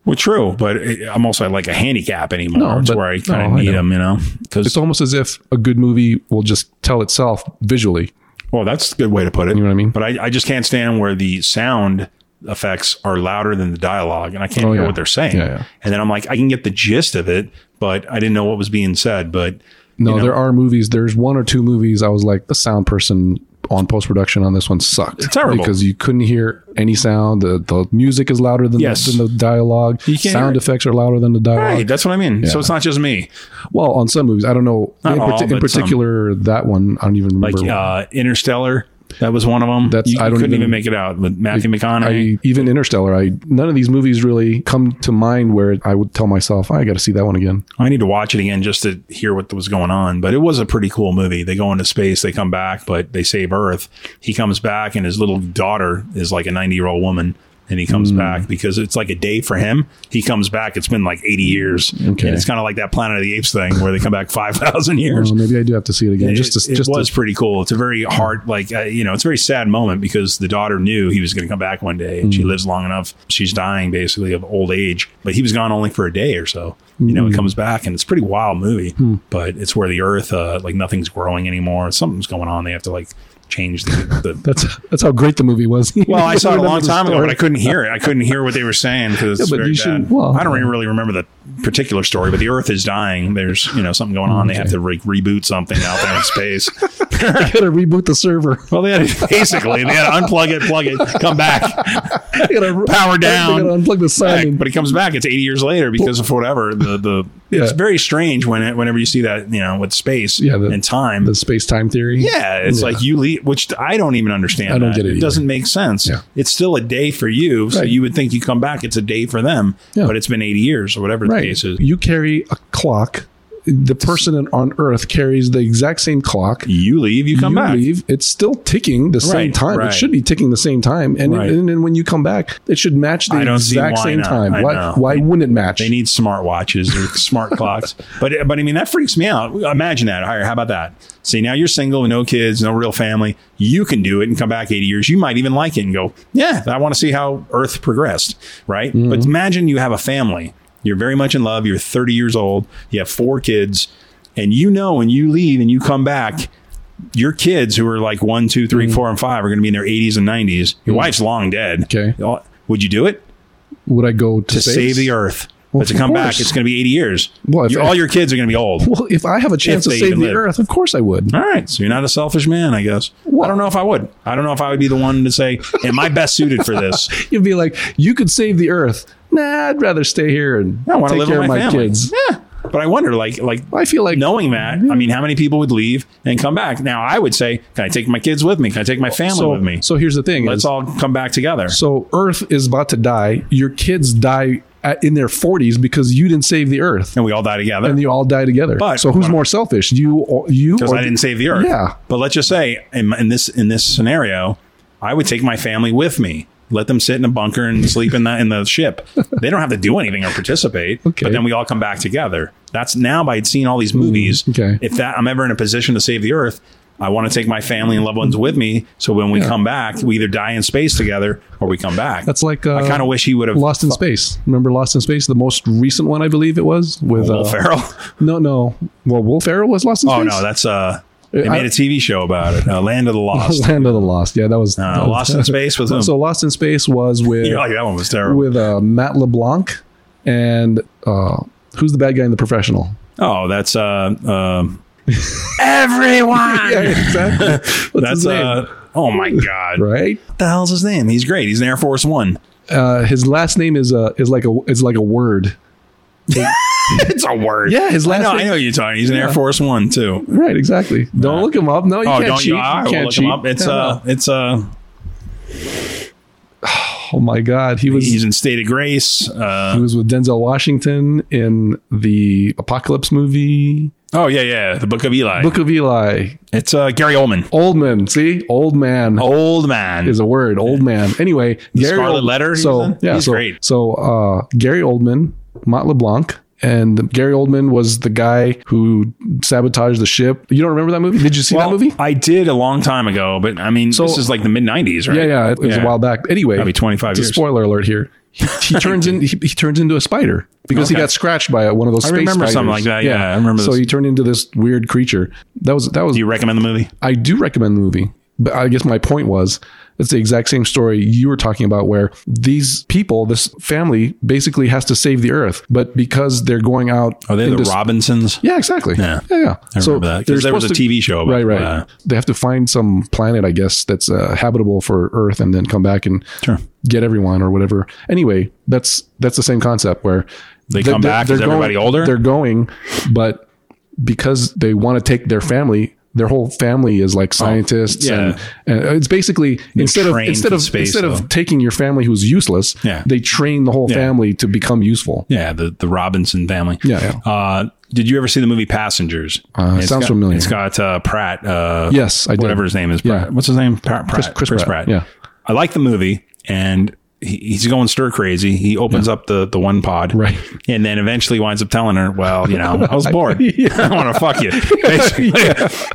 [SPEAKER 3] Well, true, but it, I'm also like a handicap anymore.
[SPEAKER 2] No,
[SPEAKER 3] it's
[SPEAKER 2] but-
[SPEAKER 3] where I kind of
[SPEAKER 2] no, I
[SPEAKER 3] need
[SPEAKER 2] know.
[SPEAKER 3] them, you know, because
[SPEAKER 2] It's almost as if a good movie will just tell itself visually.
[SPEAKER 3] Well, that's a good way to put it.
[SPEAKER 2] You know what I mean?
[SPEAKER 3] But I, I just can't stand where the sound effects are louder than the dialogue and I can't
[SPEAKER 2] Oh,
[SPEAKER 3] hear
[SPEAKER 2] yeah.
[SPEAKER 3] what they're saying.
[SPEAKER 2] Yeah, yeah.
[SPEAKER 3] And then I'm like, I can get the gist of it, but I didn't know what was being said. But
[SPEAKER 2] No,
[SPEAKER 3] you know,
[SPEAKER 2] there are movies. There's one or two movies I was like, the sound person on post production on this one sucked. It's
[SPEAKER 3] terrible.
[SPEAKER 2] Because you couldn't hear any sound. The, the music is louder than,
[SPEAKER 3] Yes.
[SPEAKER 2] the, than the dialogue.
[SPEAKER 3] You can't
[SPEAKER 2] Sound
[SPEAKER 3] hear it.
[SPEAKER 2] effects are louder than the dialogue.
[SPEAKER 3] right, that's what I mean. So it's not just me.
[SPEAKER 2] Well, on some movies, I don't know.
[SPEAKER 3] Not
[SPEAKER 2] in,
[SPEAKER 3] all,
[SPEAKER 2] parti- in
[SPEAKER 3] but some.
[SPEAKER 2] particular, that one, I don't even
[SPEAKER 3] Like
[SPEAKER 2] remember.
[SPEAKER 3] uh, Interstellar, that was one of them.
[SPEAKER 2] That's-
[SPEAKER 3] you,
[SPEAKER 2] I
[SPEAKER 3] you
[SPEAKER 2] don't
[SPEAKER 3] couldn't
[SPEAKER 2] even-
[SPEAKER 3] even, make it out with Matthew McConaughey.
[SPEAKER 2] I even Interstellar. I none of these movies really come to mind where I would tell myself "Oh, I got to see that one again.
[SPEAKER 3] I need to watch it again just to hear what was going on. But it was a pretty cool movie. They go into space, they come back, but they save Earth. He comes back, and his little daughter is like a 90 year old woman. And he comes back because it's like a day for him. He comes back. It's been like 80 years.
[SPEAKER 2] Okay.
[SPEAKER 3] And it's kind of like that Planet of the Apes thing where they come back 5,000 years.
[SPEAKER 2] Well, maybe I do have to see it again. just to,
[SPEAKER 3] it, it
[SPEAKER 2] just
[SPEAKER 3] was
[SPEAKER 2] to,
[SPEAKER 3] pretty cool. It's a very hard, like uh, you know, it's a very sad moment because the daughter knew he was going to come back one day, and
[SPEAKER 2] Mm.
[SPEAKER 3] she lives long enough. She's dying basically of old age, but he was gone only for a day or so. You know, it
[SPEAKER 2] Mm.
[SPEAKER 3] comes back, and it's a pretty wild movie.
[SPEAKER 2] Hmm.
[SPEAKER 3] But it's where the Earth, uh, like nothing's growing anymore. Something's going on. They have to like change the. the
[SPEAKER 2] that's that's how great the movie was.
[SPEAKER 3] well, I saw it a
[SPEAKER 2] Remember
[SPEAKER 3] long
[SPEAKER 2] the
[SPEAKER 3] time ago,
[SPEAKER 2] story.
[SPEAKER 3] but I couldn't hear it. I couldn't hear what they were saying because it's
[SPEAKER 2] but
[SPEAKER 3] very
[SPEAKER 2] you should-
[SPEAKER 3] bad.
[SPEAKER 2] well,
[SPEAKER 3] I don't even really remember the particular story, but the Earth is dying. There's you know something going on. They have to like reboot something out there in space.
[SPEAKER 2] I gotta reboot the server.
[SPEAKER 3] Well, they had to, basically they had to unplug it, plug it, come back,
[SPEAKER 2] I gotta
[SPEAKER 3] power
[SPEAKER 2] I gotta
[SPEAKER 3] down.
[SPEAKER 2] unplug the sign.
[SPEAKER 3] Back. But it comes back. It's 80 years later because of whatever the the. It's
[SPEAKER 2] Yeah.
[SPEAKER 3] very strange when it, whenever you see that you know with space
[SPEAKER 2] Yeah, the-
[SPEAKER 3] and time.
[SPEAKER 2] the space time theory.
[SPEAKER 3] yeah, it's like you leave, which I don't even understand.
[SPEAKER 2] I don't
[SPEAKER 3] that.
[SPEAKER 2] get it
[SPEAKER 3] It
[SPEAKER 2] either.
[SPEAKER 3] doesn't make sense.
[SPEAKER 2] Yeah.
[SPEAKER 3] It's still a day for you, so
[SPEAKER 2] Right.
[SPEAKER 3] you would think you come back. It's a day for them,
[SPEAKER 2] Yeah.
[SPEAKER 3] but it's been 80 years or whatever the
[SPEAKER 2] right.
[SPEAKER 3] case is.
[SPEAKER 2] You carry a clock. The person in- on Earth carries the exact same clock.
[SPEAKER 3] You leave, you come
[SPEAKER 2] you
[SPEAKER 3] back.
[SPEAKER 2] leave, it's still ticking the same
[SPEAKER 3] Right,
[SPEAKER 2] time. It
[SPEAKER 3] right.
[SPEAKER 2] should be ticking the same time, and
[SPEAKER 3] Right.
[SPEAKER 2] and then when you come back, it should match the
[SPEAKER 3] I don't see
[SPEAKER 2] exact
[SPEAKER 3] why
[SPEAKER 2] same
[SPEAKER 3] not.
[SPEAKER 2] time.
[SPEAKER 3] I
[SPEAKER 2] Why,
[SPEAKER 3] know.
[SPEAKER 2] why wouldn't it match?
[SPEAKER 3] They need smart watches or smart clocks. But but I mean that freaks me out. Imagine that. All right, how about that? See, now you're single with no kids, no real family. You can do it and come back 80 years. You might even like it and go, yeah, I want to see how Earth progressed, right? But imagine you have a family. You're very much in love. You're 30 years old. You have four kids, and you know when you leave and you come back, your kids who are like one, two, three, four, and five are going to be in their 80s and 90s. Your wife's long dead.
[SPEAKER 2] Okay.
[SPEAKER 3] Would you do it?
[SPEAKER 2] Would I go to,
[SPEAKER 3] to
[SPEAKER 2] space?
[SPEAKER 3] save the earth. but to
[SPEAKER 2] of
[SPEAKER 3] come
[SPEAKER 2] course.
[SPEAKER 3] back, it's going to be 80 years.
[SPEAKER 2] Well, if-
[SPEAKER 3] You- all your kids are going to be old.
[SPEAKER 2] Well, if I have a chance to
[SPEAKER 3] If they
[SPEAKER 2] save
[SPEAKER 3] even
[SPEAKER 2] the
[SPEAKER 3] live.
[SPEAKER 2] Earth, of course I would.
[SPEAKER 3] All right. So you're not a selfish man, I guess. I don't know if I would. I don't know if I would be the one to say, Am I best suited for this?
[SPEAKER 2] You'd be like, you could save the Earth. Nah, I'd rather stay here and
[SPEAKER 3] I want to
[SPEAKER 2] take
[SPEAKER 3] live
[SPEAKER 2] care
[SPEAKER 3] with
[SPEAKER 2] of
[SPEAKER 3] my,
[SPEAKER 2] my
[SPEAKER 3] family.
[SPEAKER 2] kids.
[SPEAKER 3] Yeah. But I wonder, like, like
[SPEAKER 2] I feel like
[SPEAKER 3] knowing that, I mean, how many people would leave and come back? Now, I would say, Can I take my kids with me? Can I take my family
[SPEAKER 2] so.
[SPEAKER 3] with me?
[SPEAKER 2] So here's the thing:
[SPEAKER 3] Let's
[SPEAKER 2] is,
[SPEAKER 3] all come back together.
[SPEAKER 2] so Earth is about to die. Your kids die at, in their 40s because you didn't save the Earth.
[SPEAKER 3] and we all die together.
[SPEAKER 2] and you all die together.
[SPEAKER 3] But-
[SPEAKER 2] so who's more selfish, you or you?
[SPEAKER 3] because
[SPEAKER 2] or
[SPEAKER 3] I didn't save the earth.
[SPEAKER 2] Yeah.
[SPEAKER 3] But let's just say in, in this in this scenario, I would take my family with me. Let them sit in a bunker and sleep in the in the ship. They don't have to do anything or participate.
[SPEAKER 2] Okay. Mm,
[SPEAKER 3] But then we all come back together. That's now by seeing all these movies.
[SPEAKER 2] okay.
[SPEAKER 3] If that I'm ever in a position to save the earth, I want to take my family and loved ones with me. So when we come back, we either die in space together or we come back.
[SPEAKER 2] That's like uh,
[SPEAKER 3] I kind of wish he would have
[SPEAKER 2] Lost in Space. Remember Lost in Space, the most recent one, I believe it was with
[SPEAKER 3] Will
[SPEAKER 2] uh,
[SPEAKER 3] Ferrell.
[SPEAKER 2] No, no. Well, Will Ferrell was Lost in
[SPEAKER 3] Oh
[SPEAKER 2] Space.
[SPEAKER 3] no, that's uh. They
[SPEAKER 2] I-
[SPEAKER 3] made a TV show about it. Uh, Land of the Lost.
[SPEAKER 2] Land of the Lost. Yeah, that was
[SPEAKER 3] Uh, Lost in Space with whom?
[SPEAKER 2] So Lost in Space was with
[SPEAKER 3] You're like, that one was terrible.
[SPEAKER 2] with uh, Matt LeBlanc and uh, who's the bad guy in The Professional?
[SPEAKER 3] oh, that's uh, um, everyone.
[SPEAKER 2] Yeah, exactly. What's his
[SPEAKER 3] that's
[SPEAKER 2] name?
[SPEAKER 3] uh, oh my god.
[SPEAKER 2] right.
[SPEAKER 3] What the hell's his name? He's great. He's in Air Force One.
[SPEAKER 2] Uh, his last name is uh, is like a is like a word.
[SPEAKER 3] it's a word.
[SPEAKER 2] Yeah, his last
[SPEAKER 3] I know.
[SPEAKER 2] name.
[SPEAKER 3] I know you're talking. He's in Air Force One too.
[SPEAKER 2] Right, exactly. Don't look him up. No, you
[SPEAKER 3] Oh,
[SPEAKER 2] can't
[SPEAKER 3] don't
[SPEAKER 2] cheat.
[SPEAKER 3] you? I
[SPEAKER 2] you
[SPEAKER 3] will
[SPEAKER 2] can't
[SPEAKER 3] look
[SPEAKER 2] cheat.
[SPEAKER 3] him up. It's
[SPEAKER 2] No,
[SPEAKER 3] uh, it's uh,
[SPEAKER 2] no. oh my God, he was
[SPEAKER 3] he's in State of Grace.
[SPEAKER 2] he
[SPEAKER 3] Uh,
[SPEAKER 2] was with Denzel Washington in the Apocalypse movie,
[SPEAKER 3] oh yeah, yeah. The Book of Eli.
[SPEAKER 2] Book of Eli.
[SPEAKER 3] It's uh, Gary Oldman.
[SPEAKER 2] Old man, see, old man
[SPEAKER 3] Old man.
[SPEAKER 2] is a word. Old man. Anyway,
[SPEAKER 3] Oh. Scarlet Letter he was
[SPEAKER 2] So
[SPEAKER 3] in?
[SPEAKER 2] yeah,
[SPEAKER 3] He's
[SPEAKER 2] so,
[SPEAKER 3] great.
[SPEAKER 2] So uh, Gary Oldman, Matt LeBlanc. And Gary Oldman was the guy who sabotaged the ship. You don't remember that movie? Did you see
[SPEAKER 3] Well,
[SPEAKER 2] that movie?
[SPEAKER 3] I did a long time ago, but I mean, this is like the mid '90s, right?
[SPEAKER 2] Yeah, yeah. It was a while back. Anyway,
[SPEAKER 3] Probably 25
[SPEAKER 2] it's a
[SPEAKER 3] years.
[SPEAKER 2] Spoiler alert here. He, he turns in. He, he turns into a spider because he
[SPEAKER 3] Okay.
[SPEAKER 2] got scratched by one of those. I space
[SPEAKER 3] remember
[SPEAKER 2] spiders.
[SPEAKER 3] something like that. Yeah, I remember
[SPEAKER 2] So
[SPEAKER 3] this.
[SPEAKER 2] he turned into this weird creature. That was that was.
[SPEAKER 3] Do you recommend the movie?
[SPEAKER 2] I do recommend the movie. But I guess my point was it's the exact same story you were talking about where these people, this family basically has to save the earth, but because they're going out.
[SPEAKER 3] Are Oh, they the
[SPEAKER 2] into s-
[SPEAKER 3] Robinsons?
[SPEAKER 2] Yeah, exactly.
[SPEAKER 3] Yeah.
[SPEAKER 2] yeah. yeah.
[SPEAKER 3] I remember that, 'cause
[SPEAKER 2] they're
[SPEAKER 3] there was
[SPEAKER 2] supposed
[SPEAKER 3] a TV show about-
[SPEAKER 2] right, right.
[SPEAKER 3] uh,
[SPEAKER 2] they have to find some planet, I guess, that's uh, habitable for Earth, and then come back and
[SPEAKER 3] Sure.
[SPEAKER 2] get everyone or whatever. Anyway, that's that's the same concept where
[SPEAKER 3] They come back, is everybody
[SPEAKER 2] going,
[SPEAKER 3] older?
[SPEAKER 2] They're going, but because they want to take their family. Their whole family is like scientists,
[SPEAKER 3] Oh, yeah.
[SPEAKER 2] and, and it's basically instead of
[SPEAKER 3] trained
[SPEAKER 2] instead
[SPEAKER 3] for
[SPEAKER 2] of
[SPEAKER 3] space,
[SPEAKER 2] instead
[SPEAKER 3] though.
[SPEAKER 2] of taking your family who's useless,
[SPEAKER 3] Yeah.
[SPEAKER 2] they train the whole
[SPEAKER 3] Yeah.
[SPEAKER 2] family to become useful.
[SPEAKER 3] Yeah, the, the Robinson family.
[SPEAKER 2] Yeah,
[SPEAKER 3] Uh, did you ever see the movie Passengers?
[SPEAKER 2] Uh, it
[SPEAKER 3] It's
[SPEAKER 2] sounds
[SPEAKER 3] got-
[SPEAKER 2] familiar.
[SPEAKER 3] It's got uh, Pratt. Uh,
[SPEAKER 2] Yes, I did.
[SPEAKER 3] Whatever his name is. Pratt.
[SPEAKER 2] Yeah.
[SPEAKER 3] What's his name? Pratt, Pratt.
[SPEAKER 2] Chris Pratt, yeah.
[SPEAKER 3] I like the movie, and he, he's going stir crazy. He opens up the the one pod,
[SPEAKER 2] Right.
[SPEAKER 3] and then eventually winds up telling her, "Well, you know, I was bored. I want to fuck you." Basically.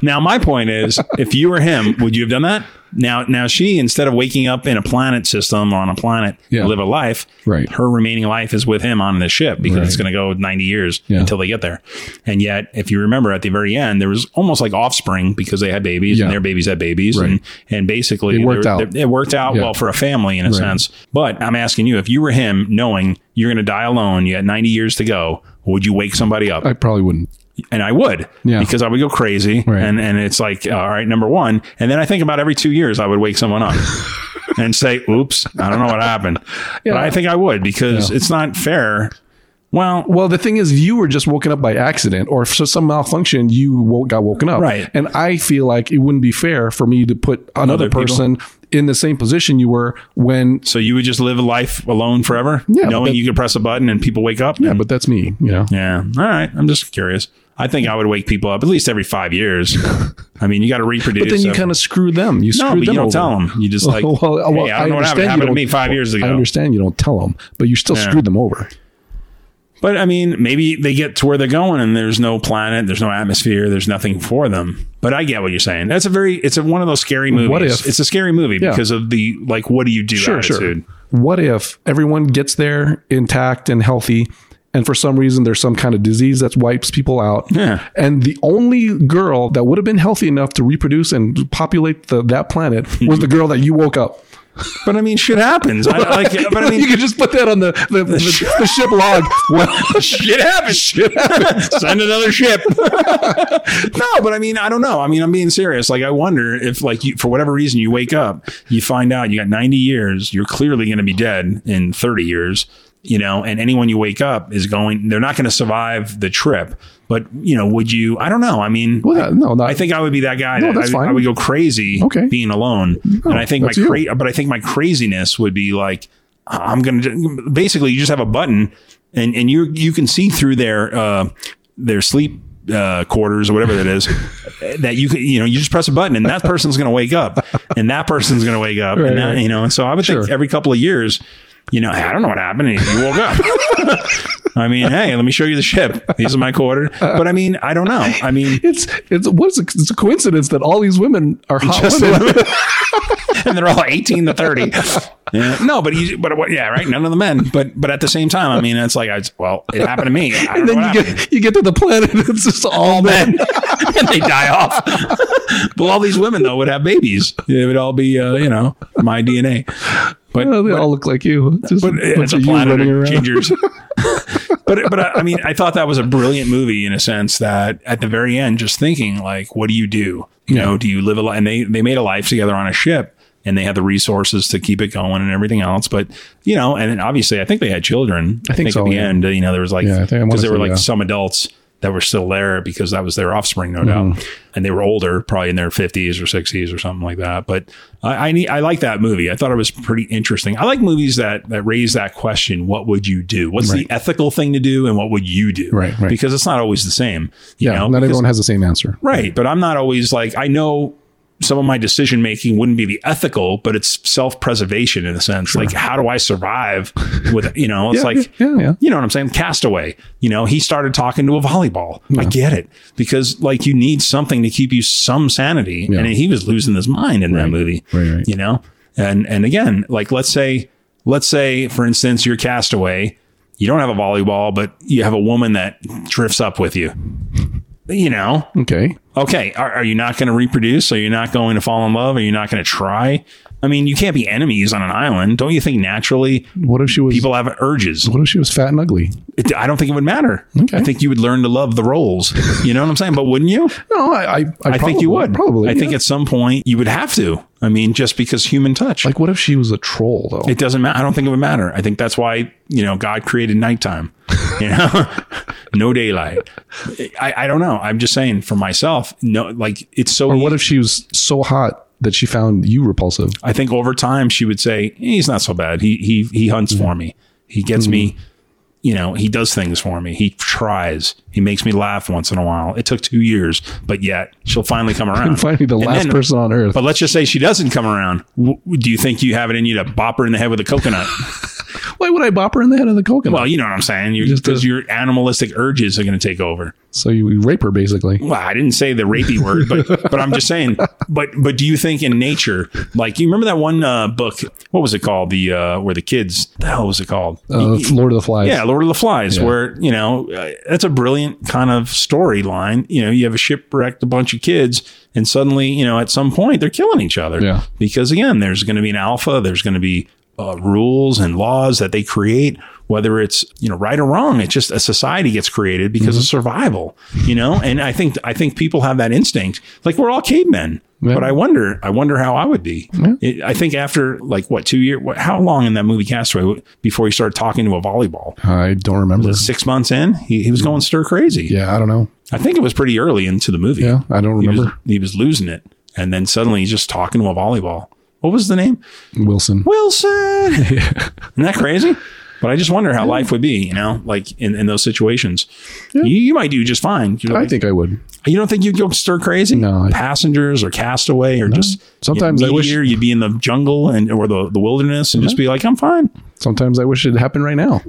[SPEAKER 3] Now, my point is, if you were him, would you have done that? Now, now she instead of waking up in a planet system or on a planet
[SPEAKER 2] Yeah.
[SPEAKER 3] to live a life,
[SPEAKER 2] Right.
[SPEAKER 3] her remaining life is with him on this ship because it's
[SPEAKER 2] Right.
[SPEAKER 3] going to go 90 years
[SPEAKER 2] Yeah.
[SPEAKER 3] until they get there. And yet, if you remember at the very end, there was almost like offspring because they had babies
[SPEAKER 2] Yeah.
[SPEAKER 3] and their babies had babies.
[SPEAKER 2] Right.
[SPEAKER 3] And, and basically,
[SPEAKER 2] It worked
[SPEAKER 3] they were-
[SPEAKER 2] out.
[SPEAKER 3] they- It worked out
[SPEAKER 2] Yeah.
[SPEAKER 3] well for a family in a sense. But I'm asking you, if you were him, knowing you're going to die alone, you got 90 years to go, would you wake somebody up?
[SPEAKER 2] I probably wouldn't.
[SPEAKER 3] and I would,
[SPEAKER 2] Yeah.
[SPEAKER 3] because I would go crazy.
[SPEAKER 2] Right.
[SPEAKER 3] And and it's like, uh, all right, number one. And then I think about every two years, I would wake someone up and say, "Oops, I don't know what happened." But I think I would because it's not fair. Well,
[SPEAKER 2] Well, the thing is, you were just woken up by accident, or so some malfunction, you wo- got woken up.
[SPEAKER 3] Right.
[SPEAKER 2] And I feel like it wouldn't be fair for me to put another
[SPEAKER 3] Other people.
[SPEAKER 2] person in the same position you were when.
[SPEAKER 3] so you would just live a life alone forever,
[SPEAKER 2] Yeah, but
[SPEAKER 3] knowing
[SPEAKER 2] that-
[SPEAKER 3] you could press a button and people wake up.
[SPEAKER 2] Yeah, but that's me. You know.
[SPEAKER 3] Yeah. All right. I'm just curious. I think I would wake people up at least every five years. I mean, you got to reproduce.
[SPEAKER 2] But then you
[SPEAKER 3] so-
[SPEAKER 2] kind of screw them. You screw
[SPEAKER 3] no, but you
[SPEAKER 2] them
[SPEAKER 3] don't
[SPEAKER 2] over.
[SPEAKER 3] tell them. You just like,
[SPEAKER 2] Well, well,
[SPEAKER 3] hey, I don't know what happened. It
[SPEAKER 2] understand you
[SPEAKER 3] happened to
[SPEAKER 2] don't-
[SPEAKER 3] me five years
[SPEAKER 2] I
[SPEAKER 3] ago.
[SPEAKER 2] understand you don't tell them, but you still
[SPEAKER 3] Yeah.
[SPEAKER 2] screwed them over.
[SPEAKER 3] But I mean, maybe they get to where they're going and there's no planet, there's no atmosphere, there's nothing for them. But I get what you're saying. That's a very, it's a, one of those scary movies.
[SPEAKER 2] What if-
[SPEAKER 3] It's a scary movie
[SPEAKER 2] Yeah.
[SPEAKER 3] because of the, like, what do you do
[SPEAKER 2] Sure, sure.
[SPEAKER 3] attitude.
[SPEAKER 2] What if everyone gets there intact and healthy, and for some reason there's some kind of disease that wipes people out?
[SPEAKER 3] Yeah.
[SPEAKER 2] And the only girl that would have been healthy enough to reproduce and populate the, that planet was the girl that you woke up.
[SPEAKER 3] But I mean, shit happens. I, like, but I
[SPEAKER 2] you
[SPEAKER 3] mean,
[SPEAKER 2] could just put that on the the, the, the ship log. Well,
[SPEAKER 3] shit happens. Shit happens. Send another ship. no, but I mean, I don't know. I mean, I'm being serious. Like, I wonder if, like, you, for whatever reason, you wake up, you find out you got 90 years, you're clearly going to be dead in 30 years, you know, and anyone you wake up is going, they're not going to survive the trip. But, you know, would you, I don't know. I mean,
[SPEAKER 2] well, yeah, no, not,
[SPEAKER 3] I think I would be that guy.
[SPEAKER 2] No,
[SPEAKER 3] that
[SPEAKER 2] that's
[SPEAKER 3] I, would- I
[SPEAKER 2] fine.
[SPEAKER 3] would go crazy
[SPEAKER 2] Okay.
[SPEAKER 3] being alone. and I think my
[SPEAKER 2] that's you.
[SPEAKER 3] cra- but I think my craziness would be like I'm going to basically you just have a button and and you you can see through their uh their sleep uh, quarters or whatever that is that you could, you know, you just press a button and that person's going to wake up and that person's going to wake up
[SPEAKER 2] Right,
[SPEAKER 3] and that,
[SPEAKER 2] right.
[SPEAKER 3] you know, and so I would think every couple of years, you know, I don't know what happened. And you woke up. I mean, hey, let me show you the ship. These are my quarter. But I mean, I don't know. I mean,
[SPEAKER 2] it's it's what's a, it's a coincidence that all these women are hot women.
[SPEAKER 3] and they're all 18 to 30. Yeah. No, but you, but what, yeah, right. None of the men, but, but at the same time, I mean, it's like, I, well, it happened to me. I don't
[SPEAKER 2] and
[SPEAKER 3] know
[SPEAKER 2] then
[SPEAKER 3] what
[SPEAKER 2] you
[SPEAKER 3] happened.
[SPEAKER 2] get you get to the planet. and It's just all men.
[SPEAKER 3] and they die off. but all these women though would have babies. It would all be, uh, you know, my DNA. But,
[SPEAKER 2] Well, they all look like you. It's Just
[SPEAKER 3] but
[SPEAKER 2] a bunch
[SPEAKER 3] it's a
[SPEAKER 2] of you
[SPEAKER 3] planet
[SPEAKER 2] running
[SPEAKER 3] of
[SPEAKER 2] around.
[SPEAKER 3] gingers. but but I, I mean, I thought that was a brilliant movie in a sense that at the very end, just thinking like, what do you do? You know, do you live a life? And they they made a life together on a ship, and they had the resources to keep it going and everything else. But you know, and then obviously, I think they had children. I
[SPEAKER 2] think so,
[SPEAKER 3] At the
[SPEAKER 2] yeah.
[SPEAKER 3] end, you know, there was like
[SPEAKER 2] Yeah, I think I wanna
[SPEAKER 3] because there were
[SPEAKER 2] say,
[SPEAKER 3] like
[SPEAKER 2] yeah.
[SPEAKER 3] some adults. That were still there because that was their offspring, no doubt,
[SPEAKER 2] Mm-hmm.
[SPEAKER 3] and they were older, probably in their fifties or sixties or something like that. But I, I, need, I like that movie. I thought it was pretty interesting. I like movies that that raise that question: What would you do? What's the ethical thing to do, and what would you do?
[SPEAKER 2] Right, right.
[SPEAKER 3] Because it's not always the same. You
[SPEAKER 2] Yeah,
[SPEAKER 3] know?
[SPEAKER 2] not
[SPEAKER 3] Because-
[SPEAKER 2] everyone has the same answer.
[SPEAKER 3] Right. But I'm not always like, I know some of my decision making wouldn't be the ethical, but it's self preservation in a sense. Like, how do I survive with, you know, it's
[SPEAKER 2] Yeah,
[SPEAKER 3] like,
[SPEAKER 2] yeah, yeah.
[SPEAKER 3] you know what I'm saying? Castaway. You know, he started talking to a volleyball. I get it because, like, you need something to keep you some sanity. And he was losing his mind in that movie,
[SPEAKER 2] Right, right.
[SPEAKER 3] you know? And, and again, like, let's say, let's say, for instance, you're castaway. You don't have a volleyball, but you have a woman that drifts up with you you know,
[SPEAKER 2] Okay.
[SPEAKER 3] okay, are, are you not going to reproduce? Are you not going to fall in love? Are you not going to try? I mean, you can't be enemies on an island. Don't you think naturally
[SPEAKER 2] What if she was?
[SPEAKER 3] people have urges?
[SPEAKER 2] what if she was fat and ugly?
[SPEAKER 3] It, I don't think it would matter.
[SPEAKER 2] Okay.
[SPEAKER 3] I think you would learn to love the roles. You know what I'm saying? But wouldn't you?
[SPEAKER 2] No, I. I, I,
[SPEAKER 3] I think
[SPEAKER 2] probably-
[SPEAKER 3] you would.
[SPEAKER 2] Probably.
[SPEAKER 3] I think
[SPEAKER 2] yeah.
[SPEAKER 3] at some point you would have to. I mean, just because human touch.
[SPEAKER 2] like, what if she was a troll though?
[SPEAKER 3] It doesn't matter. I don't think it would matter. I think that's why you know God created nighttime. You know, no daylight. I, I don't know. I'm just saying for myself. No, like it's so.
[SPEAKER 2] or what if she was so hot that she found you repulsive?
[SPEAKER 3] I think over time she would say "Eh, he's not so bad. He he he hunts
[SPEAKER 2] Mm-hmm.
[SPEAKER 3] for me. He gets me. You know, he does things for me. He tries. He makes me laugh once in a while. It took two years, but yet she'll finally come around.
[SPEAKER 2] Finally, the
[SPEAKER 3] Uh, And
[SPEAKER 2] last
[SPEAKER 3] then-
[SPEAKER 2] person on earth.
[SPEAKER 3] But let's just say she doesn't come around. W- do you think you have it in you to bop her in the head with a coconut?
[SPEAKER 2] Why would I bop her in the head of the coconut?
[SPEAKER 3] Well, you know what I'm saying. You're,
[SPEAKER 2] Just
[SPEAKER 3] because
[SPEAKER 2] a-
[SPEAKER 3] your animalistic urges are going to take over.
[SPEAKER 2] so you rape her basically.
[SPEAKER 3] Well, I didn't say the rapey word, but but I'm just saying. But but do you think in nature, like you remember that one uh, book? What was it called? The uh, where the kids? The hell was it called?
[SPEAKER 2] Uh, Lord of the Flies.
[SPEAKER 3] yeah, Lord of the Flies, where you know uh, that's a brilliant kind of storyline. You know, you have a shipwrecked a bunch of kids, and suddenly you know at some point they're killing each other.
[SPEAKER 2] Yeah.
[SPEAKER 3] because again, there's going to be an alpha. There's going to be uh, rules and laws that they create, whether it's you know right or wrong. It's just a society gets created because
[SPEAKER 2] Mm-hmm.
[SPEAKER 3] of survival. You know, and I think I think people have that instinct. Like we're all cavemen.
[SPEAKER 2] Yeah.
[SPEAKER 3] But I wonder, I wonder how I would be. It, I think after like what two years, what, how long in that movie Castaway before he started talking to a volleyball?
[SPEAKER 2] I don't remember.
[SPEAKER 3] Six months in, he, he was going stir crazy.
[SPEAKER 2] Yeah, I don't know.
[SPEAKER 3] I think it was pretty early into the movie.
[SPEAKER 2] Yeah, I don't
[SPEAKER 3] he was,
[SPEAKER 2] remember.
[SPEAKER 3] he was losing it, and then suddenly he's just talking to a volleyball. What was the name?
[SPEAKER 2] Wilson.
[SPEAKER 3] Wilson. Isn't that crazy? But I just wonder how life would be, you know, like in, in those situations. You, you might do just fine. You know,
[SPEAKER 2] I think I would.
[SPEAKER 3] you don't think you'd go stir crazy?
[SPEAKER 2] No, I-
[SPEAKER 3] Passengers or castaway or just
[SPEAKER 2] Sometimes
[SPEAKER 3] you know,
[SPEAKER 2] I wish- Uh-huh.
[SPEAKER 3] meteor, you'd be in the jungle and or the, the wilderness and just be like, I'm fine.
[SPEAKER 2] Sometimes I wish it happened right now.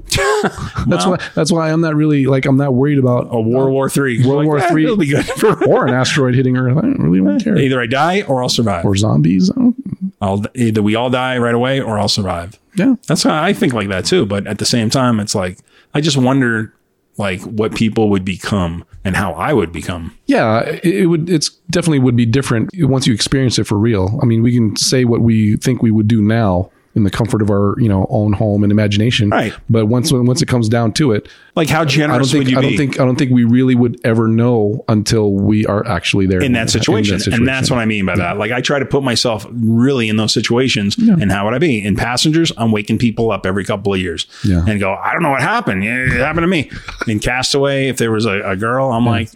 [SPEAKER 2] that's why. That's why I'm not really like I'm not worried about
[SPEAKER 3] A World War Three. "Eh,
[SPEAKER 2] World War Three.
[SPEAKER 3] It'll be good.
[SPEAKER 2] or an asteroid hitting Earth. I don't really don't care.
[SPEAKER 3] Either I die or I'll survive.
[SPEAKER 2] Or zombies. I don't-
[SPEAKER 3] I'll either we all die right away or I'll survive.
[SPEAKER 2] yeah.
[SPEAKER 3] That's how I think like that too. But at the same time, it's like I just wonder like what people would become and how I would become.
[SPEAKER 2] Yeah, it, it would. It's definitely would be different once you experience it for real. I mean, we can say what we think we would do now in the comfort of our you know own home and imagination.
[SPEAKER 3] Right.
[SPEAKER 2] But once once it comes down to it,
[SPEAKER 3] Like how
[SPEAKER 2] I don't
[SPEAKER 3] generous
[SPEAKER 2] think
[SPEAKER 3] would you
[SPEAKER 2] I
[SPEAKER 3] be?
[SPEAKER 2] don't think I don't think we really would ever know until we are actually there
[SPEAKER 3] in that situation. And that's what I mean by that. Like I try to put myself really in those situations and how would I be? In passengers, I'm waking people up every couple of years
[SPEAKER 2] Yeah.
[SPEAKER 3] and go, I don't know what happened. Yeah, It happened to me. In Castaway, if there was a, a girl, I'm like,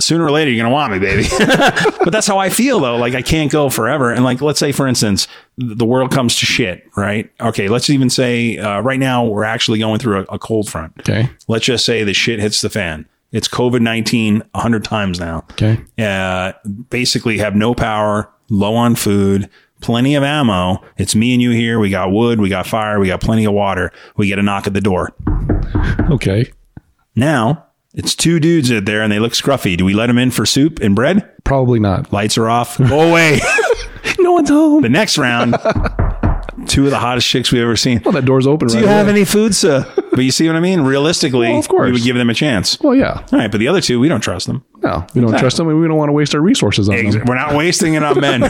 [SPEAKER 3] sooner or later you're gonna want me, baby. but that's how I feel though. Like I can't go forever. And like, let's say for instance, th- the world comes to shit, right? Okay. Let's even say, uh, right now we're actually going through a, a cold front.
[SPEAKER 2] Okay.
[SPEAKER 3] Let's just say the shit hits the fan. It's COVID-19 a hundred times now
[SPEAKER 2] Okay.
[SPEAKER 3] uh, basically have no power, low on food, plenty of ammo. It's me and you here. We got wood, we got fire, we got plenty of water. We get a knock at the door.
[SPEAKER 2] Okay.
[SPEAKER 3] Now it's two dudes out there and they look scruffy. Do we let them in for soup and bread?
[SPEAKER 2] Probably not.
[SPEAKER 3] Lights are off. Go away.
[SPEAKER 2] No one's home.
[SPEAKER 3] the next round, two of the hottest chicks we've ever seen.
[SPEAKER 2] Well, that door's open.
[SPEAKER 3] Do
[SPEAKER 2] right
[SPEAKER 3] you have
[SPEAKER 2] away.
[SPEAKER 3] any food, sir? But you see what I mean? Realistically,
[SPEAKER 2] Well, of course.
[SPEAKER 3] we would give them a chance.
[SPEAKER 2] Well, yeah.
[SPEAKER 3] All right, but the other two, we don't trust them.
[SPEAKER 2] No, we don't trust them, and we don't want to waste our resources on them.
[SPEAKER 3] We're not wasting it on men.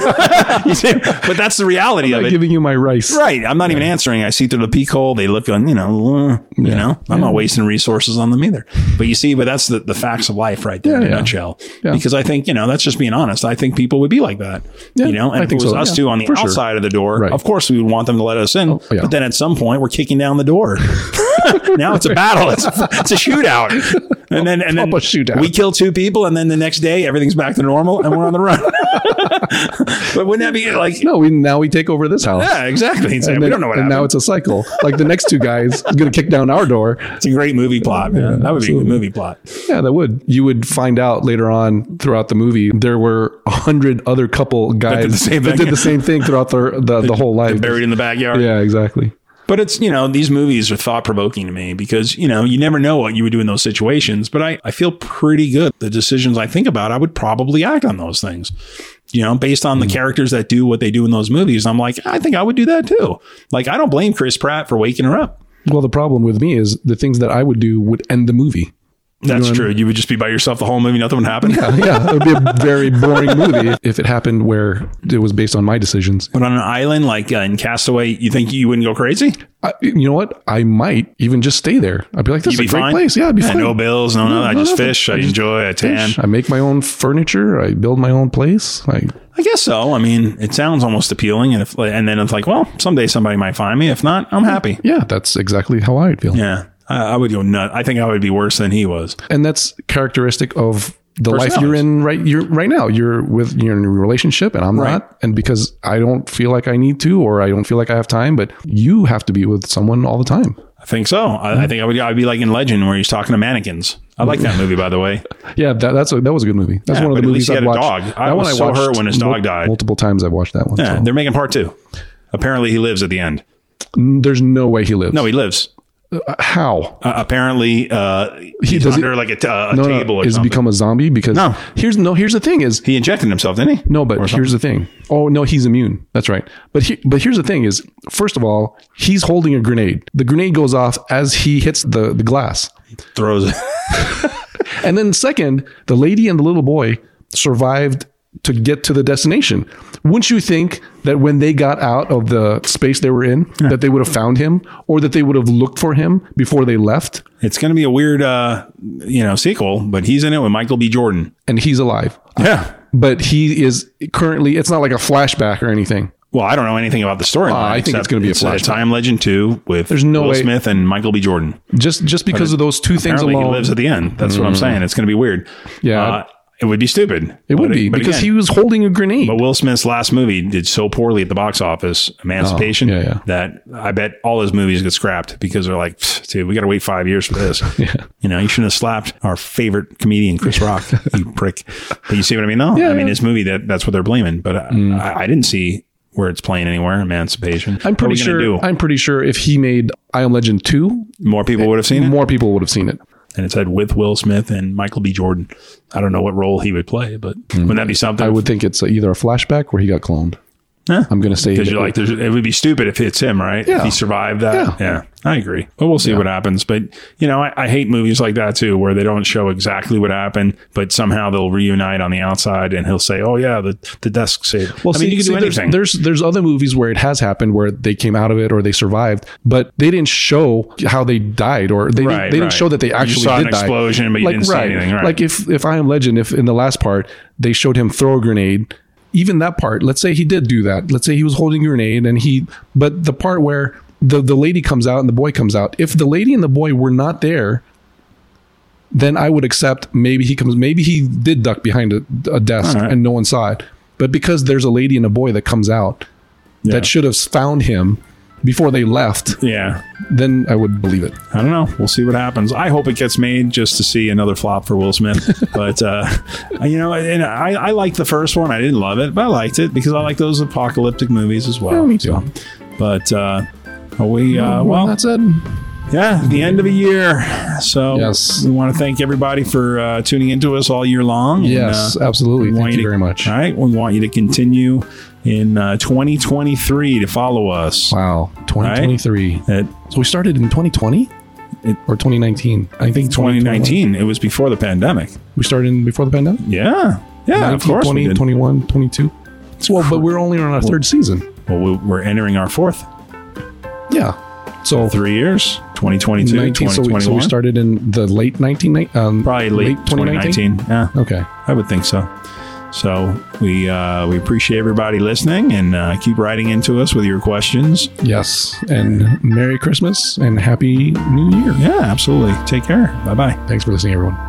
[SPEAKER 3] You see? But that's the reality of
[SPEAKER 2] Not
[SPEAKER 3] it.
[SPEAKER 2] giving you my rice.
[SPEAKER 3] Right. I'm not even answering. I see through the peak hole. They look on, you know, uh, you know, I'm not wasting resources on them either. But you see, but that's the, the facts of life right there in a
[SPEAKER 2] yeah.
[SPEAKER 3] nutshell.
[SPEAKER 2] Yeah.
[SPEAKER 3] Because I think, you know, that's just being honest. I think people would be like that,
[SPEAKER 2] Yeah,
[SPEAKER 3] you know, and
[SPEAKER 2] I
[SPEAKER 3] if it
[SPEAKER 2] think
[SPEAKER 3] was
[SPEAKER 2] so.
[SPEAKER 3] us
[SPEAKER 2] Yeah,
[SPEAKER 3] two on the
[SPEAKER 2] for sure.
[SPEAKER 3] outside of the door,
[SPEAKER 2] Right. Oh,
[SPEAKER 3] of course we would want them to let us in.
[SPEAKER 2] yeah.
[SPEAKER 3] But then at some point we're kicking down the door. now it's a battle. It's a, it's a shootout. And then, and then
[SPEAKER 2] Proper shootout.
[SPEAKER 3] we kill two people. And then the next day everything's back to normal and we're on the run. but wouldn't that be like,
[SPEAKER 2] No, we now we take over this house.
[SPEAKER 3] yeah, exactly. It's like, we
[SPEAKER 2] then-
[SPEAKER 3] don't know what
[SPEAKER 2] and
[SPEAKER 3] happened.
[SPEAKER 2] now it's a cycle. Like the next two guys is going to kick down our door.
[SPEAKER 3] It's a great movie plot, man. that would be a good movie plot.
[SPEAKER 2] Yeah, that would. You would find out later on throughout the movie there were a hundred other couple guys
[SPEAKER 3] the same
[SPEAKER 2] that
[SPEAKER 3] thing.
[SPEAKER 2] did the same thing throughout their, the the whole life.
[SPEAKER 3] Buried in the backyard.
[SPEAKER 2] Yeah, exactly.
[SPEAKER 3] But it's, you know, these movies are thought provoking to me because, you know, you never know what you would do in those situations. But I, I feel pretty good. The decisions I think about, I would probably act on those things, you know, based on the
[SPEAKER 2] Mm-hmm.
[SPEAKER 3] characters that do what they do in those movies. I'm like, I think I would do that too. Like, I don't blame Chris Pratt for waking her up.
[SPEAKER 2] Well, the problem with me is the things that I would do would end the movie.
[SPEAKER 3] That's
[SPEAKER 2] You know what I
[SPEAKER 3] true. You would just be by yourself the whole movie. Nothing would happen.
[SPEAKER 2] yeah, it would be a very boring movie if it happened where it was based on my decisions.
[SPEAKER 3] But on an island like uh, in Castaway, you think you wouldn't go crazy?
[SPEAKER 2] I, you know what? I might even just stay there. I'd be like, this is
[SPEAKER 3] You'd
[SPEAKER 2] a
[SPEAKER 3] be
[SPEAKER 2] great
[SPEAKER 3] fine.
[SPEAKER 2] place. Yeah, I'd be
[SPEAKER 3] I
[SPEAKER 2] fine.
[SPEAKER 3] no bills, no, no. I
[SPEAKER 2] no,
[SPEAKER 3] just
[SPEAKER 2] nothing.
[SPEAKER 3] fish.
[SPEAKER 2] I
[SPEAKER 3] I,
[SPEAKER 2] just
[SPEAKER 3] enjoy. I tan.
[SPEAKER 2] Fish. I make my own furniture. I build my own place. I,
[SPEAKER 3] I guess so. I mean, it sounds almost appealing, and if and then it's like, well, someday somebody might find me. If not, I'm happy.
[SPEAKER 2] yeah, that's exactly how I'd feel.
[SPEAKER 3] Yeah, I, I would go nut. I think I would be worse than he was.
[SPEAKER 2] And that's characteristic of the life you're in right you're right now. You're with you're in a relationship and I'm
[SPEAKER 3] Right.
[SPEAKER 2] not. And because I don't feel like I need to or I don't feel like I have time, but you have to be with someone all the time.
[SPEAKER 3] I think so. I, I think I would. I'd be like in Legend, where he's talking to mannequins. I like that movie, by the way.
[SPEAKER 2] Yeah, that, that's a, that was a good movie. That's
[SPEAKER 3] Yeah,
[SPEAKER 2] one of
[SPEAKER 3] but
[SPEAKER 2] the
[SPEAKER 3] at
[SPEAKER 2] movies
[SPEAKER 3] least he
[SPEAKER 2] I've
[SPEAKER 3] had a
[SPEAKER 2] watched.
[SPEAKER 3] dog. I
[SPEAKER 2] That one
[SPEAKER 3] was so hurt when his dog died.
[SPEAKER 2] Multiple times I've watched that one.
[SPEAKER 3] Yeah,
[SPEAKER 2] so.
[SPEAKER 3] they're making part two. Apparently, he lives at the end.
[SPEAKER 2] There's no way he lives.
[SPEAKER 3] No, he lives.
[SPEAKER 2] how?
[SPEAKER 3] Uh, apparently, uh, he's
[SPEAKER 2] does it-
[SPEAKER 3] under like a, t- uh, a
[SPEAKER 2] No,
[SPEAKER 3] table
[SPEAKER 2] no,
[SPEAKER 3] or
[SPEAKER 2] is he
[SPEAKER 3] something.
[SPEAKER 2] become a zombie? Because
[SPEAKER 3] No.
[SPEAKER 2] here's no. Here's the thing is
[SPEAKER 3] he injected himself, didn't he?
[SPEAKER 2] No, but here's the thing. Oh no, he's immune. That's right. But he, but here's the thing: is first of all, he's holding a grenade. The grenade goes off as he hits the the glass,
[SPEAKER 3] Throws it.
[SPEAKER 2] and then second, the lady and the little boy survived to get to the destination. Wouldn't you think that when they got out of the space they were in, that they would have found him, or that they would have looked for him before they left,
[SPEAKER 3] It's going to be a weird, uh, you know, sequel. But he's in it with Michael B. Jordan.
[SPEAKER 2] and he's alive?
[SPEAKER 3] Yeah.
[SPEAKER 2] But he is currently. It's not like a flashback or anything.
[SPEAKER 3] Well, I don't know anything about the story.
[SPEAKER 2] Uh, I think it's gonna be a flashback.
[SPEAKER 3] time legend two with
[SPEAKER 2] There's no
[SPEAKER 3] Will
[SPEAKER 2] way-
[SPEAKER 3] Smith and Michael B. Jordan.
[SPEAKER 2] Just just because of those two things
[SPEAKER 3] Apparently, he
[SPEAKER 2] alone, Mm-hmm.
[SPEAKER 3] lives at the end. That's what I'm saying. It's going to be weird.
[SPEAKER 2] Yeah.
[SPEAKER 3] Uh, it would be stupid.
[SPEAKER 2] it would be because he was holding a grenade.
[SPEAKER 3] But Will Smith's last movie did so poorly at the box office, Emancipation,
[SPEAKER 2] Oh, yeah, yeah.
[SPEAKER 3] that I bet all his movies get scrapped because they're like, "Pfft, dude, we got to wait five years for this. You know, you shouldn't have slapped our favorite comedian, Chris Rock, you prick. But you see what I mean? No, I mean,
[SPEAKER 2] yeah. Mm.
[SPEAKER 3] his movie, that that's what they're blaming. But I, I, I didn't see where it's playing anywhere, Emancipation.
[SPEAKER 2] I'm
[SPEAKER 3] What are
[SPEAKER 2] pretty
[SPEAKER 3] we gonna
[SPEAKER 2] sure.
[SPEAKER 3] do?
[SPEAKER 2] I'm pretty sure if he made I Am Legend two,
[SPEAKER 3] more people would have seen it.
[SPEAKER 2] more people would have seen it.
[SPEAKER 3] And it said with Will Smith and Michael B. Jordan. I don't know what role he would play, but wouldn't that be something?
[SPEAKER 2] Mm. I would think it's either a flashback or he got cloned.
[SPEAKER 3] Eh.
[SPEAKER 2] I'm going to say
[SPEAKER 3] Because you're like, there's, it would be stupid if it's him, right? If
[SPEAKER 2] Yeah.
[SPEAKER 3] he survived that.
[SPEAKER 2] Yeah.
[SPEAKER 3] I agree. But we'll see what happens. But, you know, I, I hate movies like that too, where they don't show exactly what happened, but somehow they'll reunite on the outside and he'll say, oh, yeah, the, the desk saved.
[SPEAKER 2] Well,
[SPEAKER 3] I
[SPEAKER 2] see,
[SPEAKER 3] mean, you
[SPEAKER 2] see,
[SPEAKER 3] can do
[SPEAKER 2] there's,
[SPEAKER 3] anything.
[SPEAKER 2] There's there's other movies where it has happened where they came out of it or they survived, but they didn't show how they died or they
[SPEAKER 3] Right,
[SPEAKER 2] didn't, they
[SPEAKER 3] right.
[SPEAKER 2] didn't show that they
[SPEAKER 3] You
[SPEAKER 2] actually
[SPEAKER 3] saw an
[SPEAKER 2] did die.
[SPEAKER 3] explosion, but you didn't see anything, right.
[SPEAKER 2] Like if if I Am Legend, if in the last part they showed him throw a grenade. Even that part, let's say he did do that. Let's say he was holding a grenade and he, but the part where the, the lady comes out and the boy comes out, if the lady and the boy were not there, then I would accept maybe he comes, maybe he did duck behind a, a desk
[SPEAKER 3] All right.
[SPEAKER 2] and no one saw it. But because there's a lady and a boy that comes out
[SPEAKER 3] Yeah.
[SPEAKER 2] that should have found him before they left,
[SPEAKER 3] yeah.
[SPEAKER 2] then I would believe it.
[SPEAKER 3] I don't know. We'll see what happens. I hope it gets made just to see another flop for Will Smith. but uh, you know, and I, I liked the first one. I didn't love it, but I liked it because I like those apocalyptic movies as well.
[SPEAKER 2] Yeah, me too.
[SPEAKER 3] But uh, are we uh,
[SPEAKER 2] Well,
[SPEAKER 3] well,
[SPEAKER 2] that's it.
[SPEAKER 3] yeah, the end of a year. So
[SPEAKER 2] Yes.
[SPEAKER 3] we want to thank everybody for uh, tuning into us all year long. and,
[SPEAKER 2] Yes,
[SPEAKER 3] uh,
[SPEAKER 2] absolutely.
[SPEAKER 3] want
[SPEAKER 2] Thank you
[SPEAKER 3] to-
[SPEAKER 2] very much.
[SPEAKER 3] All right, we want you to continue in uh, 2023 to follow us.
[SPEAKER 2] Wow, 2023.
[SPEAKER 3] At
[SPEAKER 2] So we started in 2020
[SPEAKER 3] It-
[SPEAKER 2] or 2019. I think
[SPEAKER 3] 2019, it was before the pandemic.
[SPEAKER 2] We started in before the pandemic.
[SPEAKER 3] Yeah. Yeah, of
[SPEAKER 2] 19,
[SPEAKER 3] course. we
[SPEAKER 2] 20,
[SPEAKER 3] did.
[SPEAKER 2] 21, 22. Well, but we're only on our third season.
[SPEAKER 3] Well, we- we're entering our fourth
[SPEAKER 2] Yeah. So
[SPEAKER 3] three years 2022,
[SPEAKER 2] 19, so,
[SPEAKER 3] 2021.
[SPEAKER 2] we, so we started in the late 19, um,
[SPEAKER 3] probably late, 2019. Yeah,
[SPEAKER 2] Okay.
[SPEAKER 3] I would think so. So we uh, we appreciate everybody listening and uh, keep writing into us with your questions.
[SPEAKER 2] Yes. And Merry Christmas and Happy New Year.
[SPEAKER 3] Yeah, absolutely. Take care. Bye bye.
[SPEAKER 2] Thanks for listening, everyone.